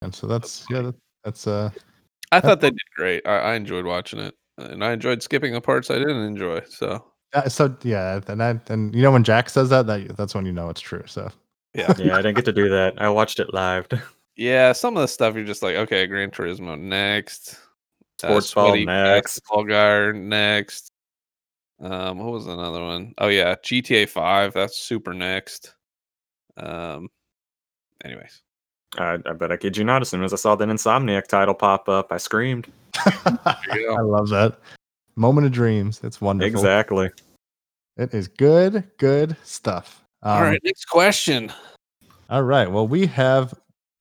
Speaker 1: And so that's yeah, that, that's uh
Speaker 3: I thought they did great. I, I enjoyed watching it, and I enjoyed skipping the parts I didn't enjoy. So
Speaker 1: uh, so yeah, and I, and you know when Jack says that, that that's when you know it's true. So
Speaker 4: yeah, I didn't get to do that. I watched it live.
Speaker 3: yeah, some of the stuff you're just like, okay, Gran Turismo next, Uh,
Speaker 4: Sports ball
Speaker 3: Sweaty
Speaker 4: next.
Speaker 3: basketball guy next. Um, what was another one? Oh yeah, GTA Five. That's super next. Um, anyways,
Speaker 4: I, I bet I kid you not. As soon as I saw that Insomniac title pop up, I screamed.
Speaker 1: I
Speaker 3: there you go.
Speaker 4: Um,
Speaker 1: love that moment of dreams. It's wonderful.
Speaker 4: Exactly.
Speaker 1: It is good, good stuff. Um,
Speaker 3: All right, next question.
Speaker 1: All right. Well, we have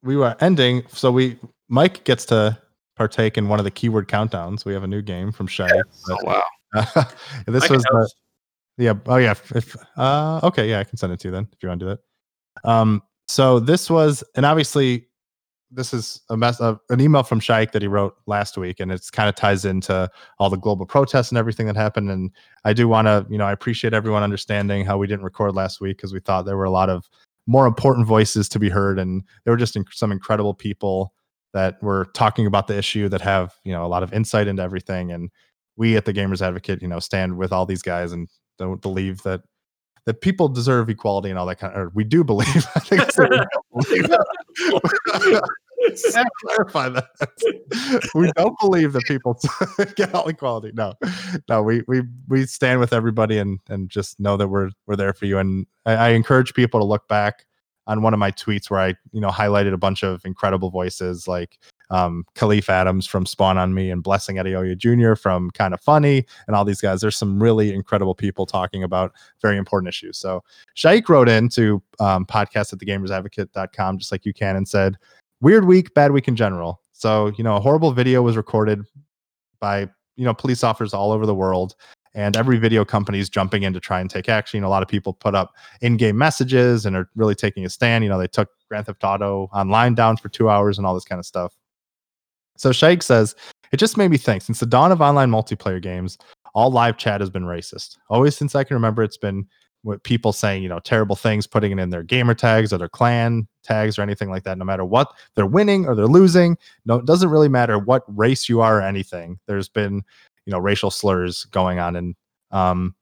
Speaker 1: we were ending, so we Mike gets to partake in one of the keyword countdowns. We have a new game from Shay.
Speaker 3: Oh, wow.
Speaker 5: I
Speaker 1: this
Speaker 5: can
Speaker 1: was the,
Speaker 5: host.
Speaker 1: Yeah. Oh yeah. If, if- uh, okay, yeah, I can send it to you then if you want to do that. Um, so this was, and obviously, this is a mess of an email from Shaik that he wrote last week, and it's kind of ties into all the global protests and everything that happened. And I do want to, you know, I appreciate everyone understanding how we didn't record last week because we thought there were a lot of more important voices to be heard, and there were just inc- some incredible people that were talking about the issue that have, you know, a lot of insight into everything. And we at the Gamers Advocate, you know, stand with all these guys and don't believe that that people deserve equality and all that kind of. Or we do believe. I think it's that we don't believe. Just clarify that. we don't believe that people get all equality. No, no, we we we stand with everybody and and just know that we're we're there for you. And I, I encourage people to look back on one of my tweets where I you know highlighted a bunch of incredible voices like um, Khalif Adams from Spawn on Me and Blessing Adeoye Jr. from Kind of Funny and all these guys. There's some really incredible people talking about very important issues. So Shaik wrote in to um, podcast at thegamersadvocate.com, just like you can, and said, Weird week, bad week in general. So, you know, a horrible video was recorded by, you know, police officers all over the world. And every video company is jumping in to try and take action. You know, a lot of people put up in-game messages and are really taking a stand. You know, they took Grand Theft Auto online down for two hours and all this kind of stuff. So Shaikh says, it just made me think since the dawn of online multiplayer games, all live chat has been racist. Always since I can remember, it's been what people saying, you know, terrible things, putting it in their gamer tags or their clan tags or anything like that. No matter what they're winning or they're losing, no, it doesn't really matter what race you are or anything. There's been, you know, racial slurs going on, and um,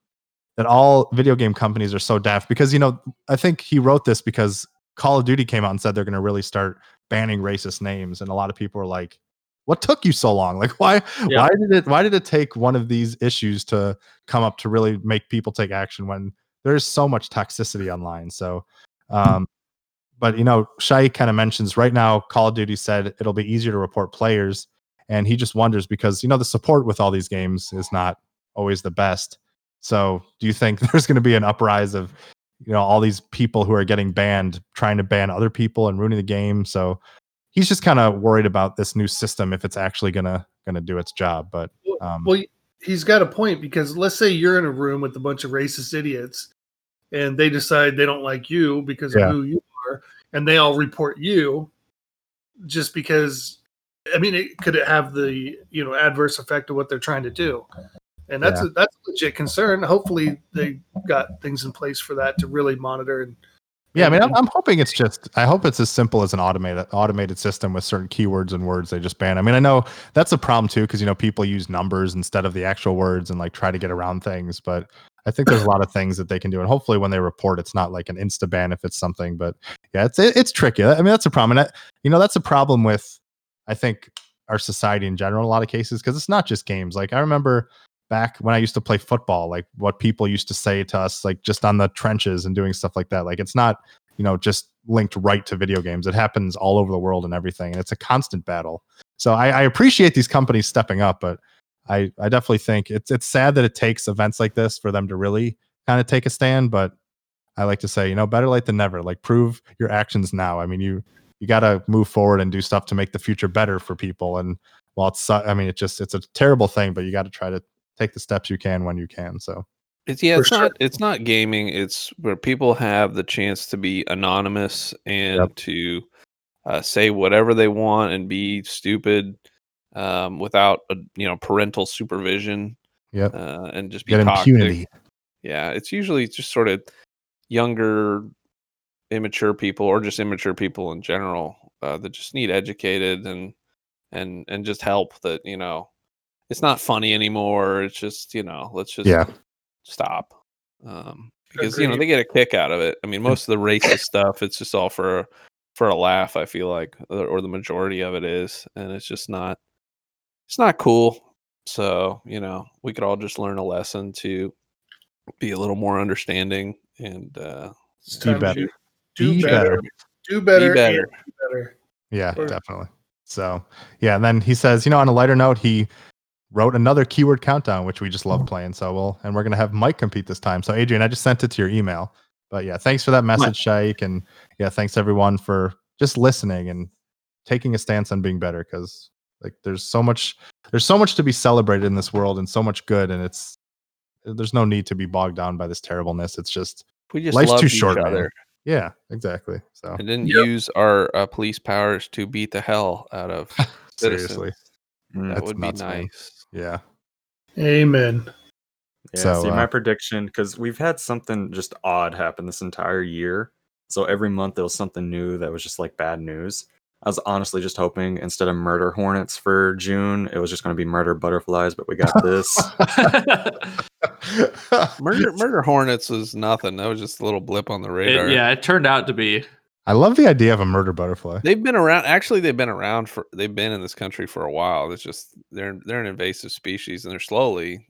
Speaker 1: that all video game companies are so daft because you know I think he wrote this because Call of Duty came out and said they're going to really start banning racist names, and a lot of people are like, "What took you so long? Like, why,
Speaker 5: Yeah.
Speaker 1: why did it, why did it take one of these issues to come up to really make people take action when there's so much toxicity online?" So, um, but you know, Shai kind of mentions right now, Call of Duty said it'll be easier to report players, and he just wonders because you know the support with all these games is not always the best. So, do you think there's going to be an uprise of you know all these people who are getting banned trying to ban other people and ruining the game so he's just kind of worried about this new system if it's actually gonna gonna do its job but um
Speaker 2: Well, he's got a point because let's say you're in a room with a bunch of racist idiots and they decide they don't like you because
Speaker 1: Yeah.
Speaker 2: of who you are and they all report you just because I mean it could it have the you know adverse effect of what they're trying to do. And that's a, that's a legit concern. Hopefully they got things in place for that to really monitor and
Speaker 1: yeah i mean I'm, I'm hoping it's just i hope it's as simple as an automated automated system with certain keywords and words they just ban i mean i know that's a problem too because you know people use numbers instead of the actual words and like try to get around things but i think there's a lot of things that they can do and hopefully when they report it's not like an insta ban if it's something but yeah it's it, it's tricky i mean that's a problem and I, you know that's a problem with i think our society in general in a lot of cases because it's not just games like i remember back when i used to play football like what people used to say to us like just on the trenches and doing stuff like that like it's not you know just linked right to video games it happens all over the world and everything and it's a constant battle so i, I appreciate these companies stepping up but I, I definitely think it's it's sad that it takes events like this for them to really kind of take a stand but i like to say you know better late than never like prove your actions now i mean you you got to move forward and do stuff to make the future better for people and while it's su- i mean it's just it's a terrible thing but you got to try to take the steps you can when you can so
Speaker 3: It's yeah,
Speaker 2: For
Speaker 3: it's
Speaker 2: sure.
Speaker 3: not it's not gaming. It's where people have the chance to be anonymous and
Speaker 1: Yep.
Speaker 3: to uh, say whatever they want and be stupid um, without a, you know parental supervision.
Speaker 1: Yep.
Speaker 3: uh, and just be
Speaker 1: get
Speaker 3: toxic.
Speaker 1: impunity
Speaker 3: Yeah, it's usually just sort of younger, immature people, or just immature people in general uh, that just need educated and and and just help. That you know, it's not funny anymore. It's just you know, let's just
Speaker 1: Yeah.
Speaker 3: stop um, because you know
Speaker 2: Agreed.
Speaker 3: they get a kick out of it. I mean, most of the racist stuff, it's just all for for a laugh. I feel like, or or the majority of it is, and it's just not it's not cool. So you know, we could all just learn a lesson to be a little more understanding and uh,
Speaker 2: it's
Speaker 1: Be
Speaker 2: time to
Speaker 1: better.
Speaker 2: Do,
Speaker 1: Be
Speaker 2: do better,
Speaker 1: better.
Speaker 2: Do better.
Speaker 3: be
Speaker 2: and
Speaker 3: better.
Speaker 2: do better.
Speaker 1: Yeah,
Speaker 2: Sure.
Speaker 1: definitely. So, yeah, and then he says, you know, on a lighter note, he wrote another keyword countdown, which we just love playing. So we'll and we're gonna have Mike compete this time. So Adrian, I just sent it to your email. But yeah, thanks for that message, Shaik, and yeah, thanks everyone for just listening and taking a stance on being better because like there's so much there's so much to be celebrated in this world and so much good and it's there's no need to be bogged down by this terribleness. It's just
Speaker 3: We just
Speaker 1: Life's
Speaker 3: love
Speaker 1: too
Speaker 3: each
Speaker 1: short, man.
Speaker 3: other
Speaker 1: yeah, exactly. So
Speaker 3: and didn't
Speaker 2: Yep.
Speaker 3: use our uh, police powers to beat the hell out of. citizens.
Speaker 1: seriously,
Speaker 4: Mm,
Speaker 3: that
Speaker 1: That's
Speaker 3: would
Speaker 1: nuts,
Speaker 3: be
Speaker 1: man.
Speaker 3: nice.
Speaker 1: yeah,
Speaker 2: Amen.
Speaker 4: Yeah,
Speaker 1: So,
Speaker 4: see
Speaker 1: uh,
Speaker 4: my prediction because we've had something just odd happen this entire year. So every month there was something new that was just like bad news. I was honestly just hoping instead of murder hornets for June, it was just going to be murder butterflies, but we got this.
Speaker 3: Murder, murder hornets was nothing. That was just a little blip on the radar.
Speaker 7: It, yeah, it turned out to be.
Speaker 1: I love the idea of a murder butterfly.
Speaker 3: they've been around. Actually, they've been around for. They've been in this country for a while. It's just they're they're an invasive species and they're slowly,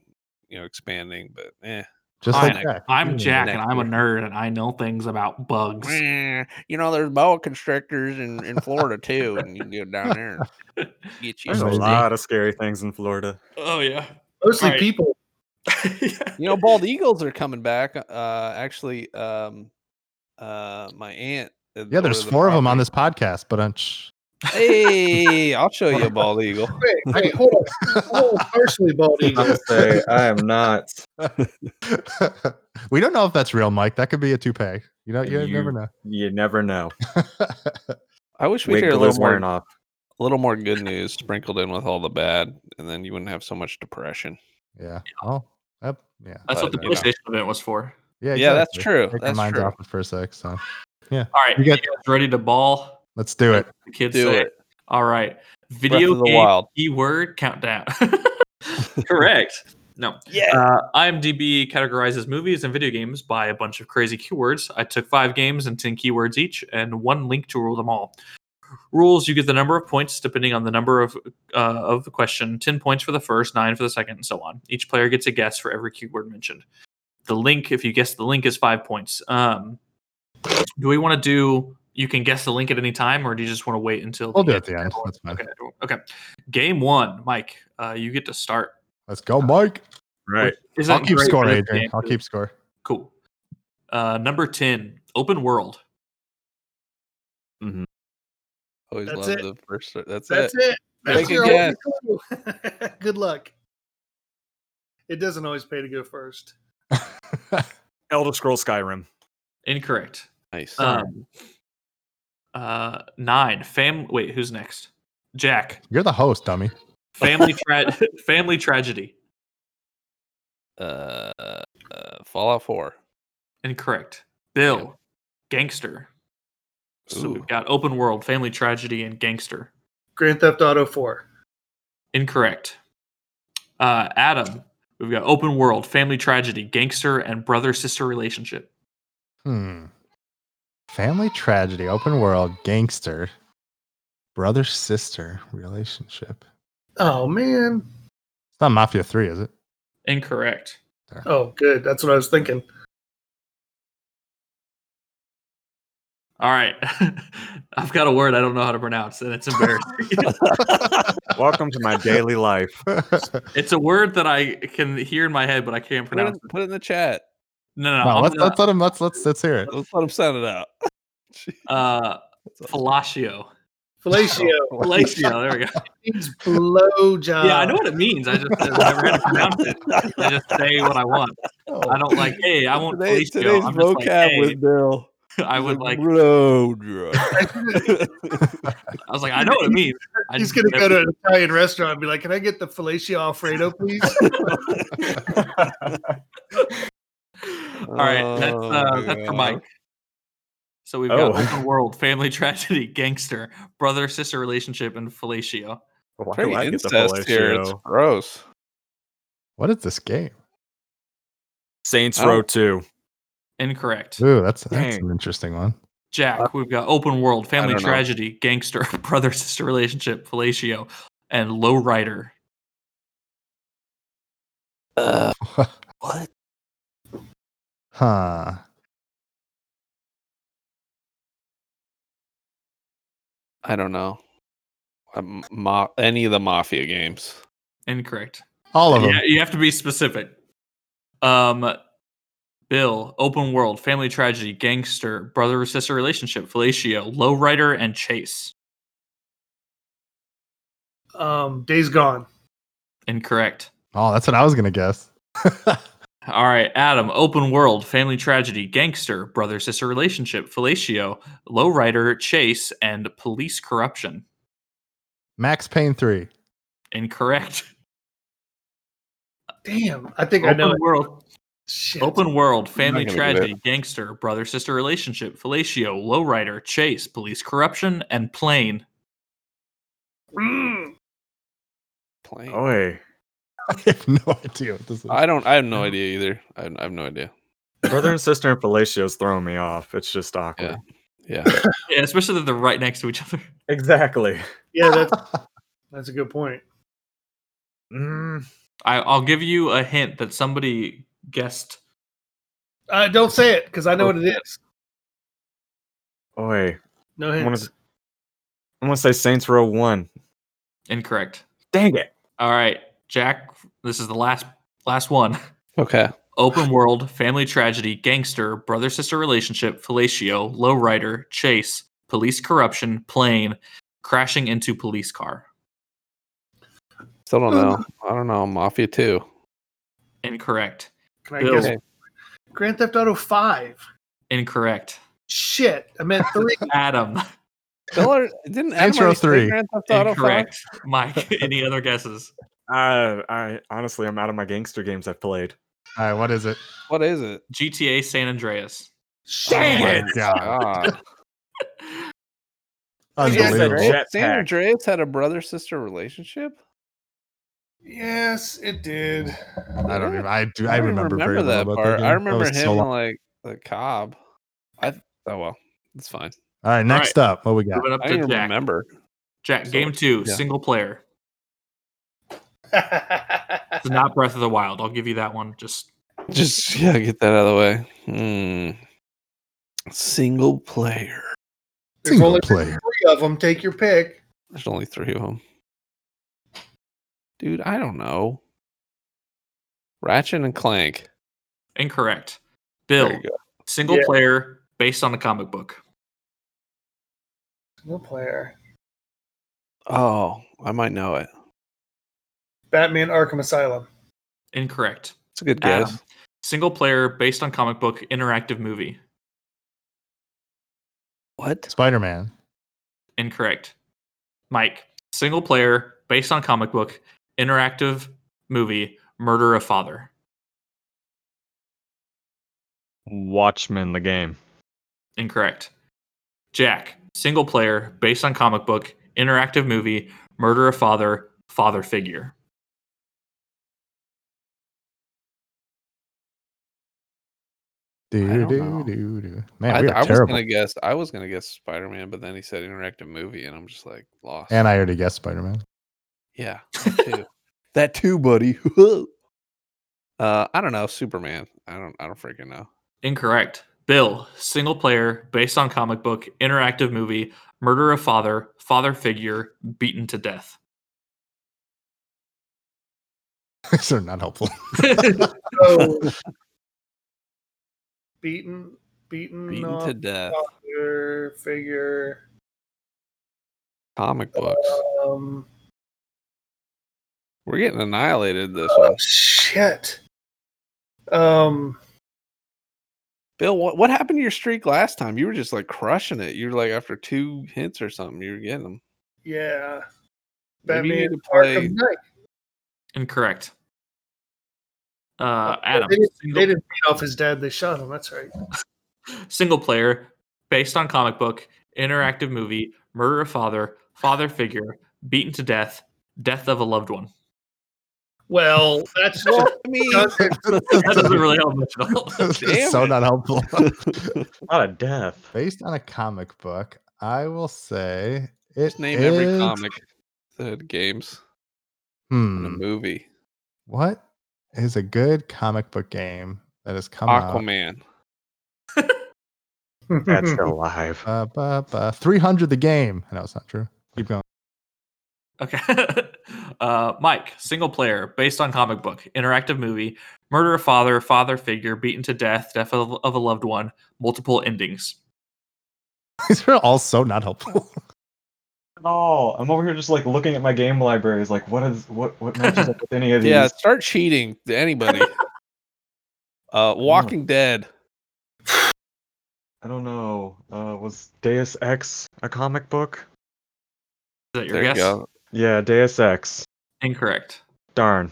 Speaker 3: you know, expanding. But eh.
Speaker 1: Just
Speaker 7: I
Speaker 1: like
Speaker 7: know.
Speaker 1: Jack.
Speaker 7: I'm
Speaker 1: Mm.
Speaker 7: Jack and I'm a nerd and I know things about bugs.
Speaker 3: Meh. you know, there's boa constrictors in in Florida too, and you can go down there and get you.
Speaker 4: There's a
Speaker 3: some-
Speaker 4: lot of scary things in Florida.
Speaker 7: Oh yeah.
Speaker 2: Mostly
Speaker 7: Alright.
Speaker 2: people.
Speaker 3: You know, bald eagles are coming back. Uh, actually, um, uh, my aunt. uh,
Speaker 1: Yeah, there's
Speaker 3: over the
Speaker 1: four of them on
Speaker 3: property-
Speaker 1: this podcast, but I'm sh-
Speaker 3: Hey, I'll show you a bald eagle.
Speaker 2: Wait, wait, hold on. Oh, partially bald eagle.
Speaker 4: say I am not.
Speaker 1: we don't know if that's real, Mike. That could be a toupee. You know, you,
Speaker 4: You-
Speaker 1: never know.
Speaker 4: You never know.
Speaker 3: I wish we
Speaker 4: Wig
Speaker 3: could a
Speaker 4: gloves
Speaker 3: little more
Speaker 4: wearing off.
Speaker 3: a little more good news sprinkled in with all the bad, and then you wouldn't have so much depression.
Speaker 1: yeah. Oh, that, yeah.
Speaker 7: That's what the
Speaker 3: But, you know.
Speaker 7: PlayStation event was for.
Speaker 1: Yeah,
Speaker 3: yeah, that's
Speaker 1: exactly.
Speaker 3: true,
Speaker 1: Take your
Speaker 3: that's
Speaker 1: mind
Speaker 3: true.
Speaker 1: off it for a sec. So
Speaker 7: All right, you
Speaker 1: You got-
Speaker 7: guys ready to ball?
Speaker 1: let's do it.
Speaker 7: The kids
Speaker 3: Do
Speaker 7: say.
Speaker 3: it.
Speaker 7: All right.
Speaker 3: Breath
Speaker 7: Video
Speaker 3: of the
Speaker 7: game
Speaker 3: Wild.
Speaker 7: keyword countdown. Correct.
Speaker 5: No.
Speaker 3: Yeah.
Speaker 5: Uh, IMDb categorizes movies and video games by a bunch of crazy keywords. I took five games and 10 keywords each, and one link to rule them all. Rules you get the number of points depending on the number of uh, of the question 10 points for the first, 9 for the second, and so on. Each player gets a guess for every keyword mentioned. The link, if you guess the link, is five points. Um, do we want to do you can guess the link at any time, or do you just want to wait until
Speaker 1: We'll do it
Speaker 5: end?
Speaker 1: at the end. That's fine.
Speaker 5: Okay. Okay. Game one, Mike, uh, you get to start.
Speaker 1: Let's go, Mike.
Speaker 4: Right.
Speaker 5: Isn't
Speaker 1: I'll keep
Speaker 5: great
Speaker 1: score,
Speaker 5: for this
Speaker 1: Adrian.
Speaker 5: game,
Speaker 1: I'll
Speaker 5: but
Speaker 1: keep score.
Speaker 5: cool. Uh, number ten, open world.
Speaker 3: Always
Speaker 2: That's
Speaker 3: love
Speaker 2: it.
Speaker 3: the first. That's,
Speaker 2: That's
Speaker 3: it.
Speaker 2: it. That's
Speaker 3: Take a
Speaker 2: your only clue. Good luck. It doesn't always pay to go first.
Speaker 4: Elder Scrolls Skyrim.
Speaker 5: Incorrect.
Speaker 3: Nice.
Speaker 5: Um, uh, nine, fam. Wait, who's next? Jack.
Speaker 1: You're the host, dummy.
Speaker 5: Family tra- family tragedy.
Speaker 3: uh, uh, Fallout Four.
Speaker 5: Incorrect. Bill. Gangster. So
Speaker 3: Ooh.
Speaker 5: we've got open world, family tragedy, and gangster.
Speaker 2: Grand Theft Auto 4.
Speaker 5: Incorrect. Uh, Adam. We've got open world, family tragedy, gangster, and brother sister relationship.
Speaker 1: Hmm. Family tragedy, open world, gangster, brother sister relationship.
Speaker 2: Oh man.
Speaker 1: It's not Mafia 3, is it?
Speaker 5: Incorrect.
Speaker 2: Oh good. That's what I was thinking.
Speaker 5: All right. I've got a word I don't know how to pronounce, and it's embarrassing.
Speaker 4: Welcome to my daily life.
Speaker 5: it's a word that I can hear in my head, but I can't
Speaker 3: Put it, in,
Speaker 5: pronounce it.
Speaker 3: put it in the chat.
Speaker 5: No, no, no.
Speaker 1: no,
Speaker 5: I'm
Speaker 1: let's,
Speaker 5: gonna-
Speaker 1: let's let him. Let's let's let's hear it.
Speaker 3: Let's let him sound it out. Jeez,
Speaker 5: uh,
Speaker 3: that's awesome.
Speaker 5: fellatio.
Speaker 2: Fellatio
Speaker 5: Fellatio. There we go.
Speaker 2: means blowjob.
Speaker 5: Yeah, I know what it means. I just I've never had to pronounce it. I just say what I want. I don't like, hey, Oh, I want
Speaker 3: Today,
Speaker 5: fellatio.
Speaker 3: today's
Speaker 5: I'm just
Speaker 3: vocab
Speaker 5: like, hey,
Speaker 3: with Bill.
Speaker 5: I
Speaker 3: is
Speaker 5: would like,
Speaker 3: road drug.
Speaker 5: I was like, I know what it means. I
Speaker 2: He's
Speaker 5: just
Speaker 2: gonna go
Speaker 5: never-
Speaker 2: to an Italian restaurant and be like, Can I get the fellatio Alfredo, please?
Speaker 5: All right, that's
Speaker 3: Oh,
Speaker 5: uh, that's for
Speaker 3: God.
Speaker 5: Mike. So we've
Speaker 4: Oh.
Speaker 5: got open world, family tragedy, gangster, brother sister relationship, and fellatio.
Speaker 4: Why do
Speaker 3: Pretty
Speaker 4: I get the
Speaker 3: incest here. It's
Speaker 4: fellatio?
Speaker 3: gross.
Speaker 1: What is this game?
Speaker 4: Saints
Speaker 3: I
Speaker 4: Row
Speaker 3: don't-
Speaker 4: 2.
Speaker 5: Incorrect.
Speaker 1: Ooh, that's that's
Speaker 4: Dang.
Speaker 1: an interesting one.
Speaker 5: Jack, we've got open world, family
Speaker 3: Uh, don't know.
Speaker 5: tragedy, gangster, brother sister relationship, fellatio, and lowrider.
Speaker 3: Uh, what?
Speaker 1: huh.
Speaker 3: I don't know. Um, ma- any of the mafia games.
Speaker 5: Incorrect.
Speaker 1: All of them.
Speaker 5: Yeah, you have to be specific. Um, Bill, open world, family tragedy, gangster, brother sister relationship, fellatio, lowrider, and chase.
Speaker 2: um, Days Gone.
Speaker 5: Incorrect.
Speaker 1: Oh, that's what I was gonna guess.
Speaker 5: All right, Adam, open world, family tragedy, gangster, brother sister relationship, fellatio, lowrider, chase, and police corruption.
Speaker 1: Max Payne 3.
Speaker 5: Incorrect.
Speaker 2: Damn. I think I
Speaker 5: Open
Speaker 2: know it.
Speaker 5: world,
Speaker 2: Shit.
Speaker 5: open world, family
Speaker 3: not gonna get
Speaker 5: tragedy, gangster, brother sister relationship, fellatio, lowrider, chase, police corruption, and plane.
Speaker 2: Mm.
Speaker 3: Playing.
Speaker 5: Oh,
Speaker 4: Oi.
Speaker 1: I have no idea what this is.
Speaker 3: I don't. I have no idea either. I, I have no idea.
Speaker 4: Brother and sister and fellatio's throwing me off. It's just awkward.
Speaker 3: Yeah. Yeah.
Speaker 5: Yeah, especially that they're right next to each other.
Speaker 4: Exactly.
Speaker 2: Yeah, that's that's a good point.
Speaker 4: Mm,
Speaker 5: I, I'll give you a hint that somebody guessed.
Speaker 2: Uh, don't say it because I know what it is.
Speaker 4: oi.
Speaker 2: No
Speaker 4: I'm gonna,
Speaker 2: hints.
Speaker 4: s- I'm gonna say Saints Row 1.
Speaker 5: Incorrect.
Speaker 4: Dang it.
Speaker 5: All right, Jack, this is the last last one.
Speaker 3: Okay.
Speaker 5: Open world, family tragedy, gangster, brother sister relationship, fellatio, lowrider, chase, police corruption, plane, crashing into police car.
Speaker 3: Still don't know. I don't know. Mafia two.
Speaker 5: Incorrect.
Speaker 2: Can I
Speaker 5: Bill.
Speaker 2: guess?
Speaker 3: Okay.
Speaker 2: Grand Theft Auto 5.
Speaker 5: Incorrect.
Speaker 2: Shit. I meant three.
Speaker 3: Oh,
Speaker 5: Adam.
Speaker 3: Bill, didn't Adam
Speaker 1: Saints Row
Speaker 3: already say
Speaker 1: three.
Speaker 3: Grand Theft Auto
Speaker 5: Incorrect. Mike, any other guesses?
Speaker 4: I, I honestly, I'm out of my gangster games I've played.
Speaker 1: All right, what is it?
Speaker 3: 5? What is it? Oh
Speaker 5: GTA San Andreas.
Speaker 2: Shit.
Speaker 1: my God.
Speaker 3: God.
Speaker 4: You guys had
Speaker 1: Unbelievable.
Speaker 4: Jetpack.
Speaker 3: San Andreas had a brother sister relationship.
Speaker 2: Yes, it did.
Speaker 1: I don't
Speaker 3: Yeah.
Speaker 1: even. I do. I, remember, very
Speaker 3: remember that
Speaker 1: well about
Speaker 3: part.
Speaker 1: game.
Speaker 3: I
Speaker 1: That
Speaker 3: remember
Speaker 1: was
Speaker 3: him
Speaker 1: so long.
Speaker 3: like the cob. I th- oh well, it's fine.
Speaker 1: All right, next up, what we got?
Speaker 5: Moving up
Speaker 3: I
Speaker 5: to
Speaker 3: didn't
Speaker 5: Jack.
Speaker 3: remember.
Speaker 5: Jack, game two,
Speaker 3: yeah.
Speaker 5: single player. It's
Speaker 2: I
Speaker 5: not Breath of the Wild. I'll give you that one. Just
Speaker 3: Just yeah, get that out of the way. Hmm. Single player.
Speaker 2: There's
Speaker 1: Single
Speaker 2: only
Speaker 1: player.
Speaker 2: three of them. Take your pick.
Speaker 3: There's only three of them. Dude, I don't know. Ratchet and Clank.
Speaker 5: incorrect.
Speaker 3: There
Speaker 5: Bill,
Speaker 3: you go.
Speaker 5: single
Speaker 2: Yeah.
Speaker 5: player based on a comic book.
Speaker 2: Single player.
Speaker 3: Oh, I might know it.
Speaker 2: Batman Arkham Asylum.
Speaker 5: Incorrect.
Speaker 3: It's a good
Speaker 5: Adam.
Speaker 3: guess.
Speaker 5: Single player based on comic book interactive movie.
Speaker 3: What?
Speaker 1: Spider Man.
Speaker 5: Incorrect. Mike, single player based on comic book interactive movie Murder of Father.
Speaker 4: Watchmen, the game.
Speaker 5: Incorrect. Jack, single player based on comic book interactive movie Murder of Father Father Figure.
Speaker 1: Do,
Speaker 3: don't
Speaker 1: do,
Speaker 3: know.
Speaker 1: do, do.
Speaker 3: I,
Speaker 1: Man, we
Speaker 3: I
Speaker 1: are
Speaker 3: was
Speaker 1: terrible.
Speaker 3: gonna guess. I was gonna guess Spider Man, but then he said interactive movie, and I'm just like lost.
Speaker 1: And I already guessed Spider Man.
Speaker 3: yeah, that too. that too, buddy. uh, I don't know. Superman. I don't. I don't freaking know.
Speaker 5: Incorrect. Bill, single player based on comic book interactive movie Murder of Father Father Figure Beaten to Death.
Speaker 1: These are not helpful.
Speaker 2: So, beaten, beaten,
Speaker 3: Beaten
Speaker 2: off
Speaker 3: to death.
Speaker 2: your figure.
Speaker 3: Comic books.
Speaker 2: Um,
Speaker 3: We're getting annihilated this
Speaker 2: oh,
Speaker 3: one.
Speaker 2: shit. Um,
Speaker 3: Bill, what, what happened to your streak last time? You were just like crushing it. You were like after two hints or something, you were getting them.
Speaker 2: yeah.
Speaker 3: Maybe
Speaker 2: Batman
Speaker 3: you need to
Speaker 2: Arkham
Speaker 3: play.
Speaker 2: Knight.
Speaker 5: Incorrect. Uh, Adam,
Speaker 2: They didn't, they
Speaker 5: single,
Speaker 2: didn't beat off his dad. They shot him. That's right.
Speaker 5: single player based on comic book interactive movie Murder of Father Father Figure Beaten to Death Death of a Loved One.
Speaker 2: Well, that's just
Speaker 3: I mean,
Speaker 5: That doesn't really help much at all.
Speaker 1: It's so
Speaker 3: it.
Speaker 1: not helpful.
Speaker 4: Not a death.
Speaker 1: Based on a comic book, I will say it
Speaker 3: just name every
Speaker 1: is-
Speaker 3: comic that had games and a
Speaker 1: Hmm,
Speaker 3: movie.
Speaker 1: what is a good comic book game that has come out?
Speaker 3: Aquaman.
Speaker 4: That's alive.
Speaker 1: Uh, ba, ba, 300 the game. No, it's not true. Keep going.
Speaker 5: Okay. uh, Mike, single player, based on comic book, interactive movie, murder of father, father figure, beaten to death, death of, of a loved one, multiple endings.
Speaker 1: These are all so not helpful.
Speaker 4: all. I'm over here just like looking at my game library. Is like, what is what what matches up with any of these?
Speaker 3: Yeah, start cheating to anybody. uh
Speaker 1: Hmm.
Speaker 3: Walking Dead.
Speaker 4: I don't know. Uh, was Deus Ex a comic book?
Speaker 5: Is that your
Speaker 3: There you
Speaker 5: guess?
Speaker 3: go.
Speaker 4: Yeah, Deus Ex.
Speaker 5: Incorrect.
Speaker 4: Darn.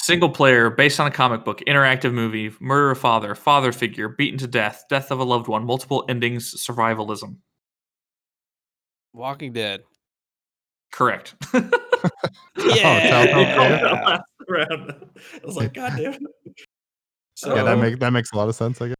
Speaker 5: Single player, based on a comic book, interactive movie, murder of father, father figure, beaten to death, death of a loved one, multiple endings, survivalism.
Speaker 3: Walking Dead.
Speaker 5: Correct.
Speaker 1: Oh, Yeah.
Speaker 5: Round. I was like, God damn. it." So
Speaker 1: yeah, that makes that makes a lot of sense. I guess.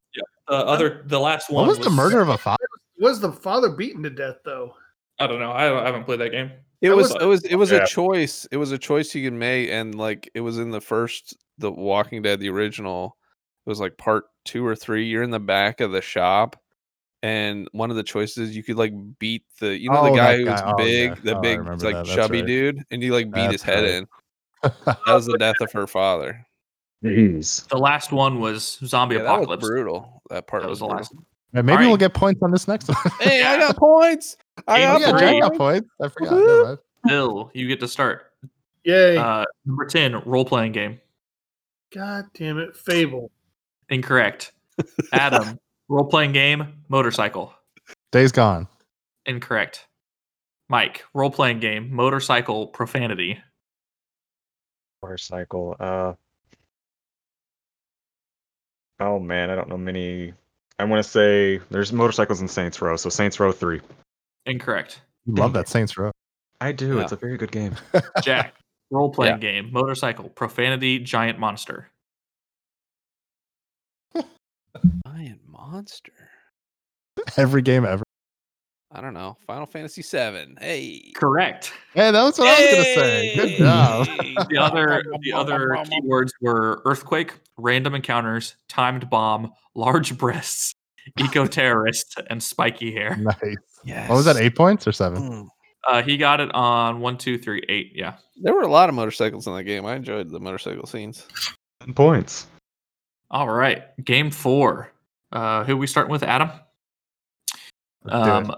Speaker 5: the other, the last one
Speaker 1: What was the murder of a father?
Speaker 2: was the father beaten to death though?
Speaker 5: I don't know. I, I haven't played that game.
Speaker 3: It
Speaker 2: That
Speaker 3: was,
Speaker 2: was-
Speaker 3: it was it was
Speaker 4: Yeah.
Speaker 3: a choice. It was a choice you could make, and like it was in the first the Walking Dead, the original. It was like part two or three. You're in the back of the shop, and one of the choices you could like beat the you know
Speaker 1: Oh,
Speaker 3: the
Speaker 1: that
Speaker 3: guy who was
Speaker 1: guy. Oh,
Speaker 3: big,
Speaker 1: yeah.
Speaker 3: the
Speaker 1: Oh, I
Speaker 3: big
Speaker 1: remember
Speaker 3: like
Speaker 1: that. That's
Speaker 3: chubby
Speaker 1: right.
Speaker 3: dude, and you like beat his
Speaker 1: That's
Speaker 3: head
Speaker 1: right.
Speaker 3: in. That was the death of her father.
Speaker 4: Jeez.
Speaker 5: The last one was zombie
Speaker 3: Yeah, that was
Speaker 5: apocalypse.
Speaker 3: brutal. That part
Speaker 5: That
Speaker 3: was,
Speaker 5: was the
Speaker 3: brutal.
Speaker 5: last. one.
Speaker 1: Yeah, maybe
Speaker 5: Alright.
Speaker 1: we'll get points on this next one.
Speaker 3: Hey, I
Speaker 5: Yeah.
Speaker 3: got points. I
Speaker 5: Game
Speaker 1: Oh,
Speaker 3: got
Speaker 1: yeah,
Speaker 5: three.
Speaker 1: Jack
Speaker 3: points.
Speaker 1: got points. I forgot.
Speaker 3: Woohoo.
Speaker 1: never mind.
Speaker 5: Bill, you get to start.
Speaker 2: Yay!
Speaker 5: Uh, number ten, role playing game.
Speaker 2: God damn it, Fable.
Speaker 5: Incorrect. Adam, role playing game, motorcycle.
Speaker 1: Days gone.
Speaker 5: Incorrect. Mike, role playing game, motorcycle, profanity.
Speaker 4: Motorcycle. Uh. Oh man, I don't know many. I want to say there's motorcycles in Saints Row, so Saints Row Three.
Speaker 5: Incorrect.
Speaker 1: You love that Saints Row.
Speaker 4: I do.
Speaker 3: Yeah.
Speaker 4: It's a very good game.
Speaker 5: Jack, Role playing game, motorcycle, profanity, giant monster.
Speaker 3: Giant monster.
Speaker 1: Every game ever.
Speaker 3: I don't know. Final Fantasy VII. Hey.
Speaker 5: Correct.
Speaker 1: Hey, that's what I was gonna say. Good job.
Speaker 3: Hey.
Speaker 5: The other the other keywords were earthquake, random encounters, timed bomb, large breasts, eco terrorist, and spiky hair.
Speaker 1: Nice.
Speaker 3: Yes.
Speaker 1: What was that? Eight points or seven?
Speaker 3: Mm.
Speaker 5: Uh, he got it on one, two, three, eight. Yeah.
Speaker 3: There were a lot of motorcycles in that game. I enjoyed the motorcycle scenes.
Speaker 4: Ten points.
Speaker 5: All right. Game four. Uh, who we starting with? Adam.
Speaker 1: Let's do it.
Speaker 5: Um,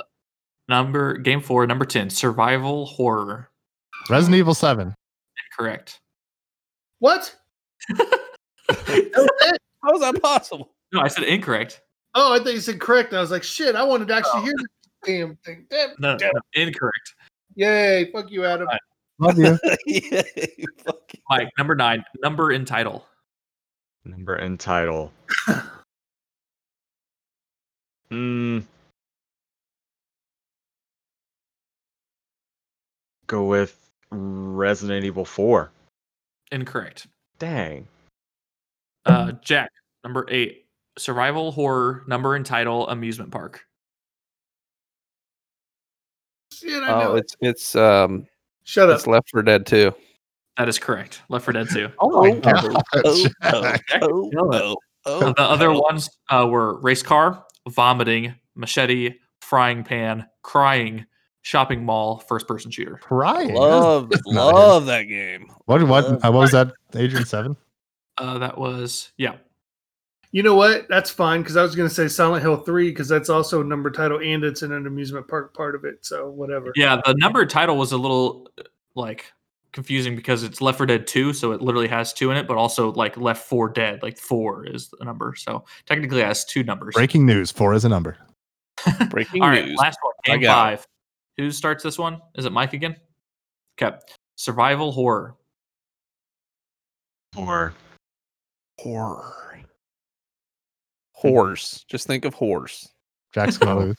Speaker 5: number game four, number ten, survival horror.
Speaker 1: Resident Evil Seven.
Speaker 5: Correct.
Speaker 2: What? That was it?
Speaker 3: How is that possible?
Speaker 5: No, I said incorrect.
Speaker 2: Oh, I thought you said correct. I was like, shit, I wanted to actually hear this damn thing. Damn.
Speaker 5: No, no, incorrect.
Speaker 2: Yay. Fuck you, Adam.
Speaker 1: Love you.
Speaker 3: yeah, you fucking-
Speaker 5: Mike, number nine, number and title.
Speaker 4: Number and title. Hmm. Go with Resident Evil 4.
Speaker 5: Incorrect.
Speaker 4: Dang.
Speaker 5: Uh, Jack, number eight, survival horror, number and title, amusement park.
Speaker 2: Shit, I know.
Speaker 3: Oh, it's it's um
Speaker 2: Shut up.
Speaker 3: it's Left for Dead too.
Speaker 5: That is correct. Left 4 Dead 2.
Speaker 1: Oh my God, Jack.
Speaker 3: oh,
Speaker 5: Nailed it.
Speaker 3: oh,
Speaker 5: The
Speaker 3: oh,
Speaker 5: other
Speaker 3: oh.
Speaker 5: ones uh, were race car, vomiting, machete, frying pan, crying, shopping mall, first person shooter.
Speaker 1: Crying.
Speaker 3: Love
Speaker 1: That's not it.
Speaker 3: love that game.
Speaker 1: What? What? uh, what was that? Adrian Seven.
Speaker 5: Uh, that was, yeah.
Speaker 2: You know what? That's fine because I was going to say Silent Hill 3 because that's also a number title and it's in an amusement park part of it. So whatever.
Speaker 5: Yeah, the number title was a little uh, like confusing because it's Left 4 Dead 2, so it literally has two in it, but also like Left 4 Dead, like four is the number. So technically it has two numbers.
Speaker 1: Breaking news. Four is a number.
Speaker 3: Breaking
Speaker 5: All right,
Speaker 3: news.
Speaker 5: last one,
Speaker 3: I
Speaker 5: game
Speaker 3: got it.
Speaker 5: five. Who starts this one? Is it Mike again? Okay. Survival horror.
Speaker 4: Or
Speaker 3: Horror. Horse. Just think of horse.
Speaker 1: Jack's gonna lose.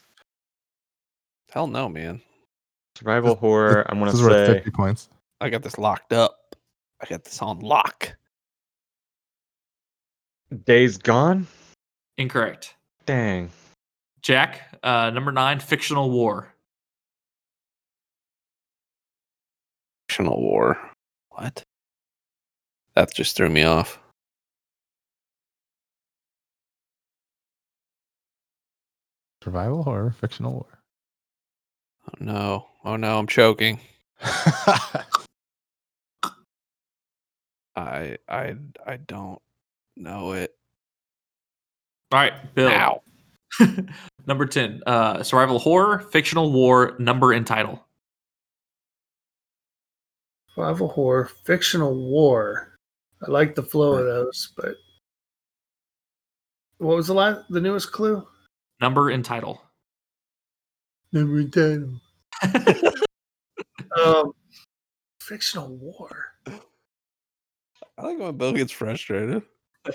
Speaker 3: Hell no, man.
Speaker 4: survival horror. I'm going
Speaker 1: This
Speaker 4: to
Speaker 1: is worth
Speaker 4: say.
Speaker 1: fifty points.
Speaker 3: I got this locked up. I got this on lock.
Speaker 4: Days Gone?
Speaker 5: Incorrect.
Speaker 4: Dang.
Speaker 5: Jack, uh, number nine, fictional war.
Speaker 3: Fictional war. What? That just threw me off.
Speaker 1: Survival horror, fictional war.
Speaker 3: Oh no. Oh no, I'm choking. I I I don't know it.
Speaker 5: All right, Bill.
Speaker 3: Ow.
Speaker 5: number 10, uh, survival horror, fictional war, number and title.
Speaker 2: Survival horror, fictional war. I like the flow of those, but what was the last, the newest clue?
Speaker 5: Number and title.
Speaker 2: Number title. Um, fictional war.
Speaker 3: I like when Bill gets frustrated.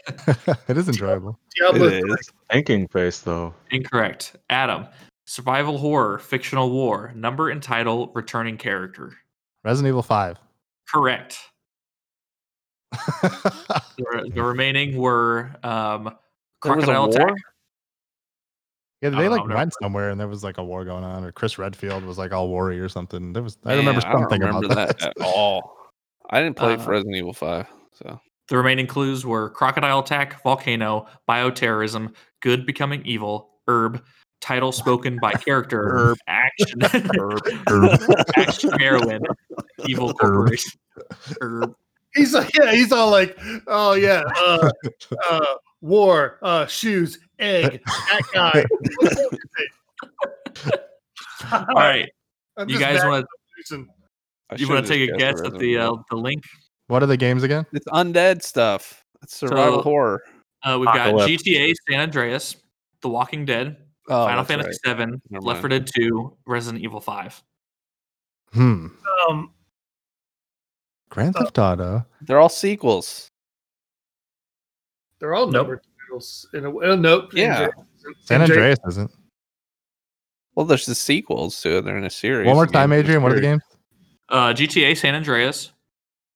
Speaker 1: it is enjoyable.
Speaker 2: Diablo.
Speaker 3: It is.
Speaker 4: Thinking face, though.
Speaker 5: Incorrect. Adam, survival horror, fictional war, number and title, returning character.
Speaker 1: Resident Evil Five.
Speaker 5: Correct. The, re- the remaining were um,
Speaker 3: There was a
Speaker 5: crocodile attack.
Speaker 3: war?
Speaker 1: yeah,
Speaker 5: I
Speaker 1: they
Speaker 3: Oh,
Speaker 5: don't
Speaker 1: like
Speaker 5: know,
Speaker 1: went somewhere and there was like a war going on, or Chris Redfield was like all worry or something. There was I remember
Speaker 3: Man, I don't
Speaker 1: something
Speaker 3: remember
Speaker 1: about that.
Speaker 3: at all. I didn't play
Speaker 5: Uh,
Speaker 3: for Resident Evil Five, so
Speaker 5: The remaining clues were crocodile attack, volcano, bioterrorism, good becoming evil, herb, title spoken by character,
Speaker 1: Herb.
Speaker 5: action, action heroin, evil
Speaker 1: Herb.
Speaker 5: corporation, herb.
Speaker 2: He's like, yeah, he's all like, oh yeah, uh, uh, war, uh, shoes, egg, that guy.
Speaker 5: All right,
Speaker 2: I'm
Speaker 5: you
Speaker 2: just
Speaker 5: guys
Speaker 2: mad
Speaker 5: want
Speaker 2: losing.
Speaker 3: I
Speaker 5: to you
Speaker 3: should've
Speaker 5: want to
Speaker 3: just
Speaker 5: take
Speaker 3: guessed
Speaker 5: a guess at
Speaker 3: Resident
Speaker 5: the uh,
Speaker 3: Evil.
Speaker 5: the link?
Speaker 1: What are the games again?
Speaker 3: It's undead stuff. It's survival
Speaker 5: So-
Speaker 3: horror.
Speaker 5: Uh, we've got
Speaker 4: Apocalypse.
Speaker 5: GTA San Andreas, The Walking Dead,
Speaker 3: Oh,
Speaker 5: Final
Speaker 3: that's
Speaker 5: Fantasy
Speaker 3: right.
Speaker 5: Seven,
Speaker 3: Never
Speaker 5: Left 4 Dead 2, Resident Evil 5.
Speaker 1: Hmm.
Speaker 2: Um,
Speaker 1: Grand Theft Auto.
Speaker 3: They're all sequels.
Speaker 2: they're all
Speaker 5: Nope.
Speaker 2: numbered titles. In a, oh, nope.
Speaker 3: Yeah.
Speaker 1: San
Speaker 2: NJ
Speaker 1: Andreas isn't.
Speaker 3: Well, there's the sequels to it. They're in a series.
Speaker 1: One more
Speaker 3: The
Speaker 1: time,
Speaker 3: game's in a
Speaker 1: Adrian. What are the
Speaker 3: series.
Speaker 1: games?
Speaker 5: Uh, GTA San Andreas,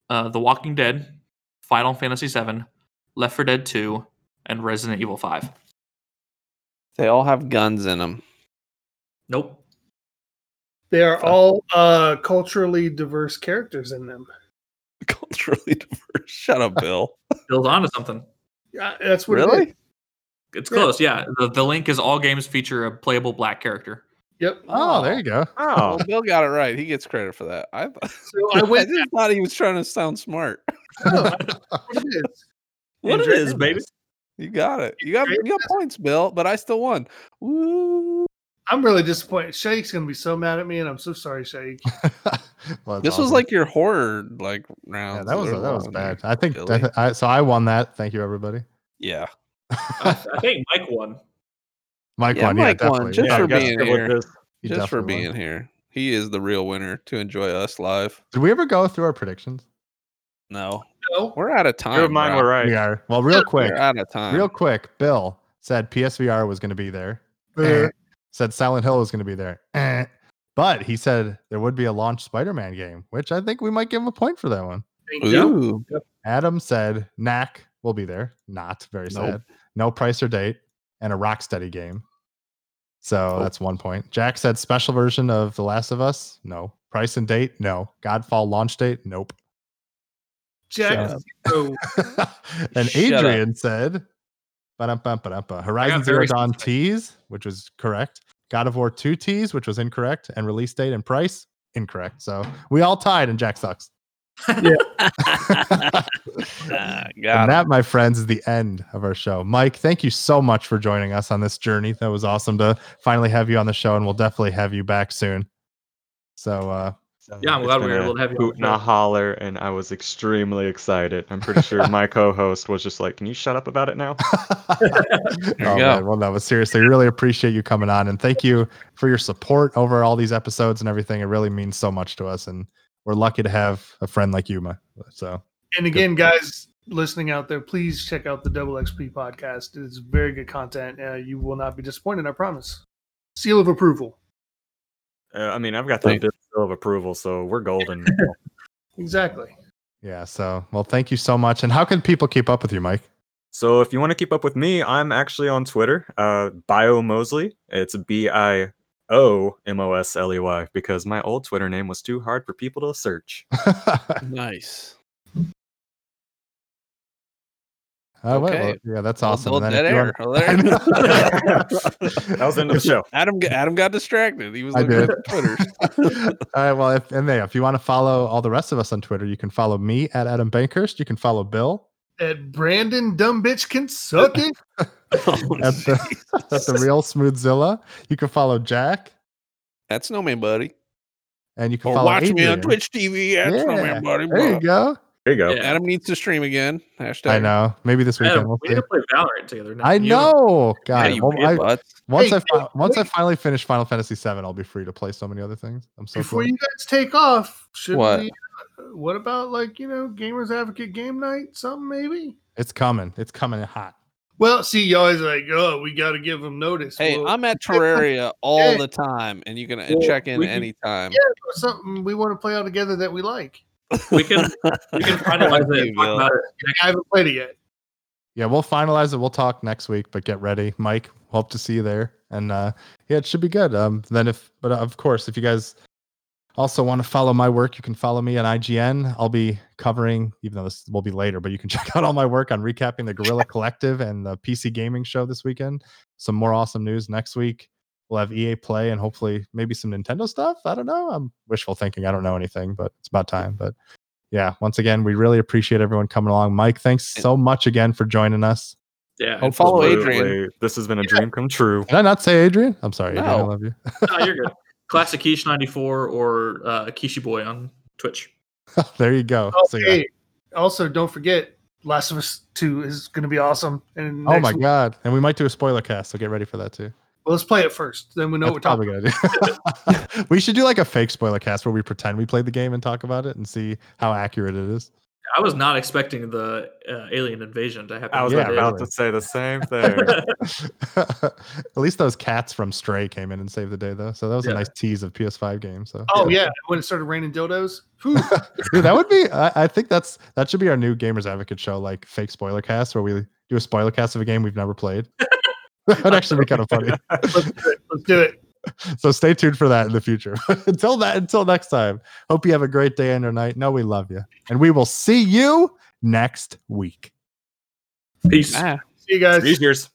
Speaker 7: uh, The Walking Dead, Final Fantasy VII, Left 4 Dead 2, and Resident Evil 5.
Speaker 3: They all have guns in them.
Speaker 7: Nope.
Speaker 2: They are all uh, culturally diverse characters in them.
Speaker 3: Culturally diverse. Shut up, Bill.
Speaker 7: Bill's onto something.
Speaker 2: Yeah, that's what it is.
Speaker 3: really?
Speaker 7: It's
Speaker 2: Yeah.
Speaker 7: close. Yeah. The, the link is all games feature a playable black character.
Speaker 2: Yep.
Speaker 1: Oh, there you go.
Speaker 4: Oh,
Speaker 3: Well, Bill got it right. He gets credit for that. I,
Speaker 2: So I
Speaker 3: I
Speaker 2: went.
Speaker 3: just thought he was trying to sound smart.
Speaker 1: Oh,
Speaker 2: what it is.
Speaker 4: what it
Speaker 3: Andrew
Speaker 4: is, baby?
Speaker 3: You got it. You got you got points, Bill, but I still won. Woo.
Speaker 2: I'm really disappointed. Shake's gonna be so mad at me, and I'm so sorry, Shake.
Speaker 1: Well, that's
Speaker 3: This was
Speaker 1: awesome.
Speaker 3: like your horror like round.
Speaker 1: yeah, that was that was bad. I think
Speaker 3: Billy.
Speaker 1: that, I, so. I won that. Thank you, everybody.
Speaker 3: Yeah.
Speaker 5: I, I think Mike won.
Speaker 1: Mike
Speaker 3: Yeah,
Speaker 1: won.
Speaker 3: Mike
Speaker 1: yeah,
Speaker 3: won,
Speaker 1: definitely.
Speaker 3: just
Speaker 1: yeah,
Speaker 3: for
Speaker 1: you guys-
Speaker 3: being
Speaker 4: good with
Speaker 3: here.
Speaker 4: this.
Speaker 1: you
Speaker 3: just for
Speaker 1: definitely
Speaker 3: being
Speaker 1: won.
Speaker 3: here. He is the real winner to enjoy us live.
Speaker 1: Did we ever go through our predictions?
Speaker 3: No.
Speaker 2: No,
Speaker 3: We're out of time.
Speaker 4: Two of mine
Speaker 3: bro.
Speaker 4: were
Speaker 1: We
Speaker 4: right.
Speaker 1: are. Well, real quick,
Speaker 3: We're out of time.
Speaker 1: real quick. Bill said PSVR was going to be there. Eh.
Speaker 2: Uh,
Speaker 1: Said Silent Hill was going to be there. Eh. But he said there would be a launch Spider-Man game, which I think we might give him a point for that one.
Speaker 2: thank you.
Speaker 3: Ooh.
Speaker 1: Adam said Knack will be there. Not very
Speaker 3: Nope.
Speaker 1: sad. No price or date, and a Rocksteady game. So that's one point. Jack said special version of The Last of Us. No price and date. No Godfall launch date. Nope.
Speaker 2: Jack.
Speaker 1: Shut
Speaker 2: So
Speaker 1: and
Speaker 3: Shut up.
Speaker 1: Adrian said, "Ba-dum-bum-ba-dum-ba." Horizon Zero
Speaker 5: very
Speaker 1: Dawn
Speaker 5: specific.
Speaker 1: tease, which was correct. God of War 2 tease, which was incorrect. And release date and price, incorrect. So we all tied, and Jack sucks.
Speaker 3: Ah,
Speaker 1: and
Speaker 3: got it.
Speaker 1: that, my friends, is the end of our show. Mike, thank you so much for joining us on this journey. That was awesome to finally have you on the show, and we'll definitely have you back soon. So, uh,
Speaker 5: Yeah, I'm
Speaker 4: It's
Speaker 5: glad we
Speaker 4: been
Speaker 5: were
Speaker 4: a
Speaker 5: able to have you on
Speaker 4: Hoot
Speaker 5: the
Speaker 4: and a
Speaker 5: show.
Speaker 4: holler, and I was extremely excited. I'm pretty sure my co-host was just like, "Can you shut up about it now?"
Speaker 1: oh,
Speaker 3: There you go.
Speaker 1: man. Well, no, but seriously, really appreciate you coming on and thank you for your support over all these episodes and everything. It really means so much to us. And we're lucky to have a friend like you, Ma. So,
Speaker 2: and again, guys listening out there, please check out the Double XP podcast. It's very good content. Uh, you will not be disappointed. I promise. Seal of approval.
Speaker 4: Uh, I mean, I've got the
Speaker 3: Thank-
Speaker 4: bill of approval, so we're golden.
Speaker 2: Exactly.
Speaker 1: yeah. So, well, thank you so much. And how can people keep up with you, Mike?
Speaker 4: so if you want to keep up with me, I'm actually on Twitter, uh, Bio Mosley. It's B I O M O S L E Y because my old Twitter name was too hard for people to search.
Speaker 1: Uh,
Speaker 3: Nice.
Speaker 1: Oh, wait,
Speaker 3: Okay.
Speaker 1: well, yeah, that's
Speaker 3: Well,
Speaker 1: awesome.
Speaker 3: well,
Speaker 1: And
Speaker 3: dead
Speaker 1: if you
Speaker 3: air.
Speaker 1: want-
Speaker 3: Well, there you go.
Speaker 4: That was the end of the show.
Speaker 3: Adam g- Adam got distracted. He was
Speaker 1: I
Speaker 3: looking
Speaker 1: did.
Speaker 3: at the Twitter.
Speaker 1: all right. Well, if, and there, if you want to follow all the rest of us on Twitter, you can follow me at Adam Bankhurst. You can follow Bill
Speaker 2: At Brandon Dumbitch can suck it.
Speaker 1: at the, at the Real Smoothzilla. You can follow Jack.
Speaker 3: That's no man, buddy.
Speaker 1: And you can
Speaker 3: Or
Speaker 1: follow
Speaker 3: watch me on
Speaker 1: Adrian.
Speaker 3: Twitch TV. That's no
Speaker 1: Yeah.
Speaker 3: man, buddy.
Speaker 1: There
Speaker 3: bro.
Speaker 1: you go.
Speaker 4: There you go.
Speaker 5: Yeah.
Speaker 3: Adam needs to stream again. Hashtag.
Speaker 1: I know. Maybe this weekend.
Speaker 5: Adam,
Speaker 1: we'll
Speaker 5: we
Speaker 1: see.
Speaker 5: need to play Valorant together. now.
Speaker 1: I
Speaker 5: You-
Speaker 1: know.
Speaker 3: Yeah,
Speaker 1: God,
Speaker 3: you
Speaker 1: well,
Speaker 3: weird
Speaker 1: I-
Speaker 3: butts.
Speaker 1: once
Speaker 2: Hey,
Speaker 1: I fi- once I
Speaker 2: wait.
Speaker 1: finally finish Final Fantasy VII, I'll be free to play so many other things. I'm so
Speaker 2: Before
Speaker 1: cool.
Speaker 2: you guys take off, should
Speaker 3: What?
Speaker 2: we? What about like you know, Gamers Advocate game night? Something maybe.
Speaker 1: It's coming. It's coming in hot.
Speaker 2: Well, see, you always like, oh, we got to give them notice.
Speaker 3: Hey,
Speaker 2: well,
Speaker 3: I'm at Terraria all
Speaker 2: Yeah.
Speaker 3: the time, and you can uh,
Speaker 5: Well,
Speaker 3: check in
Speaker 5: we can-
Speaker 3: anytime.
Speaker 2: something we want to play all together that we like.
Speaker 5: We can we can finalize it.
Speaker 3: You
Speaker 5: And talk
Speaker 3: will.
Speaker 5: about it.
Speaker 2: I haven't played it yet.
Speaker 1: Yeah, we'll finalize it. We'll talk next week, but get ready, Mike. Hope to see you there, and uh, yeah, it should be good. Um, then if, but of course, if you guys also want to follow my work, you can follow me on IGN. I'll be covering, even though this will be later, but you can check out all my work on recapping the Gorilla Collective and the PC Gaming Show this weekend. Some more awesome news next week. We'll have EA Play and hopefully maybe some Nintendo stuff. I don't know. I'm wishful thinking. I don't know anything, but it's about time. But yeah, once again, we really appreciate everyone coming along. Mike, thanks so much again for joining us.
Speaker 5: Yeah.
Speaker 3: Oh, follow Adrian.
Speaker 4: Absolutely. This has been a dream come true.
Speaker 1: Did I not say Adrian? I'm sorry, Adrian. I
Speaker 3: No.
Speaker 1: love you.
Speaker 4: Oh.
Speaker 5: No, you're good. Classic Keish 94 or uh, Keishi Boy on Twitch.
Speaker 1: there you go.
Speaker 2: Oh,
Speaker 1: So, yeah.
Speaker 2: hey, also, don't forget, Last of Us Two is going to be awesome. And
Speaker 1: Oh
Speaker 2: next
Speaker 1: my
Speaker 2: week-
Speaker 1: god. And we might do a spoiler cast, so get ready for that too.
Speaker 2: well, let's play it first. Then we know what we're
Speaker 1: That's
Speaker 2: talking.
Speaker 1: probably gonna do. we should do like a fake spoiler cast where we pretend we played the game and talk about it and see how accurate it is.
Speaker 5: I was not expecting the uh, alien invasion to happen.
Speaker 4: I was
Speaker 1: Yeah,
Speaker 4: about
Speaker 1: really.
Speaker 4: to say the same thing.
Speaker 1: At least those cats from Stray came in and saved the day, though. So that was a
Speaker 5: Yeah.
Speaker 1: nice tease of PS5 game. So
Speaker 2: Oh yeah, when it started raining dildos. Whew.
Speaker 1: Dude, that would be. I, I think that's that should be our new Gamers Advocate show, like fake spoiler cast, where we do a spoiler cast of a game we've never played. that would actually be kind of funny.
Speaker 2: Let's do it. Let's do it.
Speaker 1: So stay tuned for that in the future. until that, until next time. Hope you have a great day and or night. No, we love you, and we will see you next week.
Speaker 5: Peace.
Speaker 3: Ah.
Speaker 2: See you guys.
Speaker 4: Cheers.